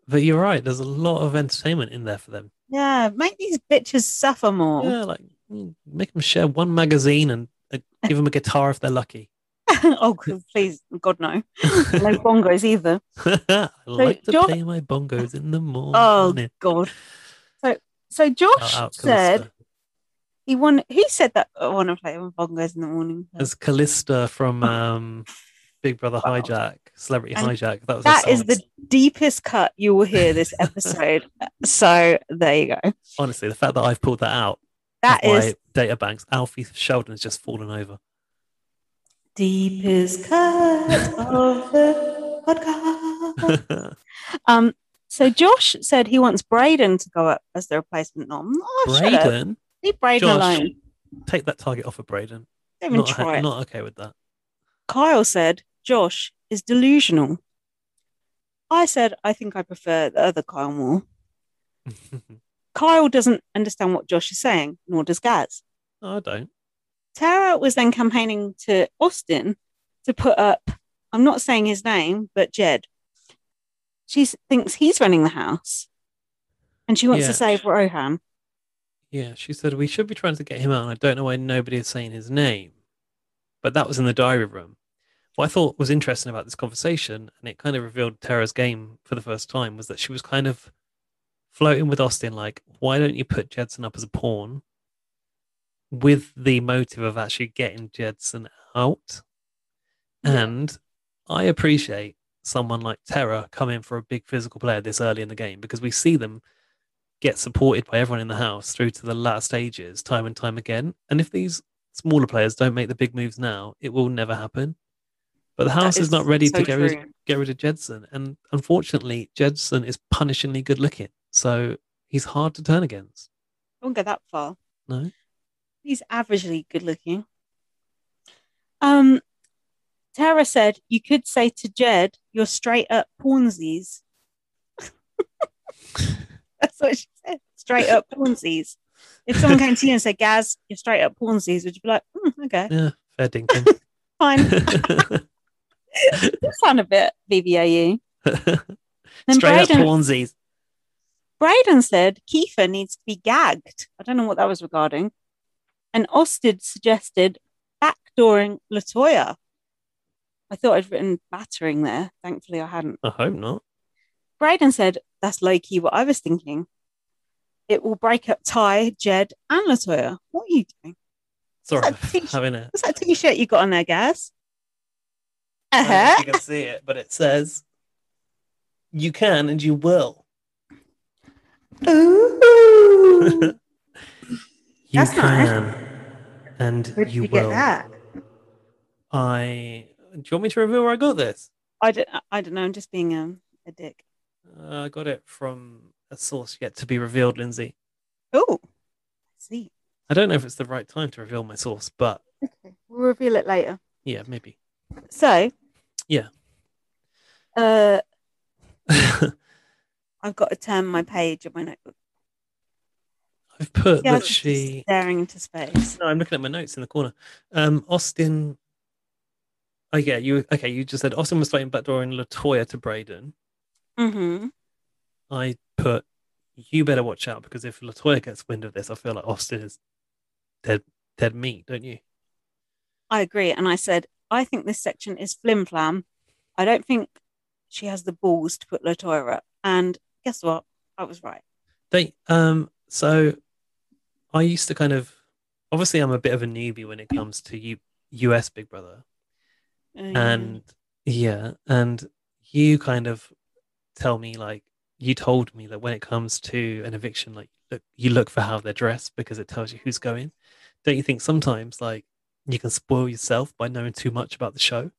but you're right. There's a lot of entertainment in there for them.
Yeah, make these bitches suffer more.
Yeah, like mm, make them share one magazine and uh, give them a guitar if they're lucky.
oh, c- please, God, no. No bongos either.
I like to
Josh-
play my bongos in the morning.
Oh, God. So, so Josh
Shout out
said
Callista.
he won. Who said that? I want to play with bongos in the morning.
That's Callista from um, Big Brother
Wow.
Hijack, Celebrity
And
Hijack. That was
That is the
the
deepest cut you will hear this episode. so there you go.
honestly the fact that I've pulled that out.
That
of
is
my data banks. Alfie Sheldon has just fallen over.
deepest cut of the podcast. Um, so Josh said he wants Braden to go up as the replacement nom. Oh, shut up.
Braden,
Leave Braden
Josh.
alone.
take that target off of Braden.
Don't even
Not, ha-
try it.
not okay with that.
Kyle said Josh is delusional. I said I think I prefer the other Kyle more. Kyle doesn't understand what Josh is saying, nor does Gaz.
no, I don't.
Tara was then campaigning to Austin to put up, I'm not saying his name, but Jed. She s- thinks he's running the house and she wants
Yeah.
to save Rohan.
Yeah, she said we should be trying to get him out. And I don't know why nobody is saying his name, but that was in the diary room. What I thought was interesting about this conversation, and it kind of revealed Tara's game for the first time, was that she was kind of floating with Austin, like, why don't you put Jedson up as a pawn with the motive of actually getting Jedson out? And I appreciate someone like Tara coming for a big physical player this early in the game because we see them get supported by everyone in the house through to the last stages time and time again. And if these smaller players don't make the big moves now, it will never happen. But But the house is,
is
not ready
so
to get rid,
true.
get rid of Jedson. And unfortunately, Jedson is punishingly good looking. So he's hard to turn against.
I won't go that far.
No?
He's averagely good looking. Um, Tara said you could say to Jed, "You're straight up pawnsies." That's what she said. Straight up pawnsies. If someone came to you and said, "Gaz, you're straight up pawnsies," would you be like, "Hmm, "Okay,
Yeah, fair dinkum.
fine." Does sound a bit BBAU. Then
Straight
Bryden-
up Hornsies.
Braden said Kiefer needs to be gagged. I don't know what that was regarding. And Osted suggested backdooring Latoya. I thought I'd written battering there. Thankfully, I hadn't.
I hope not.
Braden said, That's low key what I was thinking. It will break up Ty, Jed, and Latoya. What are you doing?
Sorry,
What's that t-
having a.
What's that t shirt you got on there, Gaz? Uh
I don't know if
huh.
you can see it, but it says, "You can and you will." you
That's nice.
can and
Where did
you,
you get
will.
that?
I. Do you want me to reveal where I got this?
I don't, I don't know. I'm just being um, a dick.
Uh, I got it from a source yet to be revealed, Lindsay.
Oh, see.
I don't know if it's the right time to reveal my source, but
Okay. We'll reveal it later.
yeah, maybe.
So,
Yeah.
Uh, I've got to turn my page of my notebook.
I've put
Yeah,
that she.
staring into space.
No, I'm looking at my notes in the corner. Um, Austin. Oh yeah, you okay? You just said Austin was fighting backdoor and Latoya to Braden.
Mm-hmm.
I put you better watch out because if Latoya gets wind of this, I feel like Austin is dead dead meat, don't you?
I agree. And I said, I think this section is flim flam. I don't think she has the balls to put Latoya up. And guess what? I was right.
They um so I used to kind of obviously I'm a bit of a newbie when it comes to U- US Big Brother.
Mm.
and yeah and you kind of tell me like you told me that when it comes to an eviction like look, you look for how they're dressed because it tells you who's going don't you think sometimes like you can spoil yourself by knowing too much about the show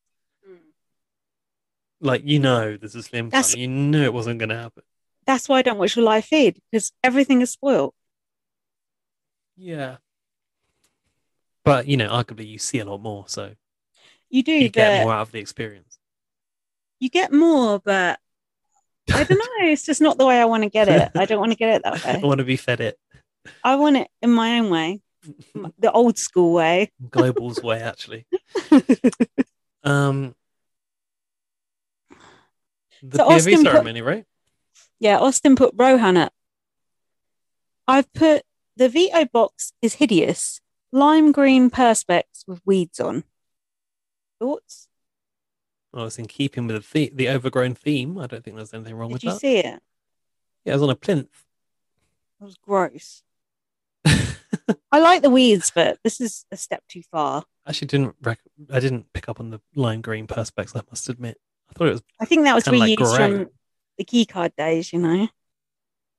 like you know this is slim
That's-
Fast. you knew it wasn't going to happen
that's why I don't watch the live feed because everything is spoiled.
yeah but you know arguably you see a lot more so
You do
you get
the-
more out of the experience
you get more, but I don't know. it's just not the way I want to get it. I don't want to get it that
i
way.
want to be fed it
I want it in my own way, m- the old school way.
global's way actually um the
So
POV
Austin put-
ceremony right
Yeah, Austin put Rohan up. I've put the veto box is hideous. Lime green perspex with weeds on. Thoughts?
well, it's in keeping with the, the the overgrown theme i don't think there's anything wrong with
Did you
that
see it? It
yeah it was on a plinth
was gross. I like the weeds, but this is a step too far.
actually didn't rec- i didn't pick up on the lime green perspex i must admit i thought it was
I think that was
Kinda like
reused
grey.
from the keycard days, you know.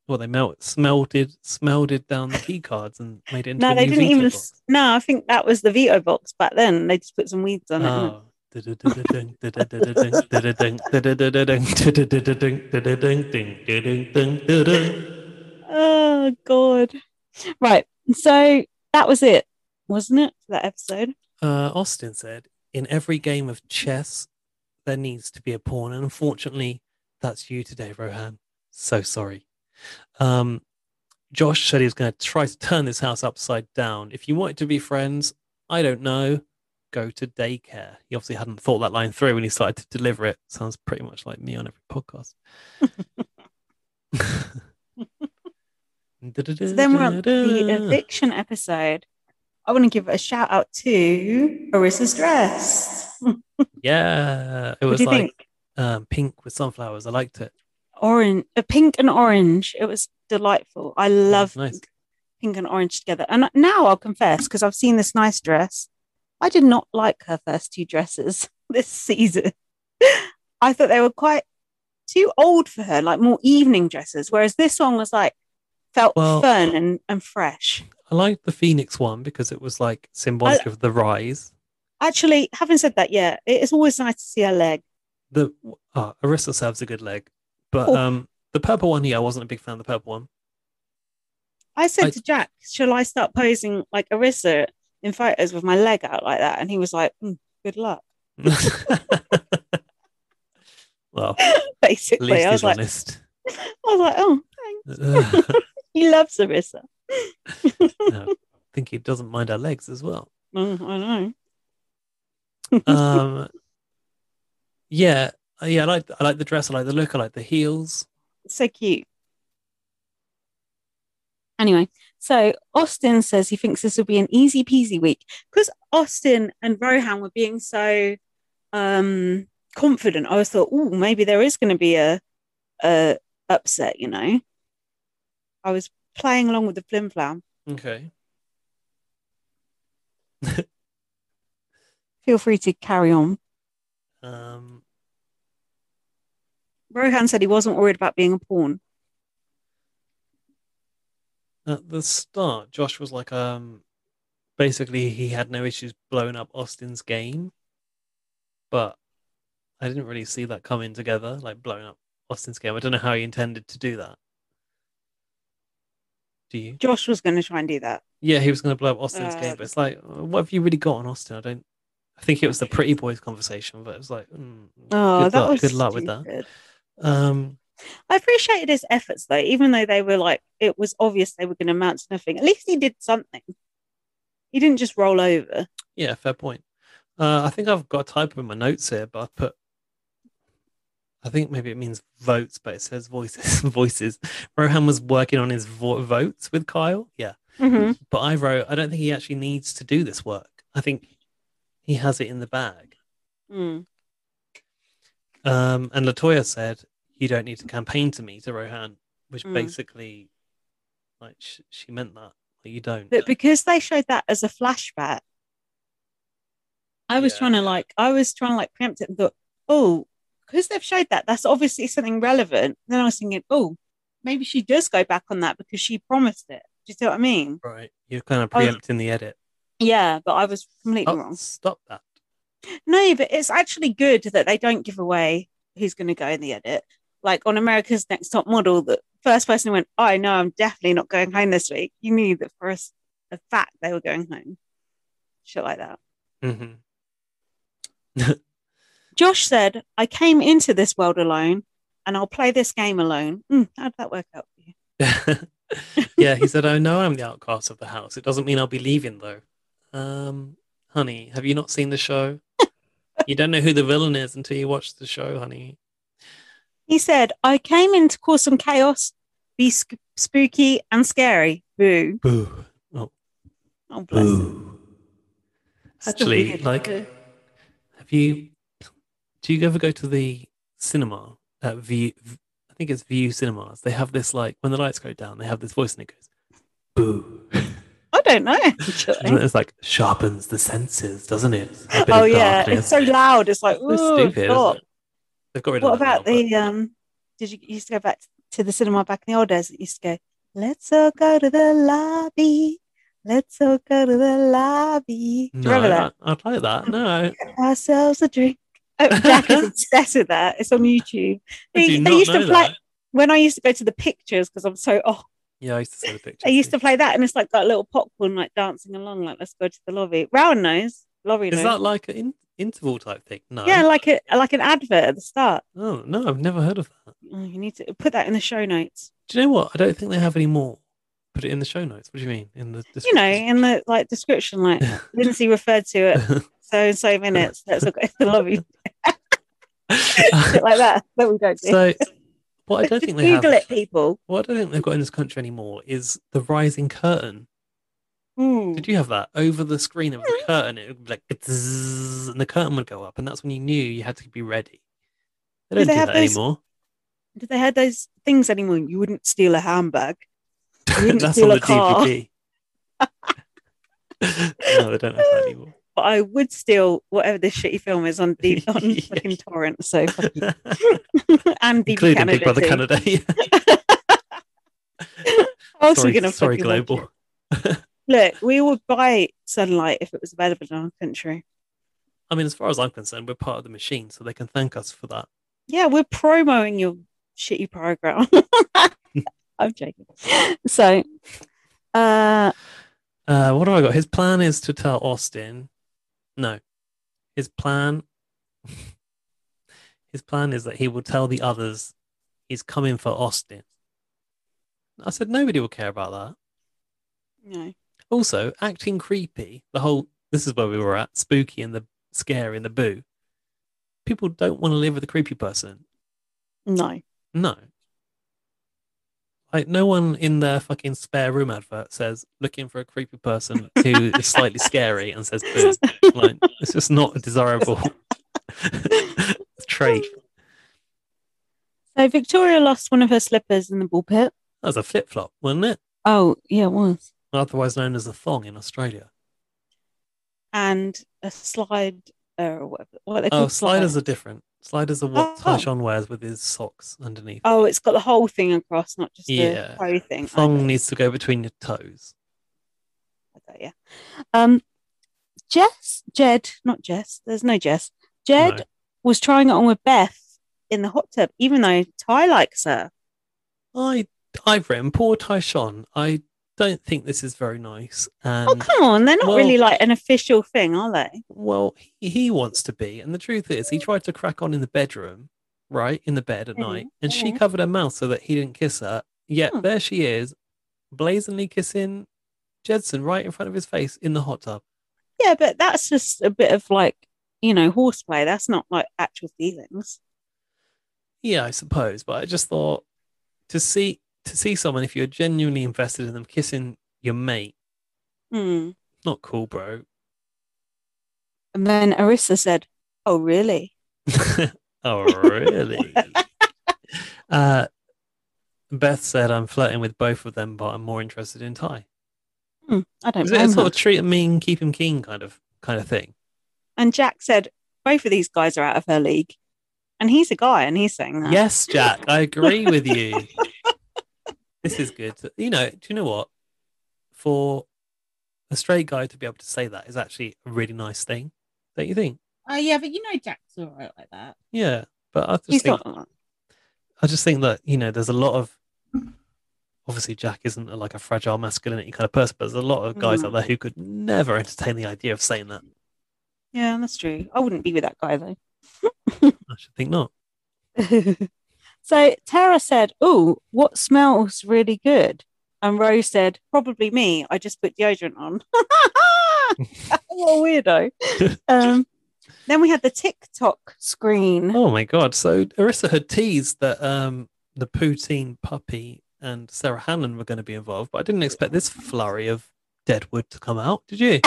well they melt smelted smelted down the key cards and made it into
No,
a
they
new
didn't
veto
even.
box.
No, I think that was the veto box back then. They just put some weeds on it. innit?
Oh. That
Oh God! Right, so that was it, wasn't it? For that episode.
Uh, Austin said, in every game of chess, there needs to be a pawn. And unfortunately, that's you today, Rohan. So sorry. Um, Josh said he was going to try to turn this house upside down. If you wanted to be friends, I don't know, go to daycare. He obviously hadn't thought that line through when he started to deliver it. Sounds pretty much like me on every podcast.
So then we're on the uh, eviction episode. I want to give a shout out to Arissa's dress. What
Yeah, it
do
was
you
like
think?
um, pink with sunflowers. I liked it.
Orange, uh, pink and orange. It was delightful. I love
nice.
pink and orange together. And now I'll confess because I've seen this nice dress. I did not like her first two dresses this season. I thought they were quite too old for her, like more evening dresses. Whereas this one was like felt
Well-
fun and, and fresh.
I liked the Phoenix one because it was like symbolic of the rise.
Actually, having said that, yeah, it is always nice to see a leg.
The uh, Arista serves a good leg, but
Oh.
um, the purple one here, I wasn't a big fan of the purple one.
I said
I-
to Jack, "Shall I start posing like Arissa in photos with my leg out like that?" And he was like, "Mm, "Good luck."
well, at
Basically,
least
I was
he's
like,
honest.
I was like, "Oh, thanks."
Ugh.
He loves Arissa.
No, I think he doesn't mind our legs as well.
Mm, I know.
Um, yeah, uh, yeah. I like I like the dress. I like the look. I like the heels.
so cute. Anyway, so Austin says he thinks this will be an easy peasy week because Austin and Rohan were being so um, confident. I was thought, oh, maybe there is going to be a, a upset. You know, I was playing along with the flim flam.
Okay.
Feel free to carry on.
Um,
Rohan said he wasn't worried about being a pawn.
at the start, Josh was like, um, basically he had no issues blowing up Austin's game, but I didn't really see that coming together, like blowing up Austin's game. I don't know how he intended to do that. Do you?
Josh was going to try and do that.
Yeah, he was going to blow up Austin's game,
Um,
but it's like, uh, what have you really got on Austin? I don't. I think it was the pretty boys conversation, but it was like, mm,
Oh,
good
that
luck,
was
good luck with that.
stupid.
Um,
I appreciated his efforts though, even though they were like it was obvious they were going to amount to nothing. At least he did something. He didn't just roll over.
Yeah, fair point. Uh, I think I've got a typo in my notes here, but I put. I think maybe it means votes, but it says voices. voices. Rohan was working on his vo- votes with Kyle. Yeah,
Mm-hmm.
but I wrote. I don't think he actually needs to do this work. I think he has it in the bag.
Mm.
Um, and Latoya said, "You don't need to campaign to me," to Rohan, which
Mm.
basically, like, sh- she meant that. Like, you don't.
But because they showed that as a flashback, I was
Yeah.
trying to like, I was trying to like preempt it and thought, oh, because they've showed that, that's obviously something relevant. Then I was thinking, oh, maybe she does go back on that because she promised it. Do you see what I mean?
right, you're kind of
I was-
preempting the edit.
Yeah, but I was completely
Oh,
Oh, wrong.
stop that.
No, but it's actually good that they don't give away who's going to go in the edit. Like on America's Next Top Model, the first person who went, "I know I'm definitely not going home this week," you knew that for us a fact they were going home. Shit like that.
hmm
Josh said, "I came into this world alone, and I'll play this game alone." Mm, how did that work out for you?
yeah, he said, I know I'm the outcast of the house. It doesn't mean I'll be leaving, though. Um, honey, have you not seen the show? you don't know who the villain is until you watch the show, honey.
He said, "I came in to cause some chaos, be sp- spooky and scary." Boo!
Boo. Oh,
Oh, bless. him.
boo. Actually,
Stupid.
like, have you, do you ever go to the cinema at View? I think it's View Cinemas. They have this, like, when the lights go down, they have this voice and it goes, boo.
I don't know.
And
Actually.
it's like sharpens the senses, doesn't it? A bit
Oh
of
yeah,
darkness.
it's so loud. It's like,
It's
"Ooh,
stupid.
stop."
Isn't it? They've got rid of
What
that
about
now,
the um? Did you, you used to go back to the cinema back in the old days? It used to go, "Let's all go to the lobby. Let's all go to the lobby." Do
but-
you remember that?
I, would like that. No,
Get ourselves a drink. Oh, Jack is obsessed with that. It's on YouTube.
I
They,
do
they
not
used to
know
play
that.
when I used to go to the pictures because I'm so oh.
Yeah, I used to see the pictures.
They used
too.
to play that, and it's like that little popcorn like dancing along, like "Let's go to the lobby." Round nose, lorry
Is
knows.
that like an in, interval type thing? No.
yeah, like a like an advert at the start.
Oh no, I've never heard of that.
Oh, you need to put that in the show notes.
Do you know what? I don't think they have any more. Put it in the show notes. What do you mean? In the
you know,
description?
in the like description, like Lindsay referred to it so and so minutes. Let's look at the lobby, shit like that. That we don't do.
so, what I don't
Just
think they
Google
have.
it, people.
What I don't think they've got in this country anymore is the rising curtain.
Hmm.
Did you have that over the screen of the curtain? It would be like "Zzz," and the curtain would go up, and that's when you knew you had to be ready.
Do
They don't
they
do
have
that
those-
anymore.
Did they have those things anymore? You wouldn't steal a handbag. You wouldn't
That's
steal
on
a
the
car.
DVD. no, they don't have that anymore.
But I would steal whatever this shitty film is on deep on
Yeah.
fucking torrent. So fuck you. and deep
Including
Canada.
Big Brother
too.
Canada. yeah.
How else are we
sorry,
gonna
sorry
fucking watch it?
Global.
Look, we would buy sunlight if it was available in our country.
I mean, as far as I'm concerned, we're part of the machine, so they can thank us for that.
Yeah, we're promoting your shitty program. I'm joking. So, uh,
Uh, what have I got? His plan is to tell Austin. No, his plan. his plan is that he will tell the others he's coming for Austin. I said nobody will care about that.
no.
Also, acting creepy. The whole this is where we were at. Spooky and the scary and the boo. People don't want to live with a creepy person.
No.
No. Like no one in their fucking spare room advert says looking for a creepy person who is slightly scary and says boo. Like it's just not a desirable trait.
So Victoria lost one of her slippers in the ball pit.
That was a flip flop, wasn't it?
Oh, yeah, it was.
Otherwise known as a thong in Australia.
And a slide uh, or whatever. What they
Oh,
call
sliders are different. Sliders are what
Oh.
Tyshawn wears with his socks underneath.
Oh, it's got the whole thing across, not just
Yeah.
the toe thing.
Thong
Okay,
needs to go between your toes.
okay, yeah. Um, Jess, Jed, not Jess. There's no Jess. Jed
No.
was trying it on with Beth in the hot tub, even though Ty likes her.
I, I've written poor Tyshawn. I don't think this is very nice. And
oh, come on. They're not
well-
really like an official thing, are they?
Well, he, he wants to be. And the truth is, he tried to crack on in the bedroom, right? In the bed at
Mhm,
night. And she
mhm.
covered her mouth so that he didn't kiss her. Yet
Hmm.
there she is, blazingly kissing Jedson right in front of his face in the hot tub.
Yeah, but that's just a bit of like, you know, horseplay. That's not like actual feelings.
Yeah, I suppose. But I just thought to see to see someone, if you're genuinely invested in them, kissing your mate,
Hmm.
not cool, bro.
And then Arissa said, Oh, really?
oh, really? uh, Beth said, I'm flirting with both of them, but I'm more interested in Ty.
I don't
Is it a
blame
sort
her.
of treat him mean, keep him keen kind of kind of thing?
And Jack said, Both of these guys are out of her league. And he's a guy and he's saying that.
Yes, Jack, I agree with you. this is good. You know, do you know what? For a straight guy to be able to say that is actually a really nice thing, don't you think?
Oh yeah, but you know Jack's all right like that.
Yeah, but I just
He's
think
not.
I just think that you know, there's a lot of obviously Jack isn't a, like a fragile masculinity kind of person, but there's a lot of guys
Mm.
out there who could never entertain the idea of saying that.
Yeah, that's true. I wouldn't be with that guy though.
I should think not.
so Tara said, Oh, what smells really good? And Rose said, Probably me. I just put deodorant on. what a weirdo. um, then we had the TikTok screen.
Oh my god! So Arissa had teased that um, the poutine puppy and Sarah Hanlon were going to be involved, but I didn't expect this flurry of Deadwood to come out. Did you?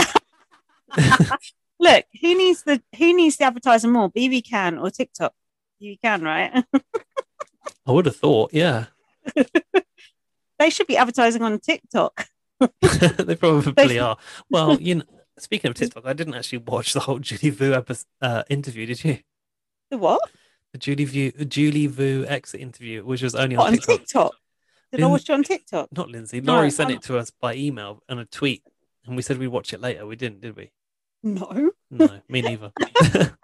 Look, who needs the who needs the advertising more? BB Can or TikTok? You can, right?
I would have thought. Yeah,
they should be advertising on TikTok.
they probably are. Well, you know. Speaking of TikTok, I didn't actually watch the whole Julie Vu epis uh, interview. Did you?
The what?
The Julie Vu Julie Vu exit interview, which was only
What, on
on TikTok.
TikTok? Did I
In-
watch it on TikTok?
Not Lindsay.
No,
Laurie sent
I'm-
it to us by email and a tweet, and we said we'd watch it later. We didn't, did we?
No.
No, me neither.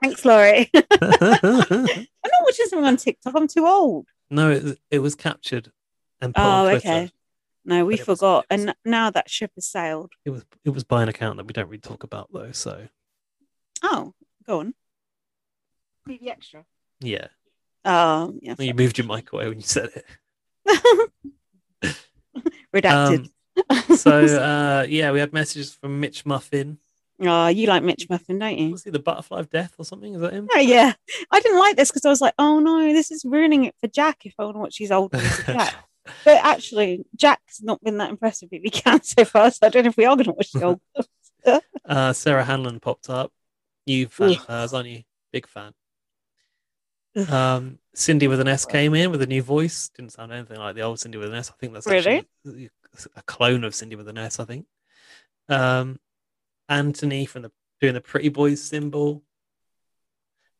Thanks, Laurie. I'm not watching something on TikTok. I'm too old.
No, it, was- it was captured and put
Oh,
on Twitter.
okay. No, we
But it was-
forgot.
it was-
And now that ship has sailed.
It was it was by an account that we don't really talk about though. So
Oh, go on. Maybe extra.
yeah,
Oh, yeah.
you moved your mic away when you said it.
Redacted.
Um, So uh, yeah, we had messages from Mitch Muffin.
oh, you like Mitch Muffin, don't you?
Was he the butterfly of death or something? Is that him?
Oh, yeah. I didn't like this because I was like, oh no, this is ruining it for Jack if I want to watch his old ones with Jack. But actually, Jack's not been that impressed with BB Can so far, so I don't know if we are going to watch the old ones.
uh, Sarah Hanlon popped up. You fan of hers, aren't you? Big fan.
Ugh.
Um, Cindy with an S came in with a new voice. Didn't sound anything like the old Cindy with an S. I think that's
Really?
actually a clone of Cindy with an S. I think. Um, Anthony from the doing the Pretty Boys symbol.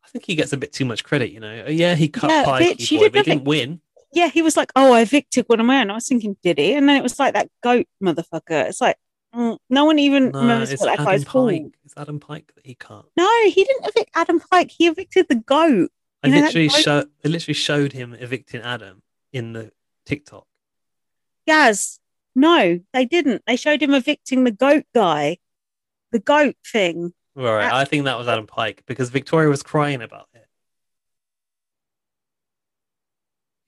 I think he gets a bit too much credit, you know. Oh, Yeah, he cut
Yeah,
pie
bitch, you
keyboard,
did
but he
nothing.
didn't win.
Yeah, he was like, oh, I evicted one of my own. I was thinking, did he? And then it was like that goat motherfucker. It's like, Mm, No one even
No,
remembers
it's
what that
Adam
guy's called.
Pike. It's Adam Pike that he can't.
No, he didn't evict Adam Pike. He evicted the goat.
I
You know that
literally
guy-
show, I literally showed him evicting Adam in the TikTok.
Yes. No, they didn't. They showed him evicting the goat guy, the goat thing.
All right,
That-
I think that was Adam Pike because Victoria was crying about it.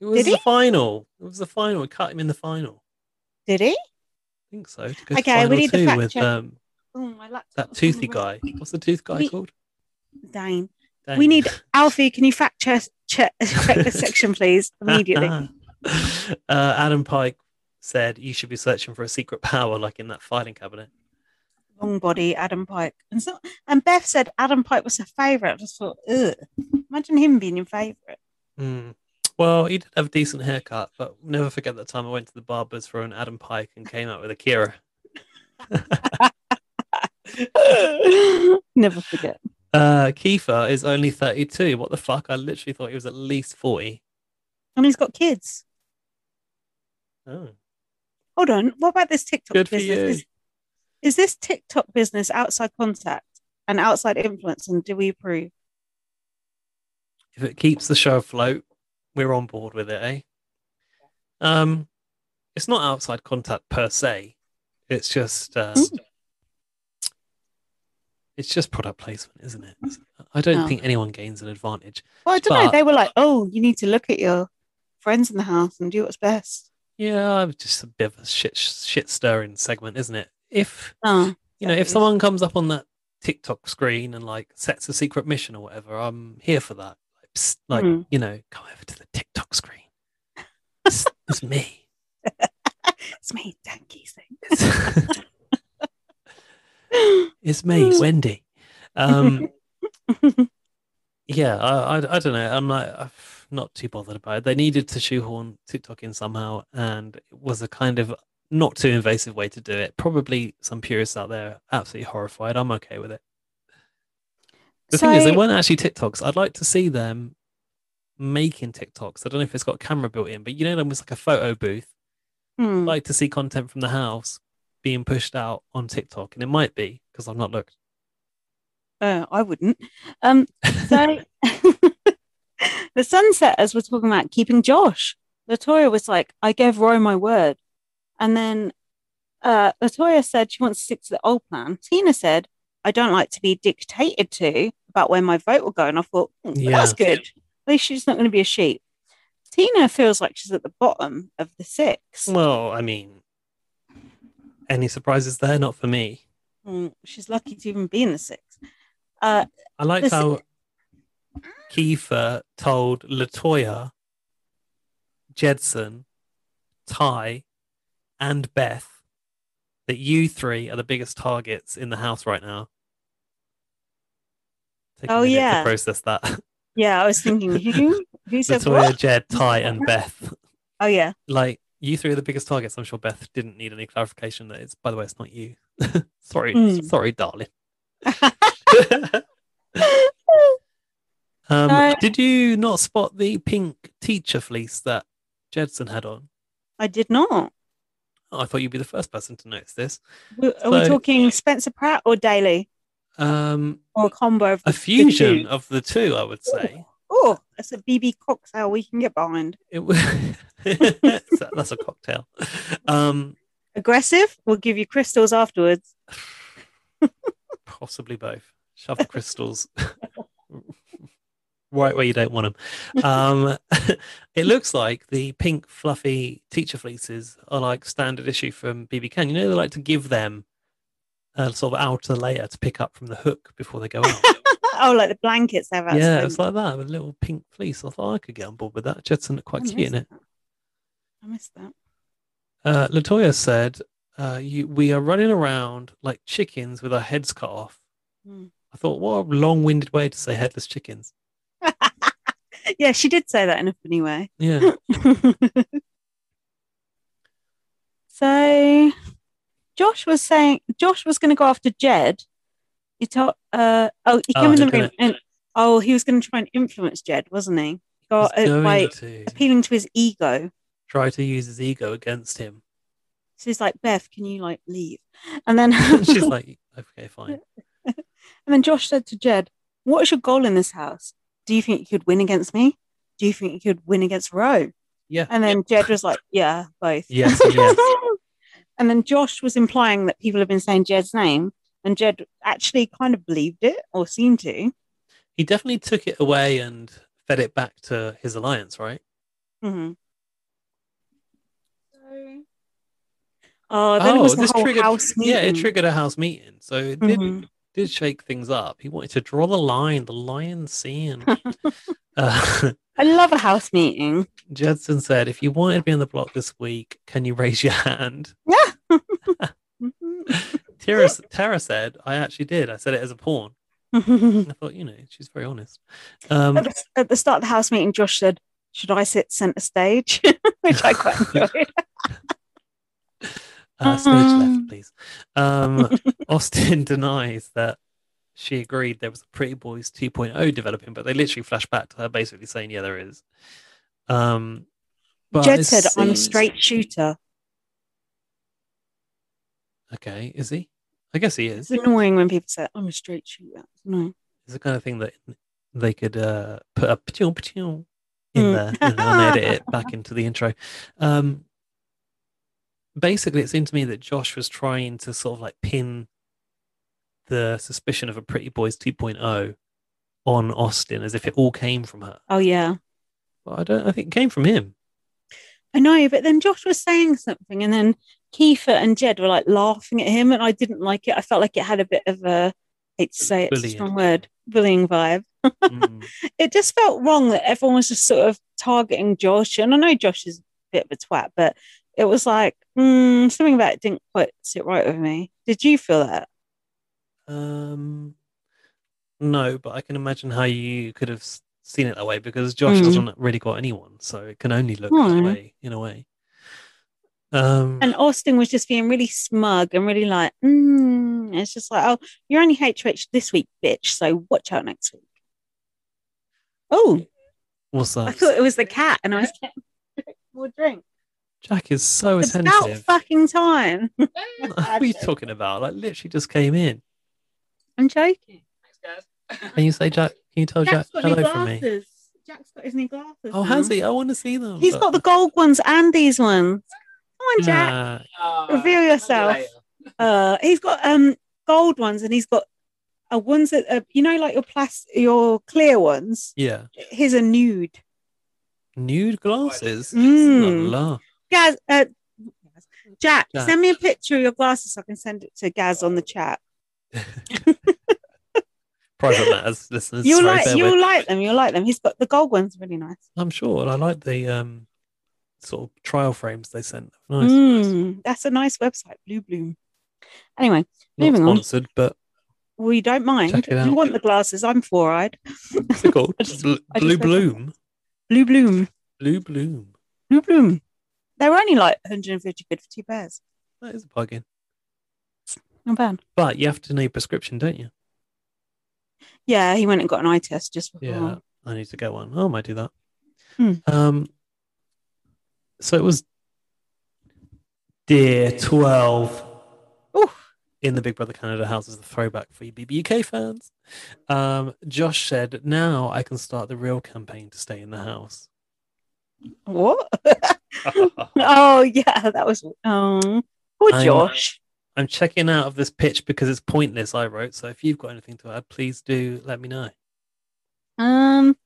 It was
Did
the
he?
final. It was the final. It cut him in the final.
Did he?
I think so. To go to
Okay, we
final
need the
two
fact
with
check.
um,
Oh, my laptop.
that toothy guy. What's the tooth guy
We-
called?
Dane. We
Dang.
need Alfie. Can you fact check check, check this section, please, immediately?
uh, Adam Pike said you should be searching for a secret power, like in that filing cabinet.
Long body, Adam Pike, and so and Beth said Adam Pike was her favorite. I just thought, ugh, imagine him being your favorite.
Hmm. Well, he did have a decent haircut, but never forget that time I went to the barbers for an Adam Pike and came out with a Kira.
Never forget.
Uh, Kiefer is only 32. What the fuck? I literally thought he was at least 40.
And he's got kids.
Oh.
Hold on. What about this TikTok
Good for
business?
you.
Is, is this TikTok business outside contact and outside influence? And do we approve?
If it keeps the show afloat, we're on board with it, eh? Um, it's not outside contact per se. It's just, uh,
Mm.
it's just product placement, isn't it? I don't
Oh.
think anyone gains an advantage.
Well, I don't know.
But-
They were like, oh, you need to look at your friends in the house and do what's best.
Yeah, I'm just a bit of a shit shit stirring segment, isn't it? If
Oh,
you know, if
Exactly.
someone comes up on that TikTok screen and like sets a secret mission or whatever, I'm here for that. Like, psst, like
Hmm.
you know, come over to the TikTok screen. Psst, it's me.
it's me, Danky thing.
it's me, Wendy. Um, yeah, I, I, I don't know. I'm like, I'm not too bothered about it. They needed to shoehorn TikTok in somehow, and it was a kind of not too invasive way to do it. Probably some purists out there are absolutely horrified. I'm okay with it. The thing is, they
So-
weren't actually TikToks. I'd like to see them making TikToks. I don't know if it's got a camera built in, but you know, them was like a photo booth. I'd
Hmm.
like to see content from the house being pushed out on TikTok, and it might be because I've not looked.
Oh, I wouldn't. Um, so the Sunsetters were talking about keeping Josh. Latoya was like, I gave Roy my word. And then uh, Latoya said she wants to stick to the old plan. Tina said, I don't like to be dictated to about where my vote will go. And I thought, "Hmm,
Yeah.
that's good. At least she's not going to be a sheep. Tina feels like she's at the bottom of the six.
Well, I mean, any surprises there? Not for me.
Mm, She's lucky to even be in the six. Uh,
I liked
This-
how Kiefer told Latoya, Jedson, Ty, and Beth that you three are the biggest targets in the house right now. Take a
Oh,
minute
yeah.
to process that.
yeah, I was thinking, who, who said what?
Latoya, Jed, Ty, and Beth.
Oh, yeah.
Like you three are the biggest targets. I'm sure Beth didn't need any clarification that it's. By the way, it's not you. sorry,
Mm.
sorry, darling.
No.
um, did you not spot the pink teacher fleece that Jedson had on?
I did not.
Oh, I thought you'd be the first person to notice this.
W- Are we
So-
talking Spencer Pratt or Daly
Um,
or a combo of
a
the
fusion
two?
of the two, I would say.
Oh, that's a BB cocktail we can get behind.
It was that's a cocktail. Um,
Aggressive, we'll give you crystals afterwards.
possibly both. Shove the crystals right where you don't want them. Um, it looks like the pink fluffy teacher fleeces are like standard issue from BB Can. You know, they like to give them a sort of outer layer to pick up from the hook before they go out.
oh, like the blankets they have out.
yeah, it's like that with a little pink fleece. I thought I could get on board with that. Jetson looked quite
Oh,
cute in it.
I missed that.
Uh, Latoya said, uh, you, "We are running around like chickens with our heads cut off."
Hmm.
I thought, what a long-winded way to say headless chickens.
Yeah, she did say that in a funny way.
Yeah,
so Josh was saying Josh was going to go after Jed. He told, uh, oh, he
Oh,
came in the
okay.
room and oh, he was going to try and influence Jed, wasn't he? Go,
he's
uh,
going
by
to
appealing to his ego.
try to use his ego against him.
So he's like, Beth, can you like leave? And then
She's like, okay, fine.
And then Josh said to Jed, What is your goal in this house? Do you think you could win against me? Do you think you could win against Roe?
Yeah.
And then Jed was like, Yeah, both.
Yes, and yes.
and then Josh was implying that people have been saying Jed's name, and Jed actually kind of believed it or seemed to.
He definitely took it away and fed it back to his alliance, right?
hmm
So
Oh, then it was the
this
whole
triggered.
house meeting.
Yeah, it triggered a house meeting. So it did,
Mhm.
did shake things up. He wanted to draw the line, the lion scene. uh,
I love a house meeting.
Judson said, if you wanted to be on the block this week, can you raise your hand?
Mhm.
Tara, Tara said, I actually did. I said it as a pawn. And I thought, you know, she's very honest. Um,
at, the, at the start of the house meeting, Josh said, Should I sit center stage? Which I quite enjoyed.
Uh, snitch
Um.
left, please. Um, Austin denies that she agreed there was a Pretty Boys 2.0 developing, but they literally flash back to her basically saying, yeah, there is. Um, but it
Jed said, I'm a
seems-
straight shooter.
Okay, is he? I guess he is.
It's annoying when people say, I'm a straight shooter. It's annoying.
It's the kind of thing that they could uh, put a pachoo pachoo in there and then edit it back into the intro. Um, basically, it seemed to me that Josh was trying to sort of like pin the suspicion of a Pretty Boys 2.0 on Austin as if it all came from her.
Oh, yeah.
But I don't. I think it came from him.
I know, but then Josh was saying something, and then Kiefer and Jed were like laughing at him, and I didn't like it. I felt like it had a bit of a, hate to say it, it's a
Bullying.
strong word, bullying vibe.
Mm.
It just felt wrong that everyone was just sort of targeting Josh. And I know Josh is a bit of a twat, but it was like, mm, something about it didn't quite sit right with me. Did you feel that?
Um, no, but I can imagine how you could have s- seen it that way because
Hmm.
Josh hasn't really got anyone, so it can only look that
No.
way in a way. Um,
Hmm. And Austin was just being really smug and really like, mm. it's just like, oh, you're only HH this week, bitch. So watch out next week. Oh,
what's
I
that?
thought it was the cat, and I was like, more drink.
Jack is so
It's about
attentive. What
fucking time.
are you talking about? Like, literally just came in.
I'm joking.
Can you say, Jack? Can you tell
Jack's
Jack
got new
hello from me?
glasses. Jack's got his new glasses.
Oh, has he? I want to see them.
He's got the gold ones and these ones. Come on, Jack.
Jack.
Reveal yourself. Uh, he's got um gold ones, and he's got uh, ones that are, you know, like your plastic, your clear ones.
Yeah,
His are nude.
nude glasses.
Mm.
La, la.
Gaz, uh, Jack,
Jack.
send me a picture of your glasses so I can send it to Gaz on the chat.
Private matters, listeners.
You'll
sorry,
like
bear
you'll
with.
like them. You'll like them. He's got the gold ones, really nice.
I'm sure. And I like the um sort of trial frames they sent. Nice.
Mm, that's a nice website, Blue Bloom. Anyway,
Not
moving on.
sponsored, but
we don't mind.
Check it
We
out.
want the glasses. I'm four-eyed.
what's it called?
I just-
Bl-
I just
Blue
opened
Bloom.
Blue Bloom.
Blue Bloom.
Blue Bloom. They were only like 150 quid for two pairs.
That is a bargain.
Not bad.
But you have to need prescription, don't you?
Yeah, he went and got an eye test just before.
Yeah. I need to get one. Oh, I might do that.
Hmm.
Um so it was Dear Twelve
Ooh.
in the Big Brother Canada house as a throwback for you BBUK fans. Um, Josh said, Now I can start the real campaign to stay in the house.
What? oh yeah, that was um poor
I'm-
Josh.
I'm checking out of this pitch because it's pointless, I wrote. So if you've got anything to add, please do let me know.
Um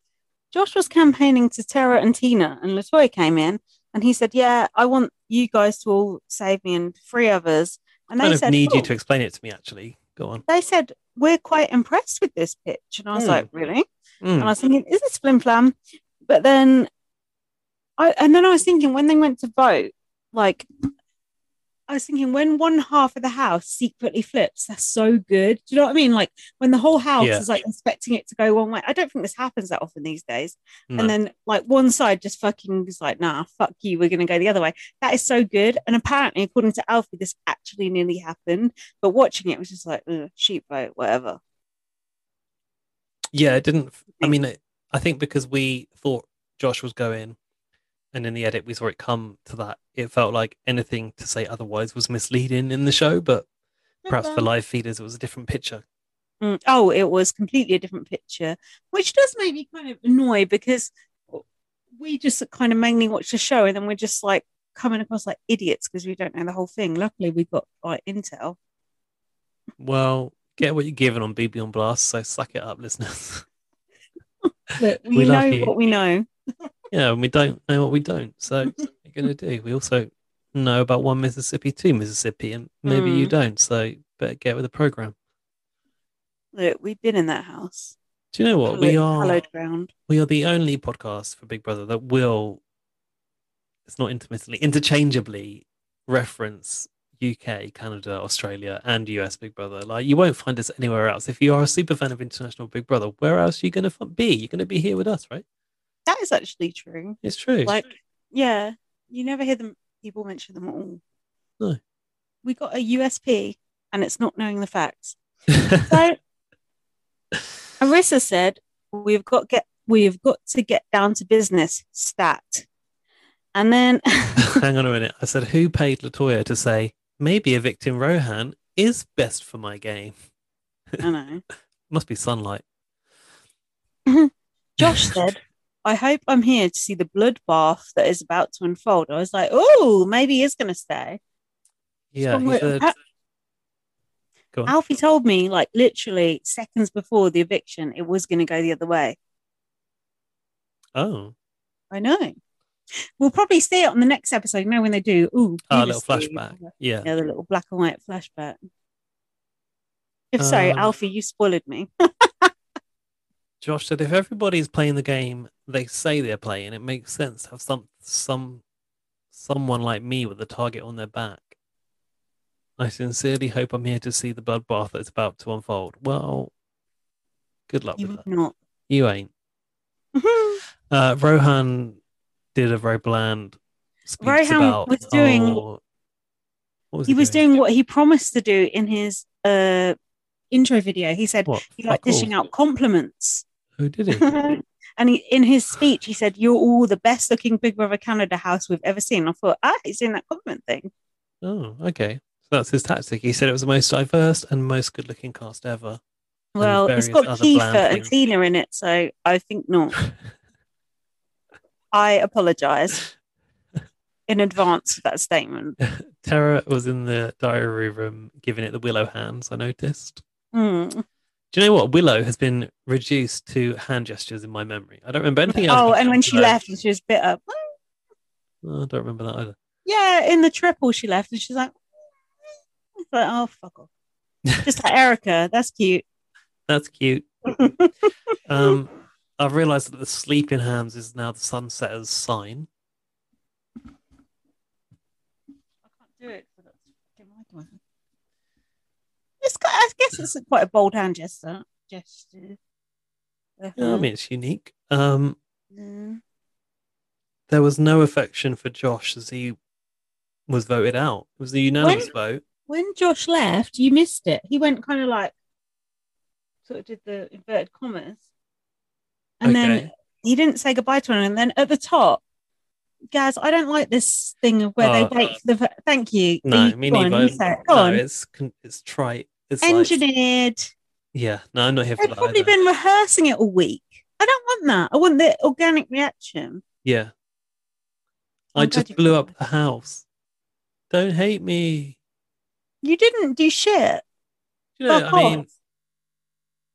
Josh was campaigning to Tara and Tina and Latoya came in and he said, Yeah, I want you guys to all save me and free others. And
kind
they
of
said,
need you
"Cool."
to explain it to me, actually. Go on.
they said, We're quite impressed with this pitch. And I was
Hmm.
like, Really?
Mm.
and I was thinking, is this flim flam? But then, I and then I was thinking when they went to vote, like I was thinking when one half of the house secretly flips, that's so good. Do you know what I mean? Like when the whole house
Yeah.
is like expecting it to go one way. I don't think this happens that often these days.
No.
And then like one side just fucking is like, nah, fuck you, we're gonna go the other way. That is so good. And apparently, according to Alfie, this actually nearly happened. But watching it was just like "Ugh, sheep vote, whatever.
yeah, it didn't. I mean, it, I think because we thought Josh was going, and in the edit we saw it come to that. It felt like anything to say otherwise was misleading in the show, but perhaps for live feeders it was a different picture.
Mm, Oh, it was completely a different picture, which does make me kind of annoyed because we just kind of mainly watch the show and then we're just like coming across like idiots because we don't know the whole thing. Luckily, we got like intel.
Well, get what you're given on BB on Blast, so suck it up, listeners.
Look, we,
We love
know
you.
what we know.
yeah, and we don't know what we don't. So what are you gonna do? We also know about one Mississippi, two Mississippi, and maybe you
Hmm.
don't. So better get with the program.
Look, we've been in that house.
Do you know what we
Hallowed-
are?
hallowed ground.
We are the only podcast for Big Brother that will, it's not intermittently, interchangeably reference UK, Canada, Australia, and US Big Brother. Like, you won't find us anywhere else. If you are a super fan of International Big Brother, where else are you going to be? You're going to be here with us, right?
That is actually true.
It's true.
Like, yeah, you never hear them people mention them at all.
No.
We got a USP and it's not knowing the facts. So Arissa said, "We've got get we've got to get down to business." Stat, and then
Hang on a minute. I said, who paid Latoya to say, maybe evicting Rohan is best for my game?
I know
Must be sunlight.
Josh said, "I hope I'm here to see the bloodbath that is about to unfold." I was like, "Oh, maybe he's going to stay."
Yeah, he
Somewhere-
said,
Al-
Go on.
Alfie told me, like literally seconds before the eviction, it was going to go the other way.
oh,
I know. We'll probably see it on the next episode. You know when they do. Ooh,
oh, a little
previously-
flashback. Yeah.
Yeah, the little black and white flashback. If so,
Um,
Alfie, you spoiled me.
Josh said if everybody's playing the game they say they're playing, it makes sense to have some some someone like me with a target on their back. I sincerely hope I'm here to see the bloodbath that's about to unfold. Well, good luck
You
with
would
that.
not.
You ain't. Uh, Rohan did a very bland speech
Rohan
about.
was doing-
oh, what was
he was doing what he promised to do in his uh, intro video. He said
What?
he liked
Fuck all.
dishing out compliments.
Who did he?
and he, in his speech, he said, You're all the best looking Big Brother Canada house we've ever seen. I thought, ah, he's doing that compliment thing.
oh, okay. So that's his tactic. He said it was the most diverse and most good-looking cast ever. And
Well, it's
various
got
other
Kiefer
bland
and
things.
Tina in it, so I think not. I apologize in advance for that statement.
Tara was in the diary room giving it the willow hands, I noticed.
Mm.
Do you know what? Willow has been reduced to hand gestures in my memory. I don't remember anything else.
Oh,
about
and when she
Willow.
left, she was bitter.
Oh, I don't remember that either.
yeah, in the triple she left, and she's like, it's like, oh fuck off. Just like Erica, that's cute.
That's cute. um, I've realized that the sleeping hands is now the sunsetter's sign.
Do it. It's got, I guess it's quite a bold hand gesture. gesture.
Yeah, I mean, it's unique. Um,
Mm.
there was no affection for Josh as he was voted out. It was the unanimous vote.
when Josh left, you missed it. He went kind of like, sort of did the inverted commas, and then
Okay.
he didn't say goodbye to anyone. And then at the top, Gaz, I don't like this thing of where
Oh.
they wait for the. v- Thank you.
No,
You-
me
go on,
neither.
you say it. Go
no,
on.
it's con- it's trite. It's like-
engineered.
yeah, no, I'm not here for
They've
that.
probably
either.
been rehearsing it all week. I don't want that. I want the organic reaction.
Yeah. i
I'm glad
just
Oh, you
blew
feel
up
that.
a house. Don't hate me.
You didn't do shit.
Do you know,
Fuck
I mean,
off.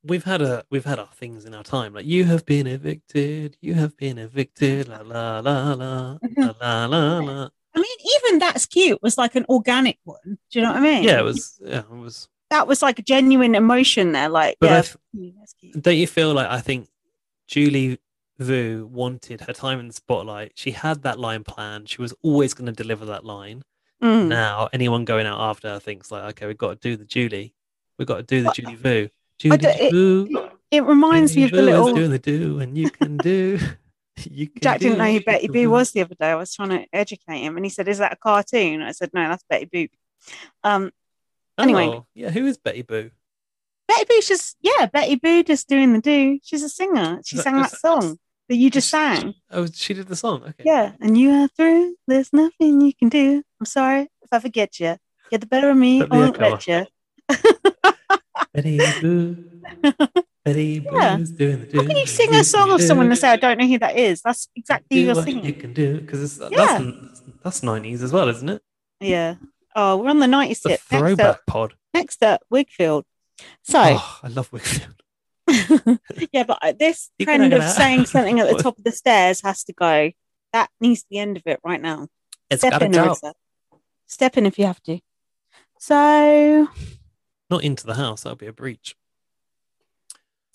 we've had a we've had our things in our time. Like you have been evicted, you have been evicted, la la la la
Mm-hmm.
la la la. la.
I mean, even that's cute was like an organic one. Do you know what I mean?
Yeah, it was. Yeah, it was.
That was like a genuine emotion there. Like,
But
yeah,
I
f- you, that's cute.
Don't you feel like I think Julie Vu wanted her time in the spotlight? She had that line planned. She was always going to deliver that line.
Mm.
now anyone going out after her thinks like okay we've got to do the julie we've got to do the
Well,
julie voo
I
julie
don't- it-
voo
It reminds me
Judy
of the
Voo is
little
doing the do and you can do you can
Jack didn't
do
know who
it,
Betty
you
Boo
can
was the other day. I was trying to educate him, and he said, "Is that a cartoon?" I said, "No, that's Betty Boop." Um,
do it."
anyway.
Oh, yeah who is betty boo
Betty Boo's just yeah, Betty Boo just doing the do. She's a singer. She
Is that-
sang that
is-
song. that you just sang.
Oh, she did the song. Okay.
Yeah, and you are through. There's nothing you can do. I'm sorry if I forget you. Get the better of me. I
Put me a
won't let you.
Betty Boo. Betty Boo's
Yeah.
doing the
How can you sing a song of someone and say I don't know who that is? That's exactly
do
your
what you
singing.
can do because
Yeah.
that's that's nineties as well, isn't it?
Yeah. Oh, we're on the 90s
It's a
tip. Next up,
throwback pod.
next up, Wigfield. So,
Oh, I love Wickfield. Oh.
yeah, but I- this
You can
trend
hang
of
it out.
saying something at the
What?
top of the stairs has to go. That needs to be the end of it right now.
It's
Step
got to
in,
go.
Larissa. Step in if you have to. So,
Not into the house. That would be a breach.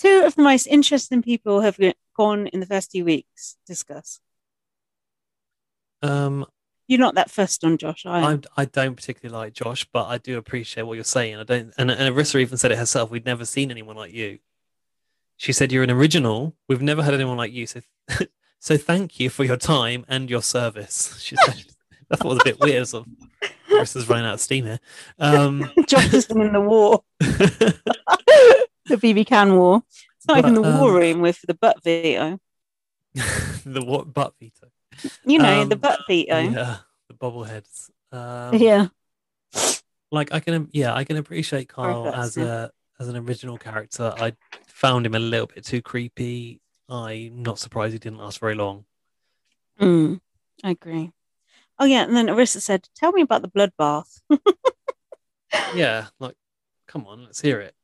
two of the most interesting people have g- gone in the first two weeks. Discuss.
Um,
You're not that first on Josh, are you?
I I don't particularly like Josh, but I do appreciate what you're saying. I don't, and and Arissa even said it herself. We'd never seen anyone like you. She said you're an original. We've never had anyone like you. So, so thank you for your time and your service. She said. I thought it was a bit weird. Sort of, Arissa's running out of steam here. Um,
Josh has been in the war, the BB Can war. It's not
But,
even the war
um,
room with the butt veto.
the what butt veto?
You know, the
um,
butt veto. Yeah.
Yeah, the bobbleheads. Um, like I can yeah I can appreciate Kyle
Perfect,
as
yeah.
a as an original character. I found him a little bit too creepy. I'm not surprised he didn't last very long.
Mm, I agree. Oh, yeah. And then Arissa said, Tell me about the bloodbath.
Yeah, like come on, let's hear it.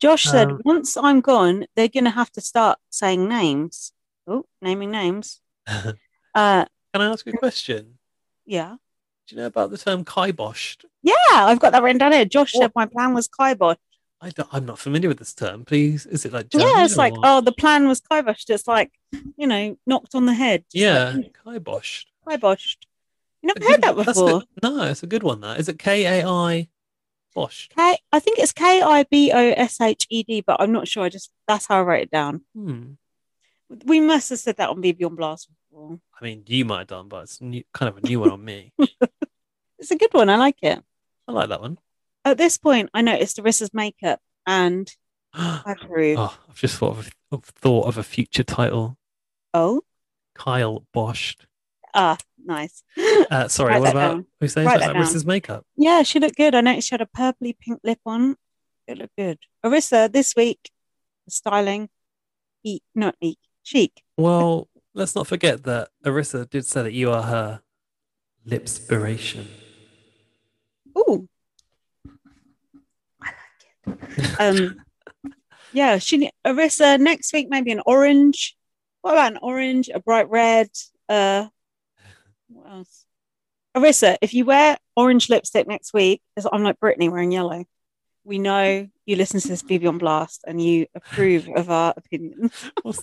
Josh said,
Um,
Once I'm gone, they're going to have to start saying names. Oh, naming names.
can
Uh,
I ask a question?
yeah.
Do you know about the term kiboshed?
Yeah, I've got that written down here. Josh said, My plan was kibosh.
I don't, I'm not familiar with this term. Please, is it like
yeah,
German
it's like,
or-
Oh, the plan was kiboshed. It's like, you know, knocked on the head.
yeah, kiboshed.
Kiboshed. You
A
never
good-
heard that
that's
before.
A, no, it's a good one. That is it. K A I, boshed.
K, I think it's K I B O S H E D, but I'm not sure. I just that's how I wrote it down.
Hmm.
We must have said that on BB on Blast before.
I mean, you might have done, but it's new, kind of a new one on me.
It's a good one. I like it.
I like that one.
At this point, I noticed Arissa's makeup and I approve. Oh,
Oh, I've just thought of, of thought of a future title. Kyle Bosch.
ah, nice.
Uh, sorry,
Write
what
that
about
down.
we say
Write
that
that down.
Rissa's makeup?
yeah, she looked good. I noticed she had a purpley pink lip on. It looked good. Arissa, this week, styling, eat, not eat, chic.
Well, let's not forget that Arissa did say that you are her lipspiration.
Ooh. I like it. Um, yeah, she ne- Arissa next week maybe an orange. What about an orange, a bright red? Uh, what else? Arissa, if you wear orange lipstick next week, it's- I'm like Brittany wearing yellow. We know you listen to this BB on Blast and you approve of our opinion.
What's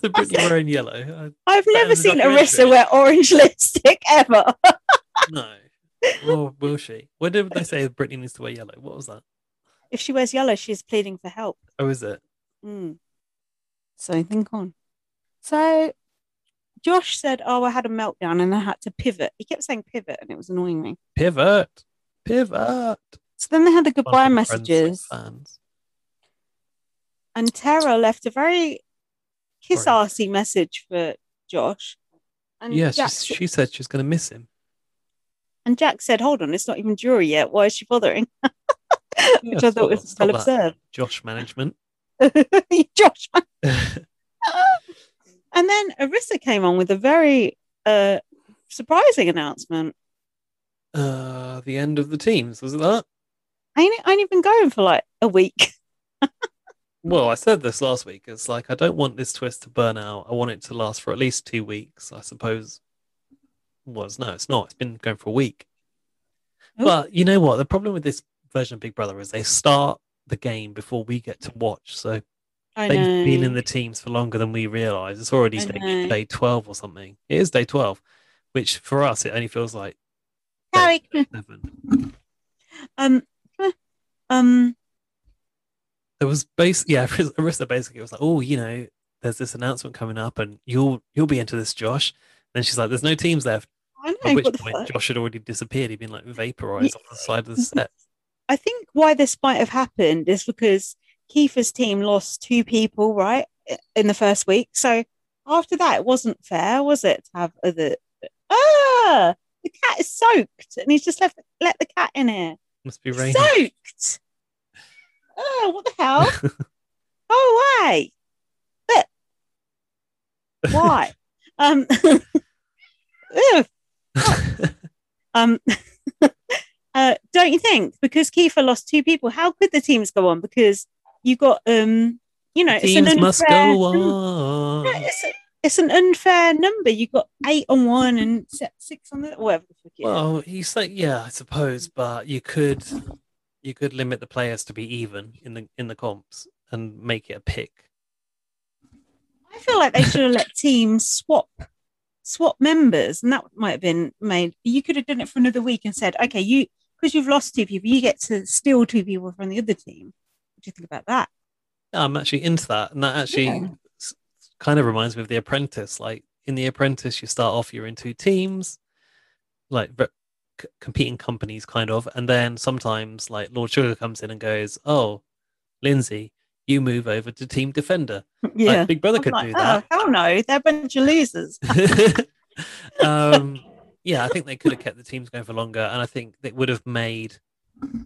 the Britney wearing yellow?
I've never
in the
seen
documentary.
Arissa wear orange lipstick ever.
Uh, no. Or will she? Where did they say Britney needs to wear yellow? What was that?
if she wears yellow, she's pleading for help.
Oh, is it?
Mm. So think on. So Josh said, Oh, I had a meltdown and I had to pivot. He kept saying pivot and it was annoying me.
Pivot. Pivot.
So then they had the
One of
goodbye
my friends, like,
messages,
fans.
and Tara left a very kiss
Sorry.
arsey message for Josh. And,
Yeah,
Jack,
she's, she said she's going to miss him.
and Jack said, Hold on, it's not even jury yet. Why is she bothering?
Yeah,
Which I
stop-
thought was well
stop that.
observed.
Josh management.
Josh And then Arissa came on with a very uh, surprising announcement.
Uh, the end of the teams was it that?
I ain't, I ain't been going for like a week.
Well, I said this last week. It's like I don't want this twist to burn out. I want it to last for at least two weeks. I suppose. Was no, it's not. It's been going for a week.
Oh.
But you know what? The problem with this version of Big Brother is they start the game before we get to watch. So
I
they've
know.
been in the teams for longer than we realize. It's already
I
day,
know.
day twelve or something. It is day twelve, which for us it only feels like day
Sorry.
seven.
Um, um,
there was base yeah Arista basically was like oh you know there's this announcement coming up and you'll you'll be into this Josh and then she's like there's no teams left
I
at
know
which
what the
point
fuck.
Josh had already disappeared he'd been like vaporized on the side of the set
I think why this might have happened is because Kiefer's team lost two people, right, i- in the first week. So after that, it wasn't fair, was it, to have other. Ah, the cat is soaked, and he's just left let the cat in here.
Must be raining.
Soaked. Oh, what the hell? oh, why? But why? um. Ew. Um, uh, don't you think? Because Kiefer lost two people, how could the teams go on? Because you got, um, you know, it's an
Teams
unfair.
must go on.
No, it's, a- it's an unfair number. You got eight on one and se- six on the whatever. The fuck it is.
Well, you say yeah, I suppose, but you could you could limit the players to be even in the in the comps and make it a pick.
I feel like they should have let teams swap swap members, and that might have been made. You could have done it for another week and said, okay, you because you've lost two people, you get to steal two people from the other team. What do you think about that?
I'm actually into that, and that actually
Yeah.
s- kind of reminds me of The Apprentice. Like in The Apprentice, you start off you're in two teams, like re- c- competing companies, kind of, and then sometimes like Lord Sugar comes in and goes, "Oh, Lindsay, you move over to Team Defender." Like, Big Brother
I'm
could
like,
do that.
Oh, hell no, they're a bunch of losers.
um, yeah, I think they could have kept the teams going for longer, and I think it would have made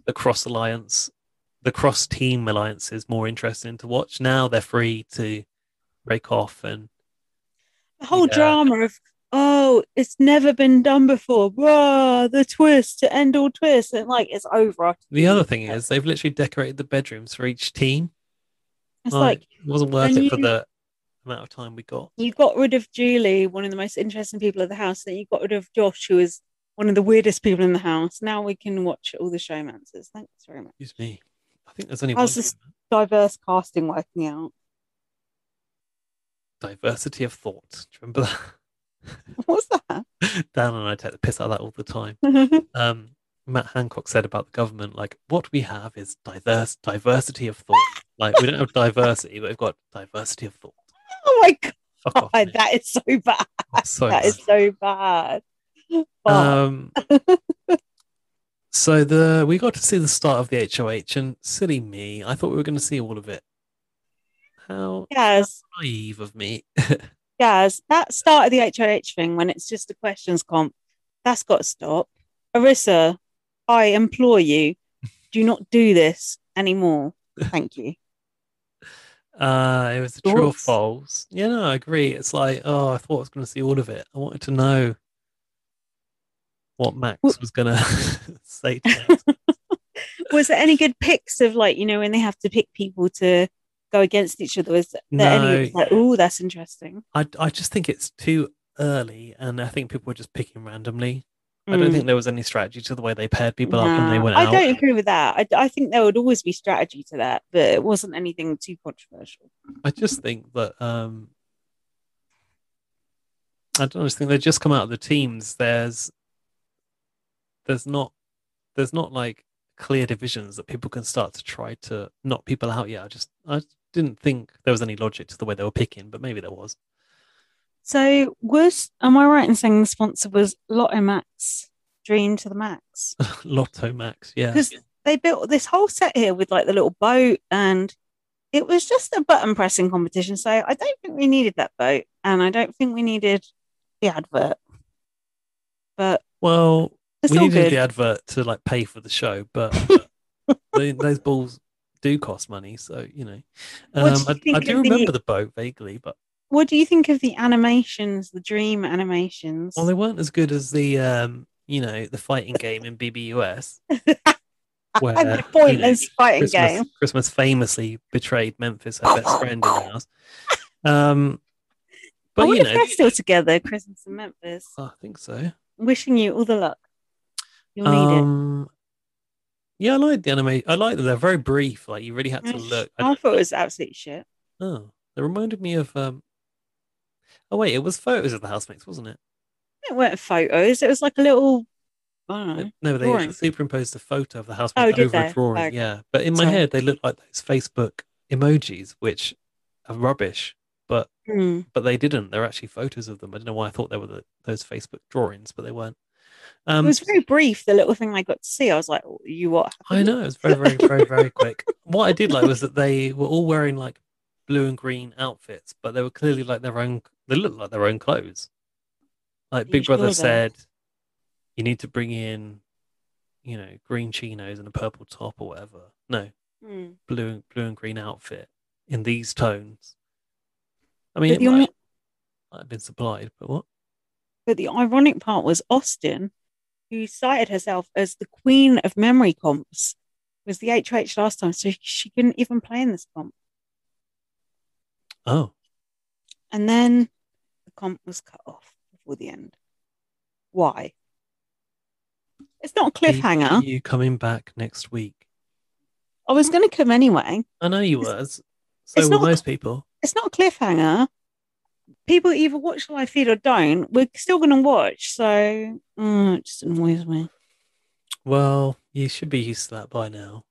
the cross alliance, the cross team alliances more interesting to watch. Now they're free to break off, and
The whole
Yeah.
drama of oh, it's never been done before. Whoa, the twist to end all twists, and like it's over. after
the other thing is they've literally decorated the bedrooms for each team.
it's like
it wasn't worth
when
it for
you-
the amount of time we got.
you got rid of Julie, one of the most interesting people of the house. Then you got rid of Josh, who is one of the weirdest people in the house. Now we can watch all the showmances. Thanks very much.
Excuse me. I think there's only one
How's this diverse casting working out?
diversity of thought. Do you remember that?
What's that? Oh
Dan and I take the piss out of that all the time.
That's
um, Matt Hancock said about the government, like what we have is diverse diversity of thought. Like we don't have diversity, but we've got diversity of thought.
oh my
Fuck off.
god,
mate.
that is so bad.
That's so
That is
bad.
so bad. Fuck.
Um, so the we got to see the start of the HOH, and silly me, I thought we were going to see all of it. How
Yes,
naive of me!
yes. That start of the HOH thing when it's just a questions comp, that's got to stop. Arissa, I implore you, do not do this anymore. Thank you.
Uh, it was a true or
Thoughts?
false. Yeah, no, I agree. It's like, oh, I thought I was going to see all of it. I wanted to know what Max
Well-
was going to say. To us.
was there any good picks of like you know when they have to pick people to go against each other was there any it was
No.
like oh that's interesting
I, I just think it's too early, and I think people were just picking randomly. I don't
Mm,
think there was any strategy to the way they paired people up when they
nah.
went
i
out.
don't agree with that I, I think there would always be strategy to that but it wasn't anything too controversial
I just think that um, I don't know, I just think they just come out of the teams. There's there's not there's not like clear divisions that people can start to try to knock people out yet. I just I didn't think there was any logic to the way they were picking, but maybe there was.
so was am i right in saying the sponsor was lotto max dream to the max
Lotto Max, yeah.
because they built this whole set here with like the little boat and it was just a button pressing competition so i don't think we needed that boat and i don't think we needed the advert but
Well,
it's
we
all
needed
good
the advert to like pay for the show, but the, those balls do cost money, so you know.
What
Um,
do you
I, I
think
do
of the-
remember the boat vaguely, but
what do you think of the animations the dream animations
well, they weren't as good as the um, you know, the fighting game in BBUS. where,
and
you
the
know,
pointless fighting
Christmas,
game
Christmas famously betrayed Memphis, her best friend in the house. Um,
I
but
wonder
you
if
know, Uh,
they're still together christmas and memphis
I think so.
wishing you all the luck you'll need it
Um, yeah, I like the anime. I like that they're very brief. Like you really had to look. I
I thought it was absolute shit.
Oh, that reminded me of um. Oh wait, it was photos of the housemates, wasn't it?
It weren't photos. It was like a little, I don't know.
No, they
Drawing.
actually superimposed a photo of the
Oh,
housemates
did
over a
they?
drawing.
Okay.
Yeah, but in my
Sorry.
head, they look like those Facebook emojis, which are rubbish. But
Hmm.
but they didn't. They're actually photos of them. I don't know why I thought they were the, those Facebook drawings, but they weren't. Um,
it was very brief. The little thing I got to see, I was like, "Oh, "You what?"
I know it was very, very, very, very quick. What I did like was that they were all wearing like blue and green outfits, but they were clearly like their own. They looked like their own clothes. Like
Are
Big
you sure
Brother
though?
said, you need to bring in, you know, green chinos and a purple top or whatever. No,
Hmm.
blue, blue and green outfit in these tones. I mean,
But
it
the
might,
only-
might have been supplied, but what?
But the ironic part was Austin, who cited herself as the queen of memory comps, was the HOH last time, so she couldn't even play in this comp.
Oh,
And then the comp was cut off before the end. Why? It's not a
you-
cliffhanger.
You coming back next week?
I was going to come anyway.
I know you
It's-
were. as- So
it's
were
not-
most people.
It's not a cliffhanger. People either watch live feed or don't. We're still going to watch. So mm, it just annoys me.
Well, you should be used to that by now.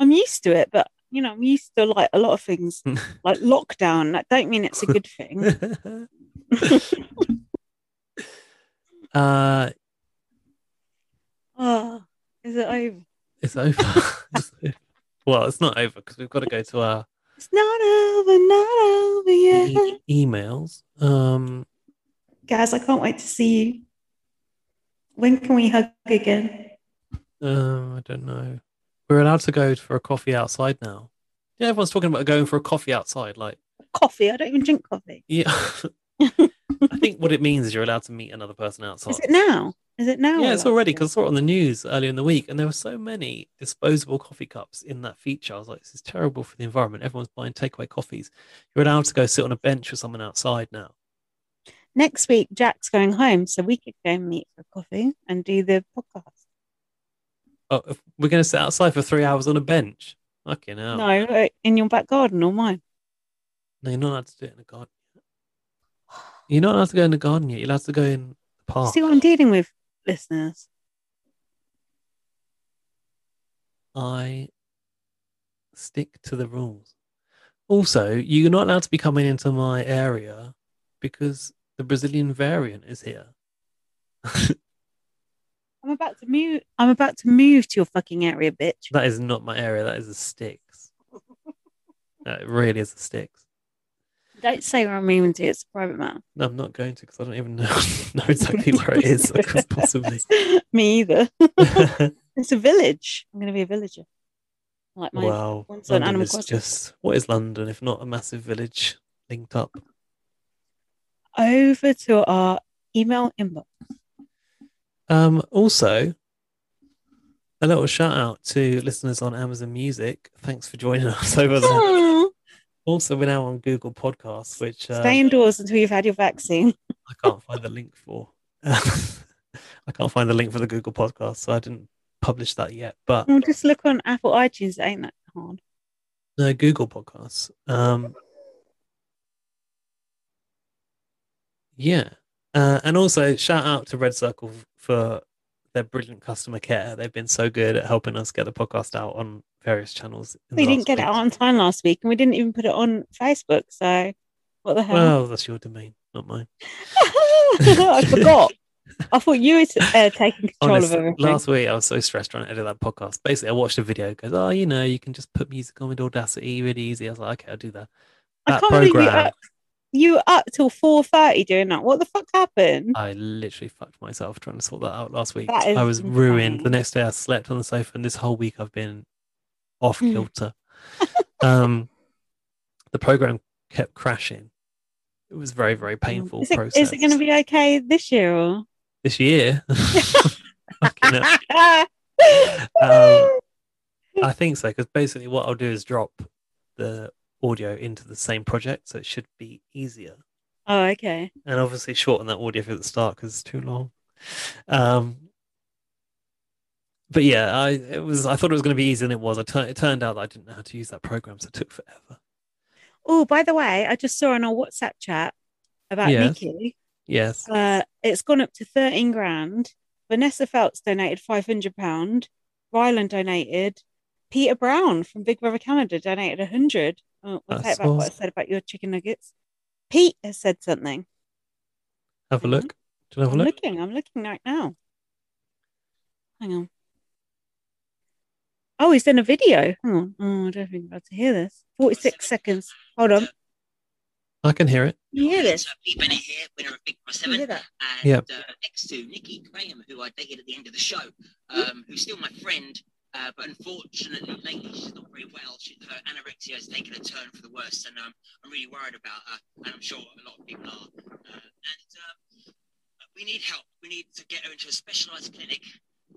I'm used to it, but you know, I'm used to like a lot of things, like lockdown. That don't mean it's a good thing.
uh,
oh, is it over?
it's over. It's over. well, it's not over because we've got to go to our
It's not over, not over yet.
e- emails. Um,
Guys, I can't wait to see you. When can we hug again?
um, I don't know. We're allowed to go for a coffee outside now. Yeah, everyone's talking about going for a coffee outside. Like,
Coffee. I don't even drink coffee.
yeah. I think what it means is you're allowed to meet another person outside.
Is it now? Is it now?
Yeah,
or
it's
like-
already because I saw it on the news earlier in the week, and there were so many disposable coffee cups in that feature. I was like, this is terrible for the environment. Everyone's buying takeaway coffees. You're allowed to go sit on a bench with someone outside now.
next week Jack's going home, so we could go and meet for coffee and do the podcast.
Oh, if we're going to sit outside for three hours on a bench. Fucking hell.
No, uh, in your back garden or mine.
No, you're not allowed to do it in the garden. You're not allowed to go in the garden yet. You're allowed to go in the park.
See what I'm dealing with, listeners.
I stick to the rules. Also, you're not allowed to be coming into my area because the Brazilian variant is here.
I'm about to move. I'm about to move to your fucking area, bitch.
That is not my area. That is the sticks. That really is the sticks.
Don't say where I'm moving to. It's a private matter.
No, I'm not going to because I don't even know, know exactly where it is. I could possibly.
Me either. It's a village. I'm going to be a villager. Like my
wow.
one's on
London
Animal
is
Crossing.
just what is London if not a massive village linked up?
over to our email inbox.
Um, also, a little shout out to listeners on Amazon Music. Thanks for joining us over there. Also, we're now on Google Podcasts, which uh,
Stay indoors until you've had your vaccine.
I can't find the link for. I can't find the link for the Google podcast, so I didn't publish that yet. But
We'll just look on Apple iTunes. It ain't that hard.
no, Google podcasts. Um, yeah, uh, and also shout out to Red Circle for their brilliant customer care. They've been so good at helping us get the podcast out on various channels. in the
We didn't
last
get it
week.
out on time last week, and we didn't even put it on Facebook. So, what the hell?
Well, that's your domain, not mine.
I forgot. I thought you were t- uh, taking control
Honestly,
of everything.
last week I was so stressed trying to edit that podcast. Basically, I watched a video. It Goes, oh, you know, you can just put music on with Audacity, really easy. I was like, okay, I'll do that.
I
That
can't believe you uh, were,
program,
up, you were up till four thirty doing that. What the fuck happened?
I literally fucked myself trying to sort that out last week.
That is
I was ruined. The
insane.
next day, I slept on the sofa, and this whole week I've been off
Mm.
kilter. um, the program kept crashing. It was very, very painful
Mm. Is it,
process.
is it going to be okay this year or?
this year? Fucking Um, hell.
Woo!
I think so, because basically what I'll do is drop the audio into the same project, so it should be easier.
oh, okay.
And obviously shorten that audio for the start because it's too long. Um, but yeah, I it was I thought it was going to be easier than it was. I tur- it turned out that I didn't know how to use that program, so it took forever.
Oh, by the way, I just saw on our WhatsApp chat about
Yes.
Nikki.
Yes,
Uh, it's gone up to 13 grand. Vanessa Feltz donated 500 pound. Ryland donated. Peter Brown from Big Brother Canada donated 100. Uh, we'll
That's
take back what I
awesome.
said about your chicken nuggets. Pete has said something.
have a
hang on.
look. Do you have a
I'm
look?
looking. I'm looking right now. Hang on. Oh, he's done a video. Hang on. Oh, I don't think I'm about to hear this. 46 seconds.
Hold on.
I can hear it.
You hear this?
Benny here, winner of Big Brother
You
7.
hear that?
And
Yep.
uh, next to Nikki Graham, who I dated at the end of the show, um, who's still my friend, uh, but unfortunately lately she's not very well. She, her anorexia has taken a turn for the worse, and um, I'm really worried about her, and I'm sure a lot of people are. Uh, and um, we need help. We need to get her into a specialised clinic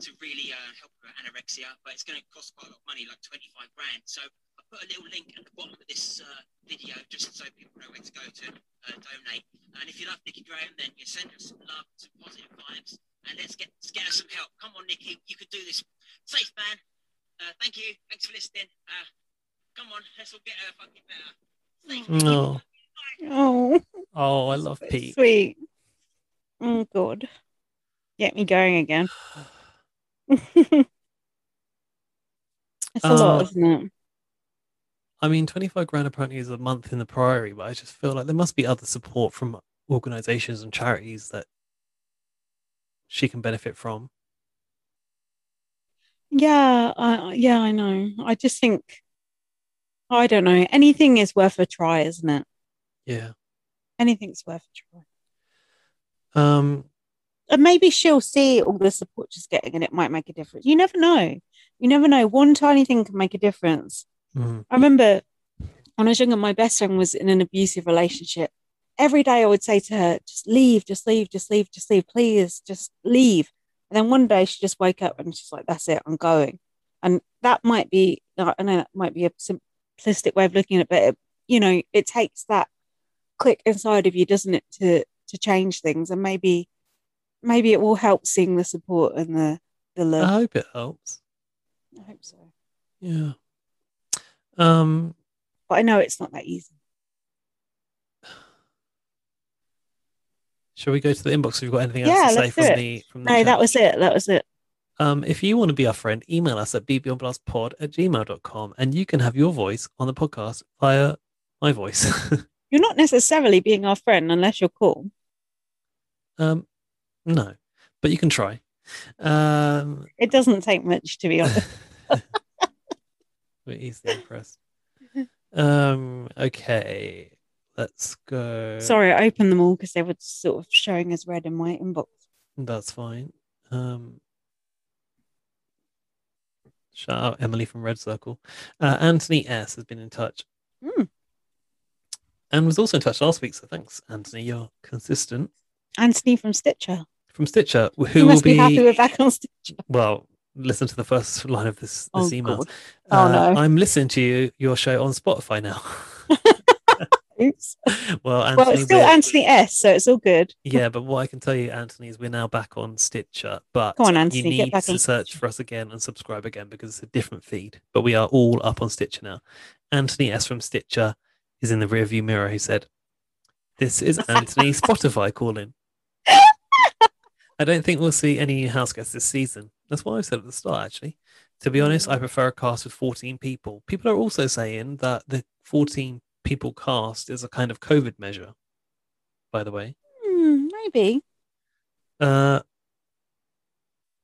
to really uh, help her anorexia, but it's going to cost quite a lot of money, like 25 grand. So I put a little link at the bottom of this uh, video just so people know where to go to uh, donate. And if you love Nikki Graham, then you send her some love, some positive vibes, and let's get, let's get her some help. Come on, Nikki, you can do this. Safe man. Uh, thank you. Thanks for listening. Uh, come on, let's all get her fucking better. Safe.
No.
Oh,
Oh, I love
that's
Pete.
sweet. Oh, God. Get me going again. it's a
Uh,
lot, isn't it?
I mean, 25 grand apparently is a month in the Priory, but I just feel like there must be other support from organizations and charities that she can benefit from.
Yeah, I yeah, I know. I just think, I don't know. Anything is worth a try, isn't it?
Yeah.
Anything's worth a try.
Um,
and maybe she'll see all the support she's getting and it might make a difference. You never know. You never know. One tiny thing can make a difference.
mm,
I remember when I was younger, my best friend was in an abusive relationship. Every day I would say to her, just leave, just leave, just leave, just leave, please, just leave. And then one day she just woke up and she's like, that's it, I'm going. And that might be, I know that might be a simplistic way of looking at it, but it, you know, it takes that click inside of you, doesn't it, to to change things. And maybe, maybe it will help seeing the support and the the
I
love.
hope it helps.
I hope so,
Yeah. Um,
but I know it's not that easy.
shall we go to the inbox? Have you got anything
Yeah,
else to say
let's do
from
it.
the from the
No,
chat?
that was it. That was it.
Um, if you want to be our friend, email us at bbonblastpod at gmail.com and you can have your voice on the podcast via my voice.
You're not necessarily being our friend unless you're cool.
um, no, but you can try. Um,
It doesn't take much, to be honest.
we're easily impressed. Um, okay, let's go.
Sorry, I opened them all because they were sort of showing as red in my inbox.
That's fine. Um, shout out Emily from Red Circle. Uh, Anthony S has been in touch.
Hmm.
And was also in touch last week, so thanks, Anthony. You're consistent.
Anthony from Stitcher.
From Stitcher, who
you
will
must be,
be,
happy we're back on Stitcher.
well, listen to the first line of this, this
Oh,
email. Uh,
God. Oh, no.
I'm listening to you, your show on Spotify now.
Oops.
well, Anthony,
well, it's still
we're-
Anthony S, so it's all good.
Yeah, but what I can tell you, Anthony, is we're now back on Stitcher. But
Come on,
you
Anthony, get
need
back
to
on
search
Stitcher.
for us again and subscribe again because it's a different feed. But we are all up on Stitcher now. Anthony S from Stitcher is in the rearview mirror. He said, "This is Anthony Spotify calling." I don't think we'll see any new house guests this season. That's what I said at the start, actually. To be honest,
Mm.
I prefer a cast with 14 people. People are also saying that the 14 people cast is a kind of COVID measure, by the way.
Hmm, maybe.
Uh,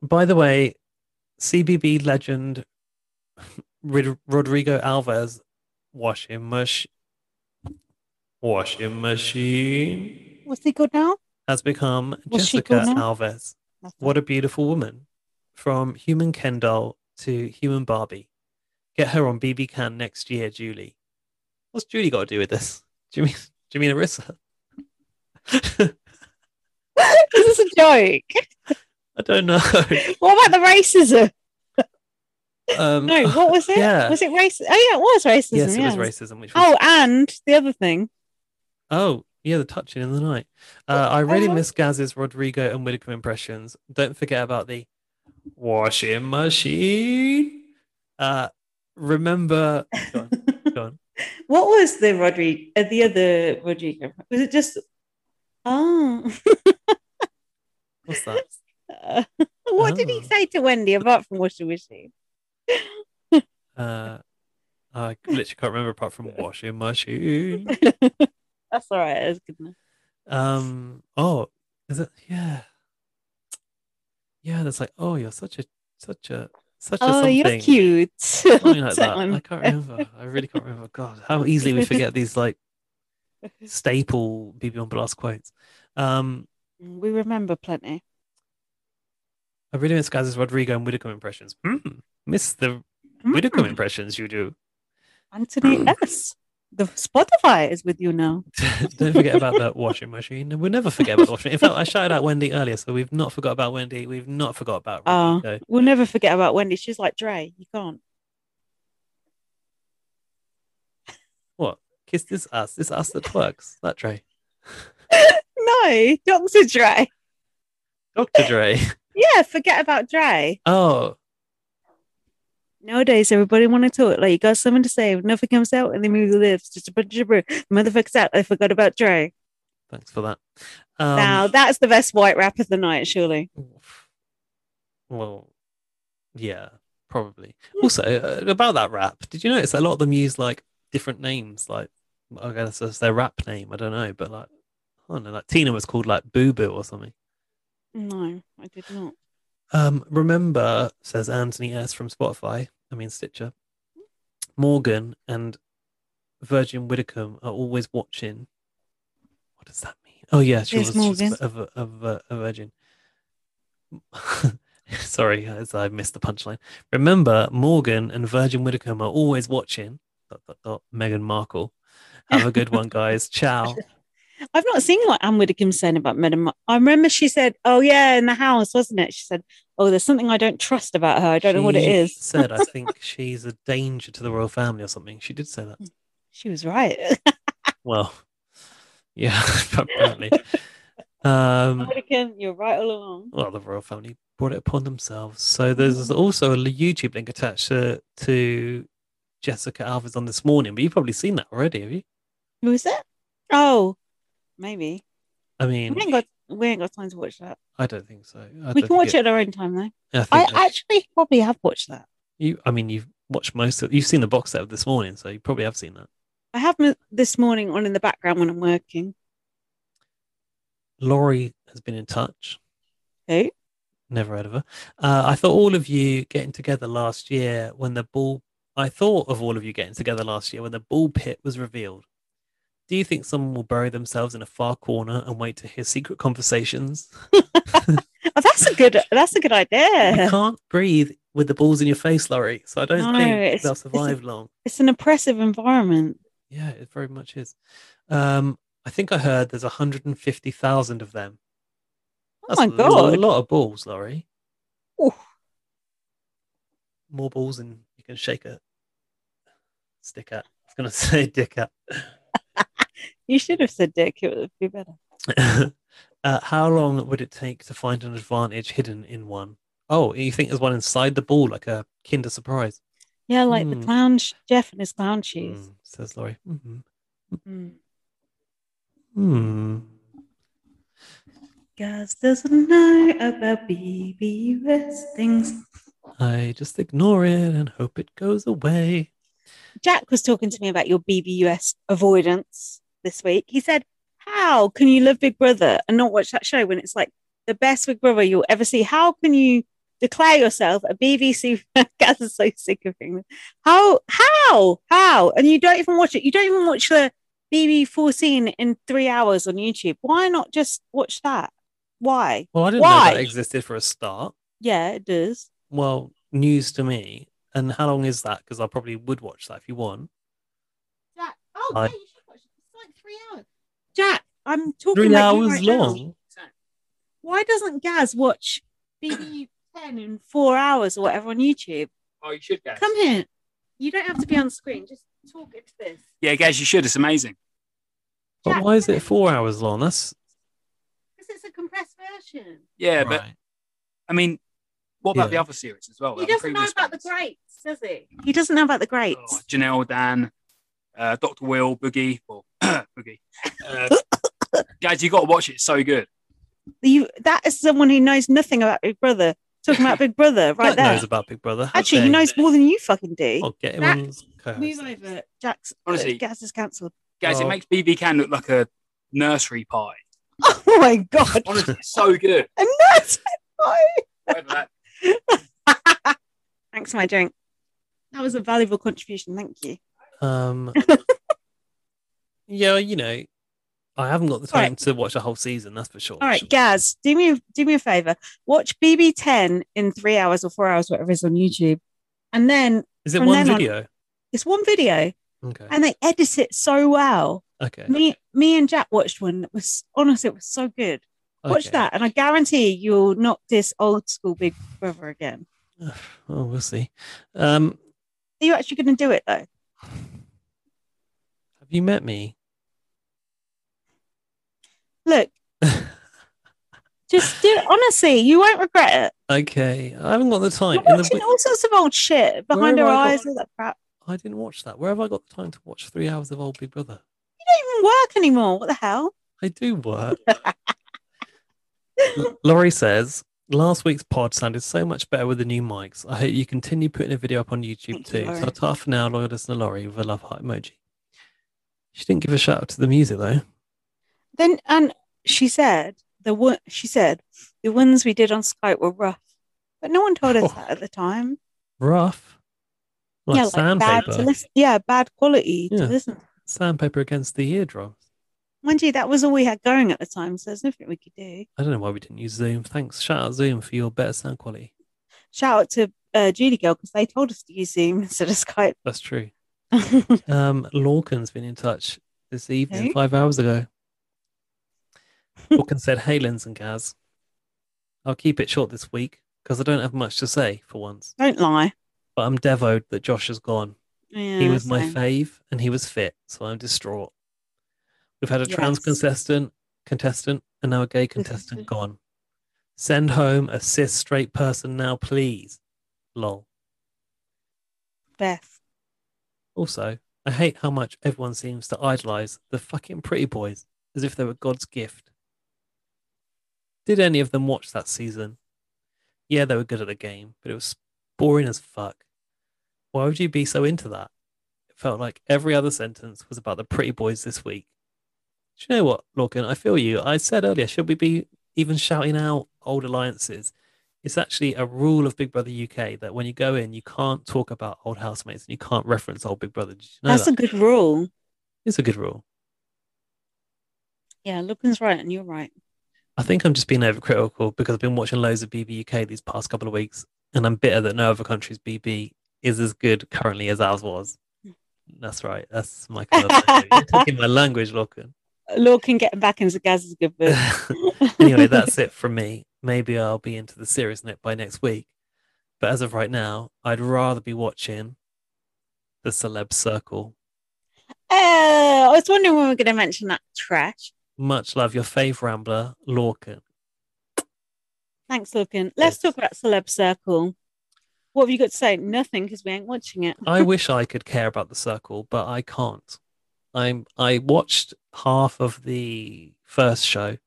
by the way, CBB legend Rid- Rodrigo Alves washing machine washing machine
What's he called now?
has become
What's she
Jessica
called now?
Alves.
Nothing.
What a beautiful woman! From human Ken doll to human Barbie. Get her on BB Can next year, Julie. What's Julie got to do with this? Do you mean do you mean Arissa?
this is a joke.
I don't know.
What about the racism?
Um,
No, what was it?
Yeah.
Was it racism? Oh, yeah, it was racism.
yes,
yeah.
it was racism. Which was
Oh, and the other thing.
Oh, yeah, the touching in the night. Uh, I really
uh-huh.
miss Gaz's Rodrigo and Whitaker impressions. Don't forget about the washing machine. Uh, remember, go on, go on.
What was the Rodrigo? Uh, the other Rodrigo? Was it just? Oh,
What's that?
Uh, what did
Oh.
he say to Wendy apart from wishy wishy?
Uh, I literally can't remember apart from washing machine.
That's all right. That's good enough.
Um, oh, is it? Yeah, yeah. That's like, oh, you're such a such a Such a
Oh,
something.
you're cute. Um,
Something like that.
Someone-
I can't remember. I really can't remember. God, how easily we forget these like staple BB on Blast quotes. Um,
We remember plenty.
I really miss guys' Rodrigo and Whitaker impressions. Hmm. Miss the
Hmm.
Whitaker impressions you do.
Mm, Anthony S. The Spotify is with you now.
Don't forget about that washing machine. And We'll never forget about the washing. In fact, I shouted out Wendy earlier, so we've not forgot about Wendy. We've not forgot about
Oh,
Rodrigo.
we'll never forget about Wendy. She's like Dre. You can't.
Kiss this ass. This ass that works. That Dre.
No, Dr. Dre.
Dr. Dre.
Yeah, forget about Dre.
Oh,
Nowadays, everybody want to talk like you got something to say. If nothing comes out, and they move the lips. Just a bunch of gibberish. Motherfuckers out. I forgot about Dre.
thanks for that. Um,
now that's the best white rap of the night, surely.
Oof. Well, yeah, probably. Also, uh, about that rap, did you notice a lot of them use like different names? Like, I guess that's their rap name. I don't know, but like, I don't know. Like Tina was called like Boo Boo or something.
No, I did not.
Um, remember, says Anthony S from Spotify. I mean Stitcher. Morgan and Virgin Widdicombe are always watching. What does that mean? Oh yeah, she
Who's
was, she
Morgan?
was a, vi- a vi- uh, a virgin. Sorry, guys, I missed the punchline. Remember, Morgan and Virgin Widdicombe are always watching. Dot, dot, dot, Meghan Markle. Have a good one, guys. Ciao.
I've not seen what Anne Widdicombe saying about Madam. Mar- I remember she said, "Oh yeah, in the house, wasn't it?" She said, "Oh, there's something I don't trust about her. I don't know what it
She
is."
Said I think she's a danger to the royal family or something. She did say that.
She was right. Mm.
Well, yeah, apparently. Um,
Widdicombe, you're right all along.
well, the royal family brought it upon themselves. So there's also a YouTube link attached to, to Jessica Alvarez on this morning, but you've probably seen that already, have you?
Who is it? Oh, maybe.
I
We
mean,
ain't got we ain't got time to watch that.
I don't think so. I
we
don't
can
think
watch it at our own time though.
I,
I
think that
actually probably have watched that.
you. I mean, you've watched most of. You've seen the box set of this morning, so you probably have seen that.
I have m- this morning on in the background when I'm working.
Laurie has been in touch.
Who?
Never heard of her. Uh, I thought all of you getting together last year when the ball. I thought of all of you getting together last year when the ball pit was revealed. Do you think someone will bury themselves in a far corner and wait to hear secret conversations?
Oh, that's a good that's a good
You
idea.
can't breathe with the balls in your face, Laurie. So I don't
No,
think
it's-
they'll
it's a-
survive long.
It's an oppressive environment.
Yeah, it very much is. Um, I think I heard there's 150,000 of them.
Oh my
a lot, a
God.
lot of balls, Laurie.
Oof.
More balls than you can shake a stick at. I was going to say dick at.
You should have said dick, it would be better.
uh, how long would it take to find an advantage hidden in one? Oh, you think there's one inside the ball, like a Kinder Surprise?
Yeah, like
Mm.
the clown sh- Jeff and his clown shoes.
Mm, says Laurie. hmm
Mm.
Hmm.
Gus doesn't know about BBS things.
I just ignore it and hope it goes away.
Jack was talking to me about your BBUS avoidance this week. He said, How can you love Big Brother and not watch that show when it's like the best Big Brother you'll ever see? How can you declare yourself a BBC Gas is so sick of things? How, how, how? And you don't even watch it. You don't even watch the BB14 in three hours on YouTube. Why not just watch that? Why?
Well, I didn't know
Why?
that existed for a start.
Yeah, it does.
Well, news to me. And how long is that? Because I probably would watch that if you want.
Jack, oh,
I-
yeah, you should watch it. It's like three hours. Jack, I'm talking
Three
about you
hours
right now.
long.
why doesn't Gaz watch BB10 in four hours or whatever on YouTube?
Oh, you should, Gaz.
Come here. You don't have to be on screen. Just talk into this.
Yeah, Gaz, you should. It's amazing.
But why is it four hours long? That's
Because it's a compressed version.
Yeah, but
right.
I mean, what about
Yeah.
the other series as well?
He
like the
doesn't know
previous
about the
ones?
greats, does he? He doesn't know about the greats.
Oh, Janelle, Dan, uh, Doctor Will, Boogie, well, Boogie. Uh, Gaz, you got to watch it. It's so good.
You, that is someone who knows nothing about Big Brother. Talking about Big Brother right
Jack
there.
knows about Big Brother. How
Actually, he
dare
knows more than you fucking do.
you. Well, get him
Jack,
on as co-host.
Move over. Jack's
Oh, Honestly.
uh, Gaz is cancelled.
Gaz,
Well-
it makes BB Can look like a nursery pie.
Oh my God.
Honestly, it's so good.
And that's
Whatever that-
Thanks for my drink. That was a valuable contribution. Thank you.
Um, yeah, you know, I haven't got the
All
time
right.
to watch a whole season. That's for sure.
All right, Gaz, do me do me a favor. Watch BB10 in three hours or four hours, whatever is on YouTube, and then
Is it
from
one
then on-
video?
it's one video,
Okay.
and they edit it so well.
Okay.
Me, me and Jack watched one that was honestly it was so good. Watch
okay.
that, and I guarantee you'll not this old school Big Brother again.
Oh, we'll see. Um,
Are you actually going to do it though?
have you met me?
Look, just do it. Honestly, you won't regret it.
okay, I haven't got the time.
You're
In the
watching
wi-
all sorts of old shit behind
Where
our
have I got-
eyes, all that crap.
I didn't watch that. Where have I got the time to watch three hours of old Big Brother?
You don't even work anymore. What the hell?
I do work. L- Laurie says, last week's pod sounded so much better with the new mics. I hope you continue putting a video up on YouTube
Thank you,
too.
Laurie.
so ta for now, loyal listener Laurie with a love heart emoji. She didn't give a shout out to the music though.
Then and she said the one she said the ones we did on Skype were rough, but no one told us
Oh.
that at the time.
Rough. Like
yeah, bad
sandpaper.
to listen. Yeah, bad quality
Yeah.
to listen.
sandpaper against the eardrum.
Mind you, that was all we had going at the time, so there's nothing we could do.
I don't know why we didn't use Zoom. Thanks. Shout out Zoom for your better sound quality.
Shout out to uh, Julie Girl because they told us to use Zoom instead of Skype.
That's true. Um, Lorcan's been in touch this evening,
Who?
five hours ago. Lorcan said, Hey, Linz and Gaz, I'll keep it short this week because I don't have much to say for once.
Don't lie.
But I'm devoed that Josh has gone.
Yeah,
he was my
same.
fave and he was fit, so I'm distraught. We've had a trans
Yes.
contestant, contestant, and now a gay contestant gone. Send home a cis straight person now, please. Lol.
Beth.
Also, I hate how much everyone seems to idolize the fucking pretty boys as if they were God's gift. Did any of them watch that season? Yeah, they were good at the game, but it was boring as fuck. Why would you be so into that? It felt like every other sentence was about the pretty boys this week. Do you know what, Lorcan? I feel you. I said earlier, should we be even shouting out old alliances? it's actually a rule of Big Brother UK that when you go in, you can't talk about old housemates and you can't reference old Big Brother. Did you know
That's
that?
a good rule.
it's a good rule.
Yeah, Lupin's right and you're right.
I think I'm just being overcritical because I've been watching loads of BB UK these past couple of weeks, and I'm bitter that no other country's BB is as good currently as ours was. That's right. That's my kind of language. You're taking my language, Lorcan.
Lorcan getting back into Gaz is a good book.
anyway, that's it from me. Maybe I'll be into the serious net by next week. But as of right now, I'd rather be watching the Celeb Circle.
Oh, I was wondering when we were going to mention that trash.
Much love, your fave rambler, Lorcan.
Thanks, Lorcan. Let's
Yes.
talk about Celeb Circle. What have you got to say? Nothing, because we ain't watching it.
I wish I could care about the circle, but I can't. I'm I watched half of the first show,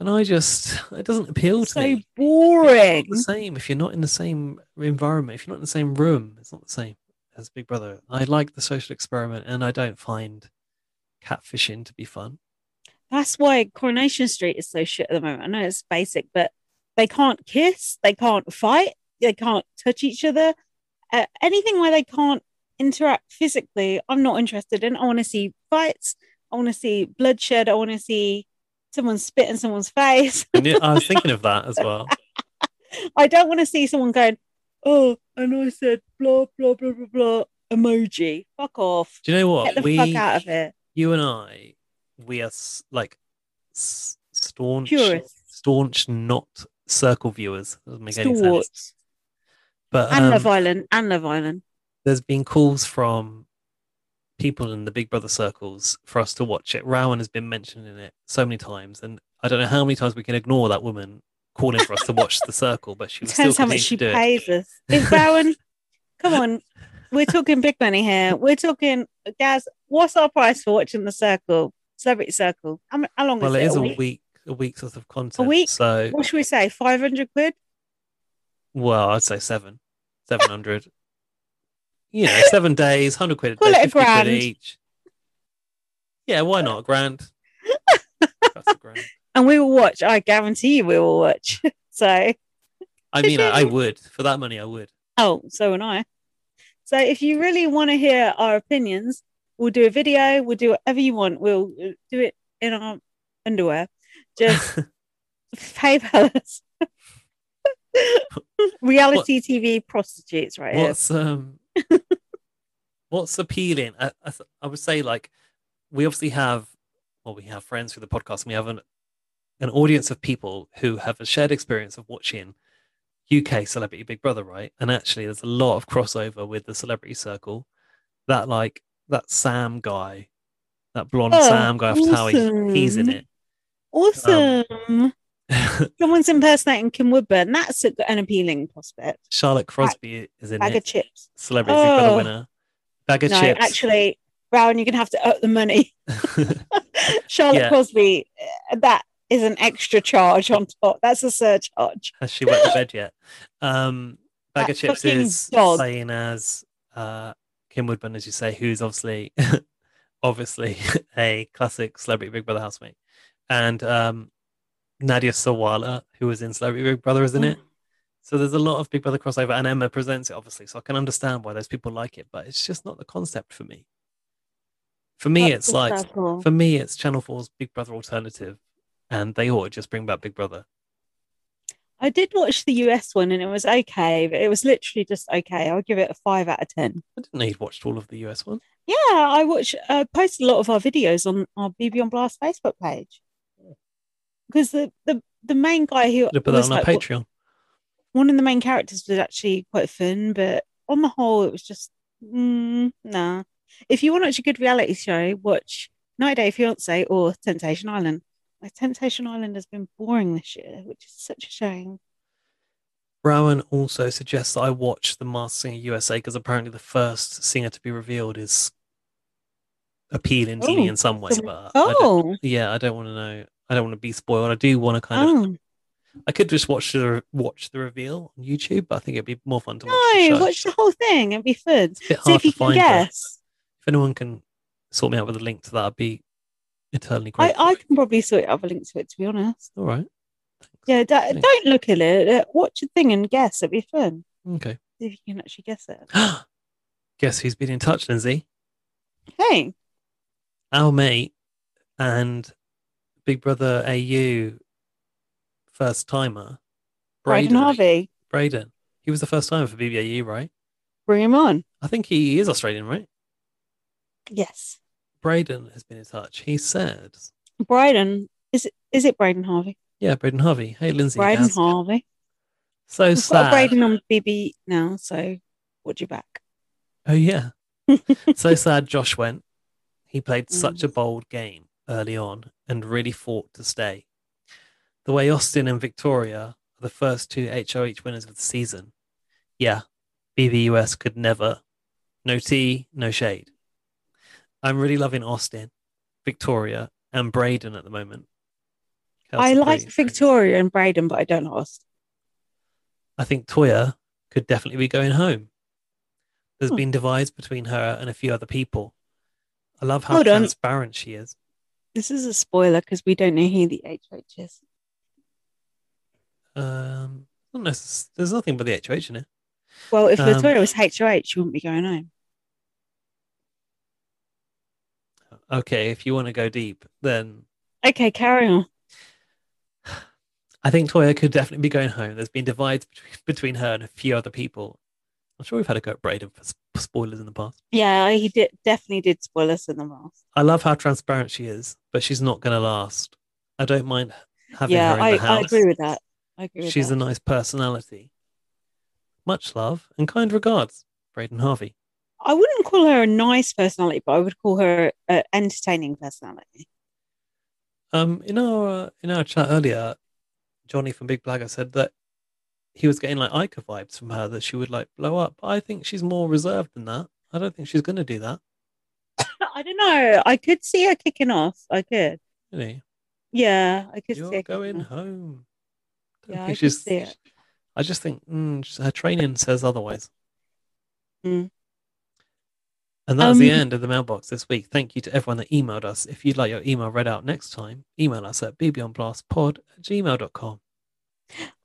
and I just it doesn't appeal to
so
me.
boring.
It's not the same if you're not in the same environment, if you're not in the same room, it's not the same as Big Brother. I like the social experiment and I don't find catfishing to be fun.
That's why Coronation Street is so shit at the moment. I know it's basic, but they can't kiss, they can't fight, they can't touch each other. Uh, anything where they can't interact physically, I'm not interested in. I want to see fights, I want to see bloodshed, I want to see someone spit in someone's face.
And yeah, I was thinking of that as well.
I don't want to see someone going, oh, and I said blah blah blah blah blah emoji. Fuck off.
Do you know what?
Get the
we
fuck out of it.
you and I, we are s- like s- staunch
Purists.
staunch not circle viewers. Doesn't make any sense.
Stalwarts.
But
and
um,
Love Island. And Love Island.
there's been calls from people in the Big Brother circles for us to watch it. Rowan has been mentioned in it so many times, and I don't know how many times we can ignore that woman calling for us to watch the circle, but she was still
Depends how much
continuing
she
to do it.
pays us. Big Bowen, come on. We're talking big money here. We're talking, guys, what's our price for watching the circle? Celebrity circle. How, mu- how long is
Well, it
it?
is
a
a
week?
week, a week's worth of content.
week?
So,
What should we say? 500 quid?
well, I'd say seven, seven hundred. you know, seven days, hundred quid a
Call
day,
it a
50 quid
grand.
each. Yeah, why not a grand? That's a grand.
And we will watch. I guarantee you we will watch. so,
I mean, I, I would for that money. I would.
Oh, so and I. So if you really want to hear our opinions, we'll do a video. We'll do whatever you want. We'll uh, do it in our underwear. Just PayPal us. Reality TV prostitutes, right here.
what's um what's appealing I, I, th- I would say like we obviously have well we have friends through the podcast and we have an an audience of people who have a shared experience of watching UK celebrity big brother right and actually there's a lot of crossover with the celebrity circle that like that Sam guy that blonde
Oh,
Sam guy after how he, he's in
awesome.
it
Awesome.
Um,
Someone's impersonating Kim Woodburn. That's a, an appealing prospect.
Charlotte Crosby is in
Bag of
it
chips.
celebrity big brother
Oh.
winner bag of
no,
chips
actually, Rowan, you're going to have to up the money. Charlotte
Yeah.
Crosby, uh, that is an extra charge on top. That's a surcharge.
Has she went to bed yet? Um, Bag
That
of Chips
fucking
is
dog.
saying as uh, Kim Woodburn, as you say, who's obviously, obviously a classic Celebrity Big Brother housemate, and um, Nadia Sawala, who was in Celebrity Big Brother, isn't
Mm.
it? So there's a lot of Big Brother crossover, and Emma presents it obviously, so I can understand why those people like it, but it's just not the concept for me. For me,
That's
it's like
disgusting.
for me, it's Channel 4's Big Brother alternative, and they ought to just bring back Big Brother.
I did watch the US one and it was okay, but it was literally just okay. I'll give it a five out of 10.
I didn't know you'd watched all of the US one.
Yeah, I watch, I post a lot of our videos on our BB on Blast Facebook page. Because the, the, the main guy who
Could have put that
was
on our
like, what-
Patreon.
one of the main characters was actually quite fun, but on the whole, it was just mm, nah. If you want to watch a good reality show, watch Night Day Fiance or Temptation Island. Like Temptation Island has been boring this year, which is such a shame.
Rowan also suggests that I watch The Masked Singer USA because apparently the first singer to be revealed is appealing to me
Oh,
in some way.
so-
But I don't-
Oh,
yeah, I don't want to know. I don't want to be spoiled. I do want to kind of.
oh
I could just watch the re- watch the reveal on YouTube, but I think it'd be more fun to watch. the
Oh, no,
show.
watch the whole thing. It'd be fun.
It's a bit
See
hard
if you
to
can
find. but
guess.
If anyone can sort me out with a link to that, I'd be eternally
I,
grateful.
I can probably sort out a link to it, to be honest.
All right.
Yeah, d- don't look at it. uh, Watch the thing and guess. It'd be fun.
Okay.
See if you can actually guess it.
Guess who's been in touch, Lindsay?
Hey,
our mate and Big Brother AU first timer,
Braden Harvey,
Braden. He was the first timer for BBAU, right?
bring him on.
I think he is Australian, right?
Yes.
Braden has been in touch. He said,
Bryden. Is it is it Braden Harvey?
"Yeah, Braden Harvey. Hey, Lindsay.
Braden
how's-
Harvey.
So
We've got a
sad.
Braden on BB now, so watch your back.
Oh yeah. so sad Josh went. He played such
Mm.
a bold game early on and really fought to stay. The way Austin and Victoria are the first two HOH winners of the season. Yeah, BBUS could never. No tea, no shade. I'm really loving Austin, Victoria, and Braden at the moment. How's
I
the
like
breeze?
Victoria and Braden, but I don't like Austin.
I think Toya could definitely be going home. There's
Hmm.
been divides between her and a few other people. I love how
Hold on.
transparent she is.
This is a spoiler because we don't know who the HH is.
Um, not necess- there's nothing but the HOH in it.
Well, if
Um,
Victoria was HOH, she wouldn't be going home.
Okay, if you want to go deep, then
Okay, carry on.
I think Toya could definitely be going home. There's been divides between, between her and a few other people. I'm sure we've had a go at Braden for sp- spoilers in the past.
Yeah, he did definitely did spoil us in the past.
I love how transparent she is, but she's not going to last. I don't mind having
Yeah,
her in
I,
the house.
I agree with that. I agree with
She's
that.
a nice personality. Much love and kind regards, Braden Harvey.
I wouldn't call her a nice personality, but I would call her an entertaining personality.
Um, in our uh, in our chat earlier, Johnny from Big Blagger said that he was getting like Ica vibes from her that she would like blow up. But I think she's more reserved than that. I don't think she's going to do that.
I don't know. I could see her kicking off. I could.
Really,
Yeah, I could see
you're
it
going
coming.
home. Don't
Yeah, I
think
could see it.
I just think mm, just- her training says otherwise.
Mm.
And that's the
Um,
end of the mailbox this week. Thank you to everyone that emailed us. If you'd like your email read out next time, email us at bbonblastpod at gmail.com.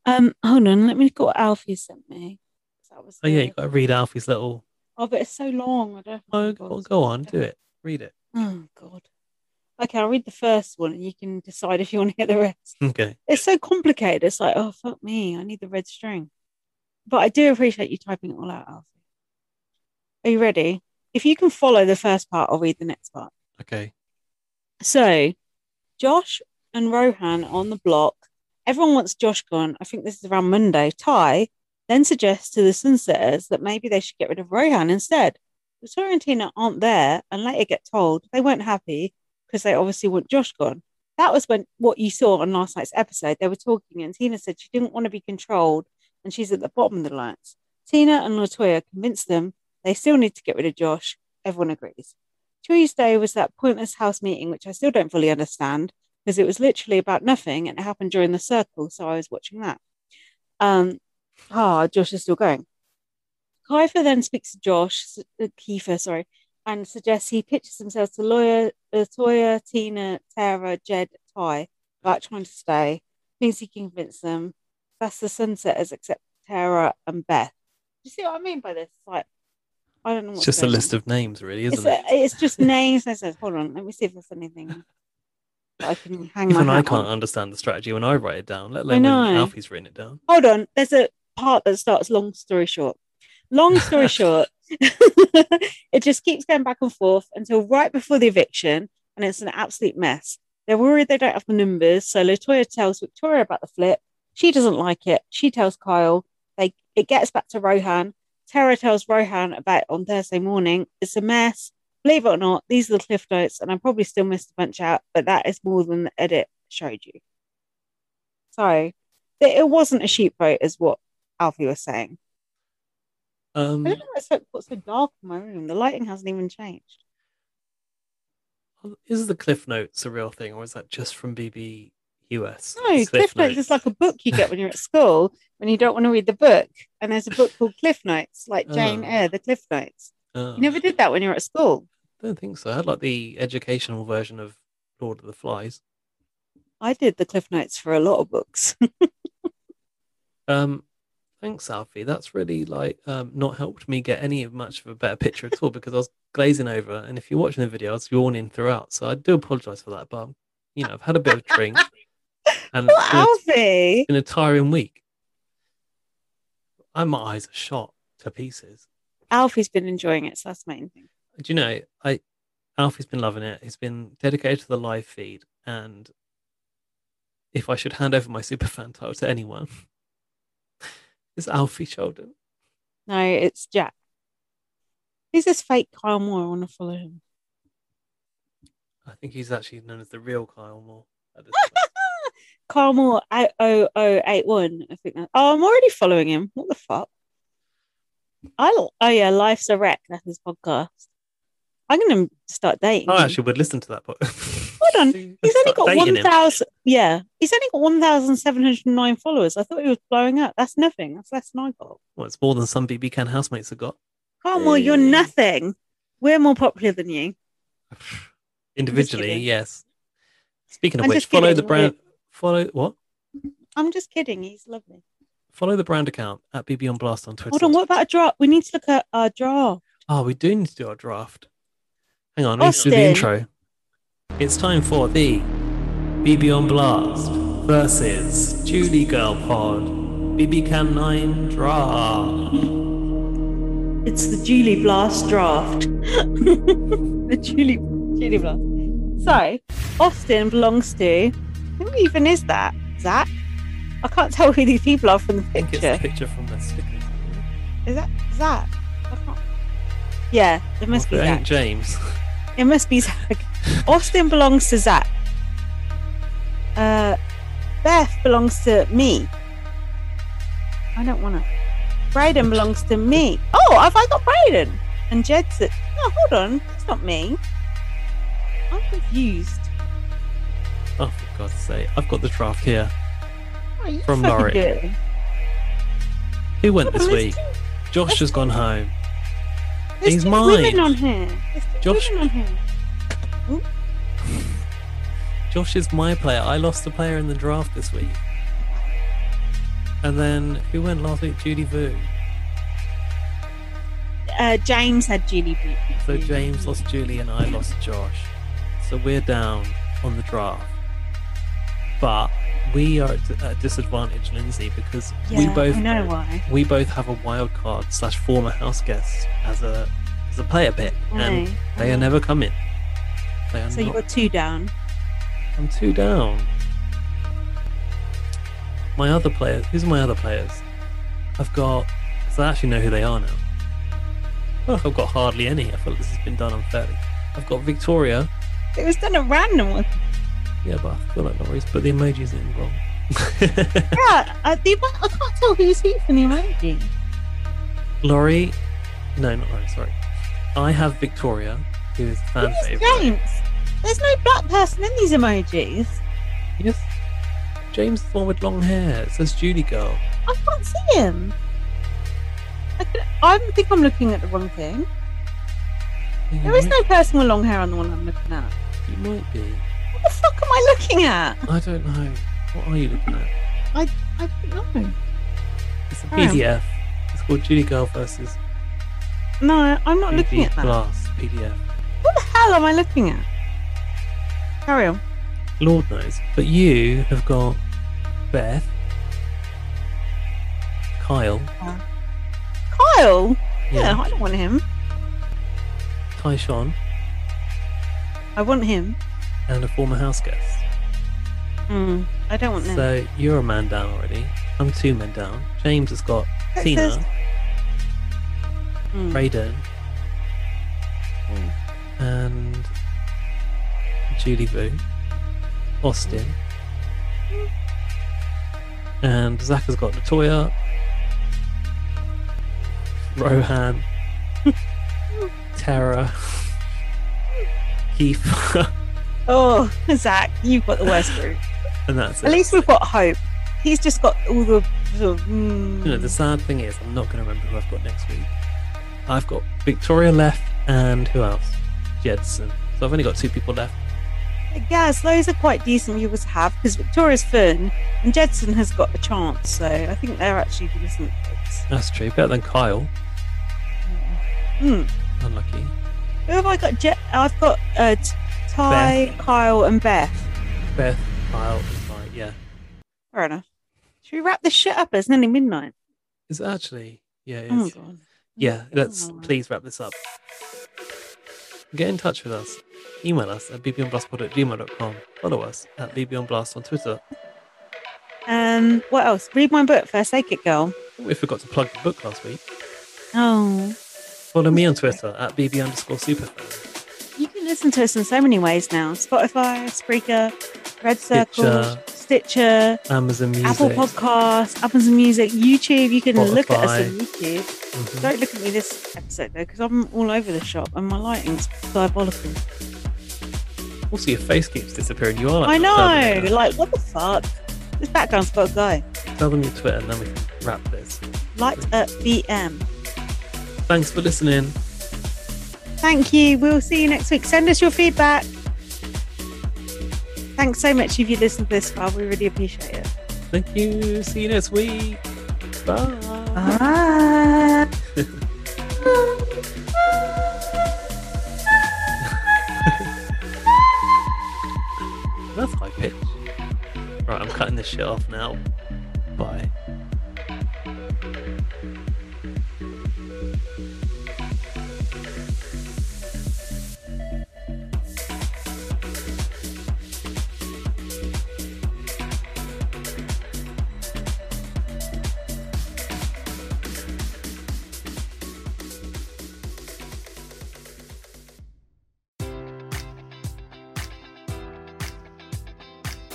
Um, hold on, let me look what Alfie sent me. 'Cause That was
Oh yeah,
the-
you got to read Alfie's little.
Oh, but it's so long. I don't.
Oh, go, go on, do it. Read it.
Oh God. Okay, I'll read the first one, and you can decide if you want to hear the rest.
Okay.
It's so complicated. It's like, oh fuck me, I need the red string. But I do appreciate you typing it all out, Alfie. Are you ready? If you can follow the first part, I'll read the next part.
Okay.
So, Josh and Rohan are on the block. Everyone wants Josh gone. I think this is around Monday. Ty then suggests to the Sunsetters that maybe they should get rid of Rohan instead. Victoria and Tina aren't there and later get told they weren't happy because they obviously want Josh gone. That was when what you saw on last night's episode. They were talking and Tina said she didn't want to be controlled and she's at the bottom of the alliance. Tina and Latoya convince them they still need to get rid of Josh. Everyone agrees. Tuesday was that pointless house meeting, which I still don't fully understand because it was literally about nothing and it happened during the circle. So I was watching that. Um, ah, Josh is still going. Kiefer then speaks to Josh, s- uh, Kiefer, sorry, and suggests he pitches himself to lawyer, uh, Toya, Tina, Tara, Jed, Ty about trying to stay. Thinks he can convince them. That's the sunsetters, except Tara and Beth. Do you see what I mean by this? Like, I don't know.
It's
what's
just a
going on.
list of names, really,
It's,
isn't it?
a, it's just names. I said, hold on, let me see if there's anything that I can hang
Even
my
I
hat
can't
on.
understand the strategy when I write it down, let
I
alone when
know.
Alfie's written it down.
Hold on, there's a part that starts long story short. Long story short, it just keeps going back and forth until right before the eviction, and it's an absolute mess. They're worried they don't have the numbers, so Latoya tells Victoria about the flip. She doesn't like it. She tells Kyle. They it gets back to Rohan. Tara tells Rohan about it on Thursday morning. It's a mess. Believe it or not, these are the cliff notes, and I probably still missed a bunch out, but that is more than the edit showed you. So that it wasn't a sheep vote, is what Alfie was saying. I
Um,
don't know what's so, what's so dark in my room. The lighting hasn't even changed.
is the Cliff Notes a real thing, or is that just from BB US?
No, Cliff, Notes is like a book you get when you're at school when you don't want to read the book. And there's a book called Cliff Notes, like Jane
Oh.
Eyre, the Cliff Notes.
Oh,
You never did that when you were at school.
I don't think so. I had like the educational version of Lord of the Flies.
I did the Cliff Notes for a lot of books.
Um, thanks, Alfie. That's really like um, not helped me get any of much of a better picture at all because I was glazing over. And if you're watching the video, I was yawning throughout. So I do apologize for that. But um, you know, I've had a bit of a drink, and it's
What,
been a,
Alfie?
been a tiring week. And my eyes are shot to pieces.
Alfie's been enjoying it, so that's the main thing.
Do you know? I Alfie's been loving it. He's been dedicated to the live feed, and if I should hand over my superfan title to anyone, it's Alfie Sheldon.
No, it's Jack. Who's this fake Kyle Moore? I want to follow him.
I think he's actually known as the real Kyle Moore. At this
Kyle Moore 80081. I think that. Oh, I'm already following him. What the fuck? I l- oh yeah, life's a wreck. That's his podcast. I'm gonna start dating.
point. I
him.
Oh, actually would listen to that. But
on, he's only got one thousand. Yeah, he's only got one thousand seven hundred nine followers. I thought he was blowing up. That's nothing. That's less than I got.
Well, it's more than some BB Can housemates have got.
Kyle Moore, you're
Hey.
nothing. We're more popular than you.
Individually,
kidding.
yes. Speaking of
I'm
which,
just
follow
kidding,
the
we're-
brand. Follow what?
I'm just kidding. He's lovely.
Follow the brand account at BB on Blast on Twitter.
Hold on. What about a draw? We need to look at our draw.
Oh, we do need to do our draft. Hang on, let's do the
Austin.
intro. It's time for the BB on Blast versus Julie Girl Pod BB Can 9 draft.
It's the Julie Blast draft. the Julie Julie Blast. So, Austin belongs to who even is that? Zach? I can't tell who these people are from the
I think it's a
picture.
picture from the stickers.
Is that Zach? I can't... Yeah, it must
Well,
be
if it ain't
Zach.
James.
It must be Zach. Austin belongs to Zach. Uh, Beth belongs to me. I don't want to. Brayden belongs to me. Oh, have I got Brayden? And Jed's. At... No, hold on. It's not me. I'm confused.
Oh, for God's sake. I've got the draft here.
What are Oh, you
From
fucking
Norwich.
doing?
Who went this
There's
week?
two-
Josh has gone home.
there's
He's
two
mine.
Women on here. There's two
Josh-
women on here.
Josh is my player. I lost a player in the draft this week. And then who went last week? Judy Vu.
uh, James had Julie. Booth.
So James lost Julie and I lost Josh. So we're down on the draft. But we are at a disadvantage, Lindsay, because we
Yeah,
both
I know why.
we both have a wild card slash former house guest as a as a player pick, and
Aye,
they are
aye.
never coming. They are
So
not.
you're two down.
I'm two down. My other players. Who's my other players? I've got. Because I actually know who they are now. Oh, I've got hardly any. I feel like this has been done unfairly. I've got Victoria.
It was done a random one.
Yeah, but I feel like Norris put the emojis in wrong.
Yeah, I, uh, the, emo- I can't tell who's who from the emoji.
Laurie. No, not Laurie, sorry. I have Victoria, who is a fan
Who's
favourite.
James? There's no black person in these emojis.
Yes. James the one with long hair. It says Judy Girl.
I can't see him. I, could, I think I'm looking at the wrong thing.
Yeah,
There is
you
no person with long hair on the one I'm looking at.
might- You might be.
What the fuck am I looking at?
I don't know. What are you looking at?
I don't know.
It's a
Alright.
PDF. It's called Judy Girl versus
No, I'm not looking
Judy
at that.
Glass PDF.
What the hell am I looking at? Carry on.
Lord knows. But you have got Beth, Kyle,
Kyle? Oh, Yeah,
yeah,
I don't want him.
Tyshawn,
I want him.
and a former house guest.
Mm, I don't want them.
So you're a man down already. I'm two men down. James has got
It
Tina,
says- Mm.
Raiden, and Julie Vu, Austin, and Zach has got Latoya, Rohan, Tara, Keith,
Oh, Zach, you've got the worst group.
and that's it.
At least we've got hope. He's just got all the. sort of, mm,
You know, the sad thing is, I'm not going to remember who I've got next week. I've got Victoria left and who else? Jedson. So I've only got two people left.
Yes, those are quite decent viewers to have because Victoria's fun and Jedson has got a chance, so I think they're actually decent picks.
That's true. Better than Kyle.
Mm.
Unlucky.
Who have I got? Je- I've got uh, T- Ty, Kyle, and Beth.
Beth, Kyle, and Mike. Yeah.
Fair enough. Should we wrap this shit up? It's nearly midnight.
Is it actually? Yeah, it
Oh my
is.
god.
yeah, let's
Oh.
please wrap this up. Get in touch with us. Email us at bbonblastpod at gmail.com. Follow us at bbonblast on Twitter.
Um, what else? Read my book, First Aid Kit Girl.
We forgot to plug the book last week.
Oh,
Follow me on Twitter at bb underscore superfan.
you can listen to us in so many ways now: Spotify, Spreaker, Red Circle,
Stitcher.
Stitcher,
Amazon Music.
Apple Podcasts, Apple Music, YouTube. You can look at us on
Spotify.
YouTube.
Mhm.
Don't look at me this episode though, because I'm all over the shop and my lighting's diabolical.
Also, your face keeps disappearing. You are like
I know,
Southern.
like what the fuck? This background's got to go.
Tell them your Twitter and then we can wrap this.
Light up VM.
Thanks for listening.
Thank you. We'll see you next week. Send us your feedback. Thanks so much if you listened this far. We really appreciate it.
Thank you. See you next week. Bye.
Bye.
That's high pitch. Right, I'm cutting this shit off now. Bye.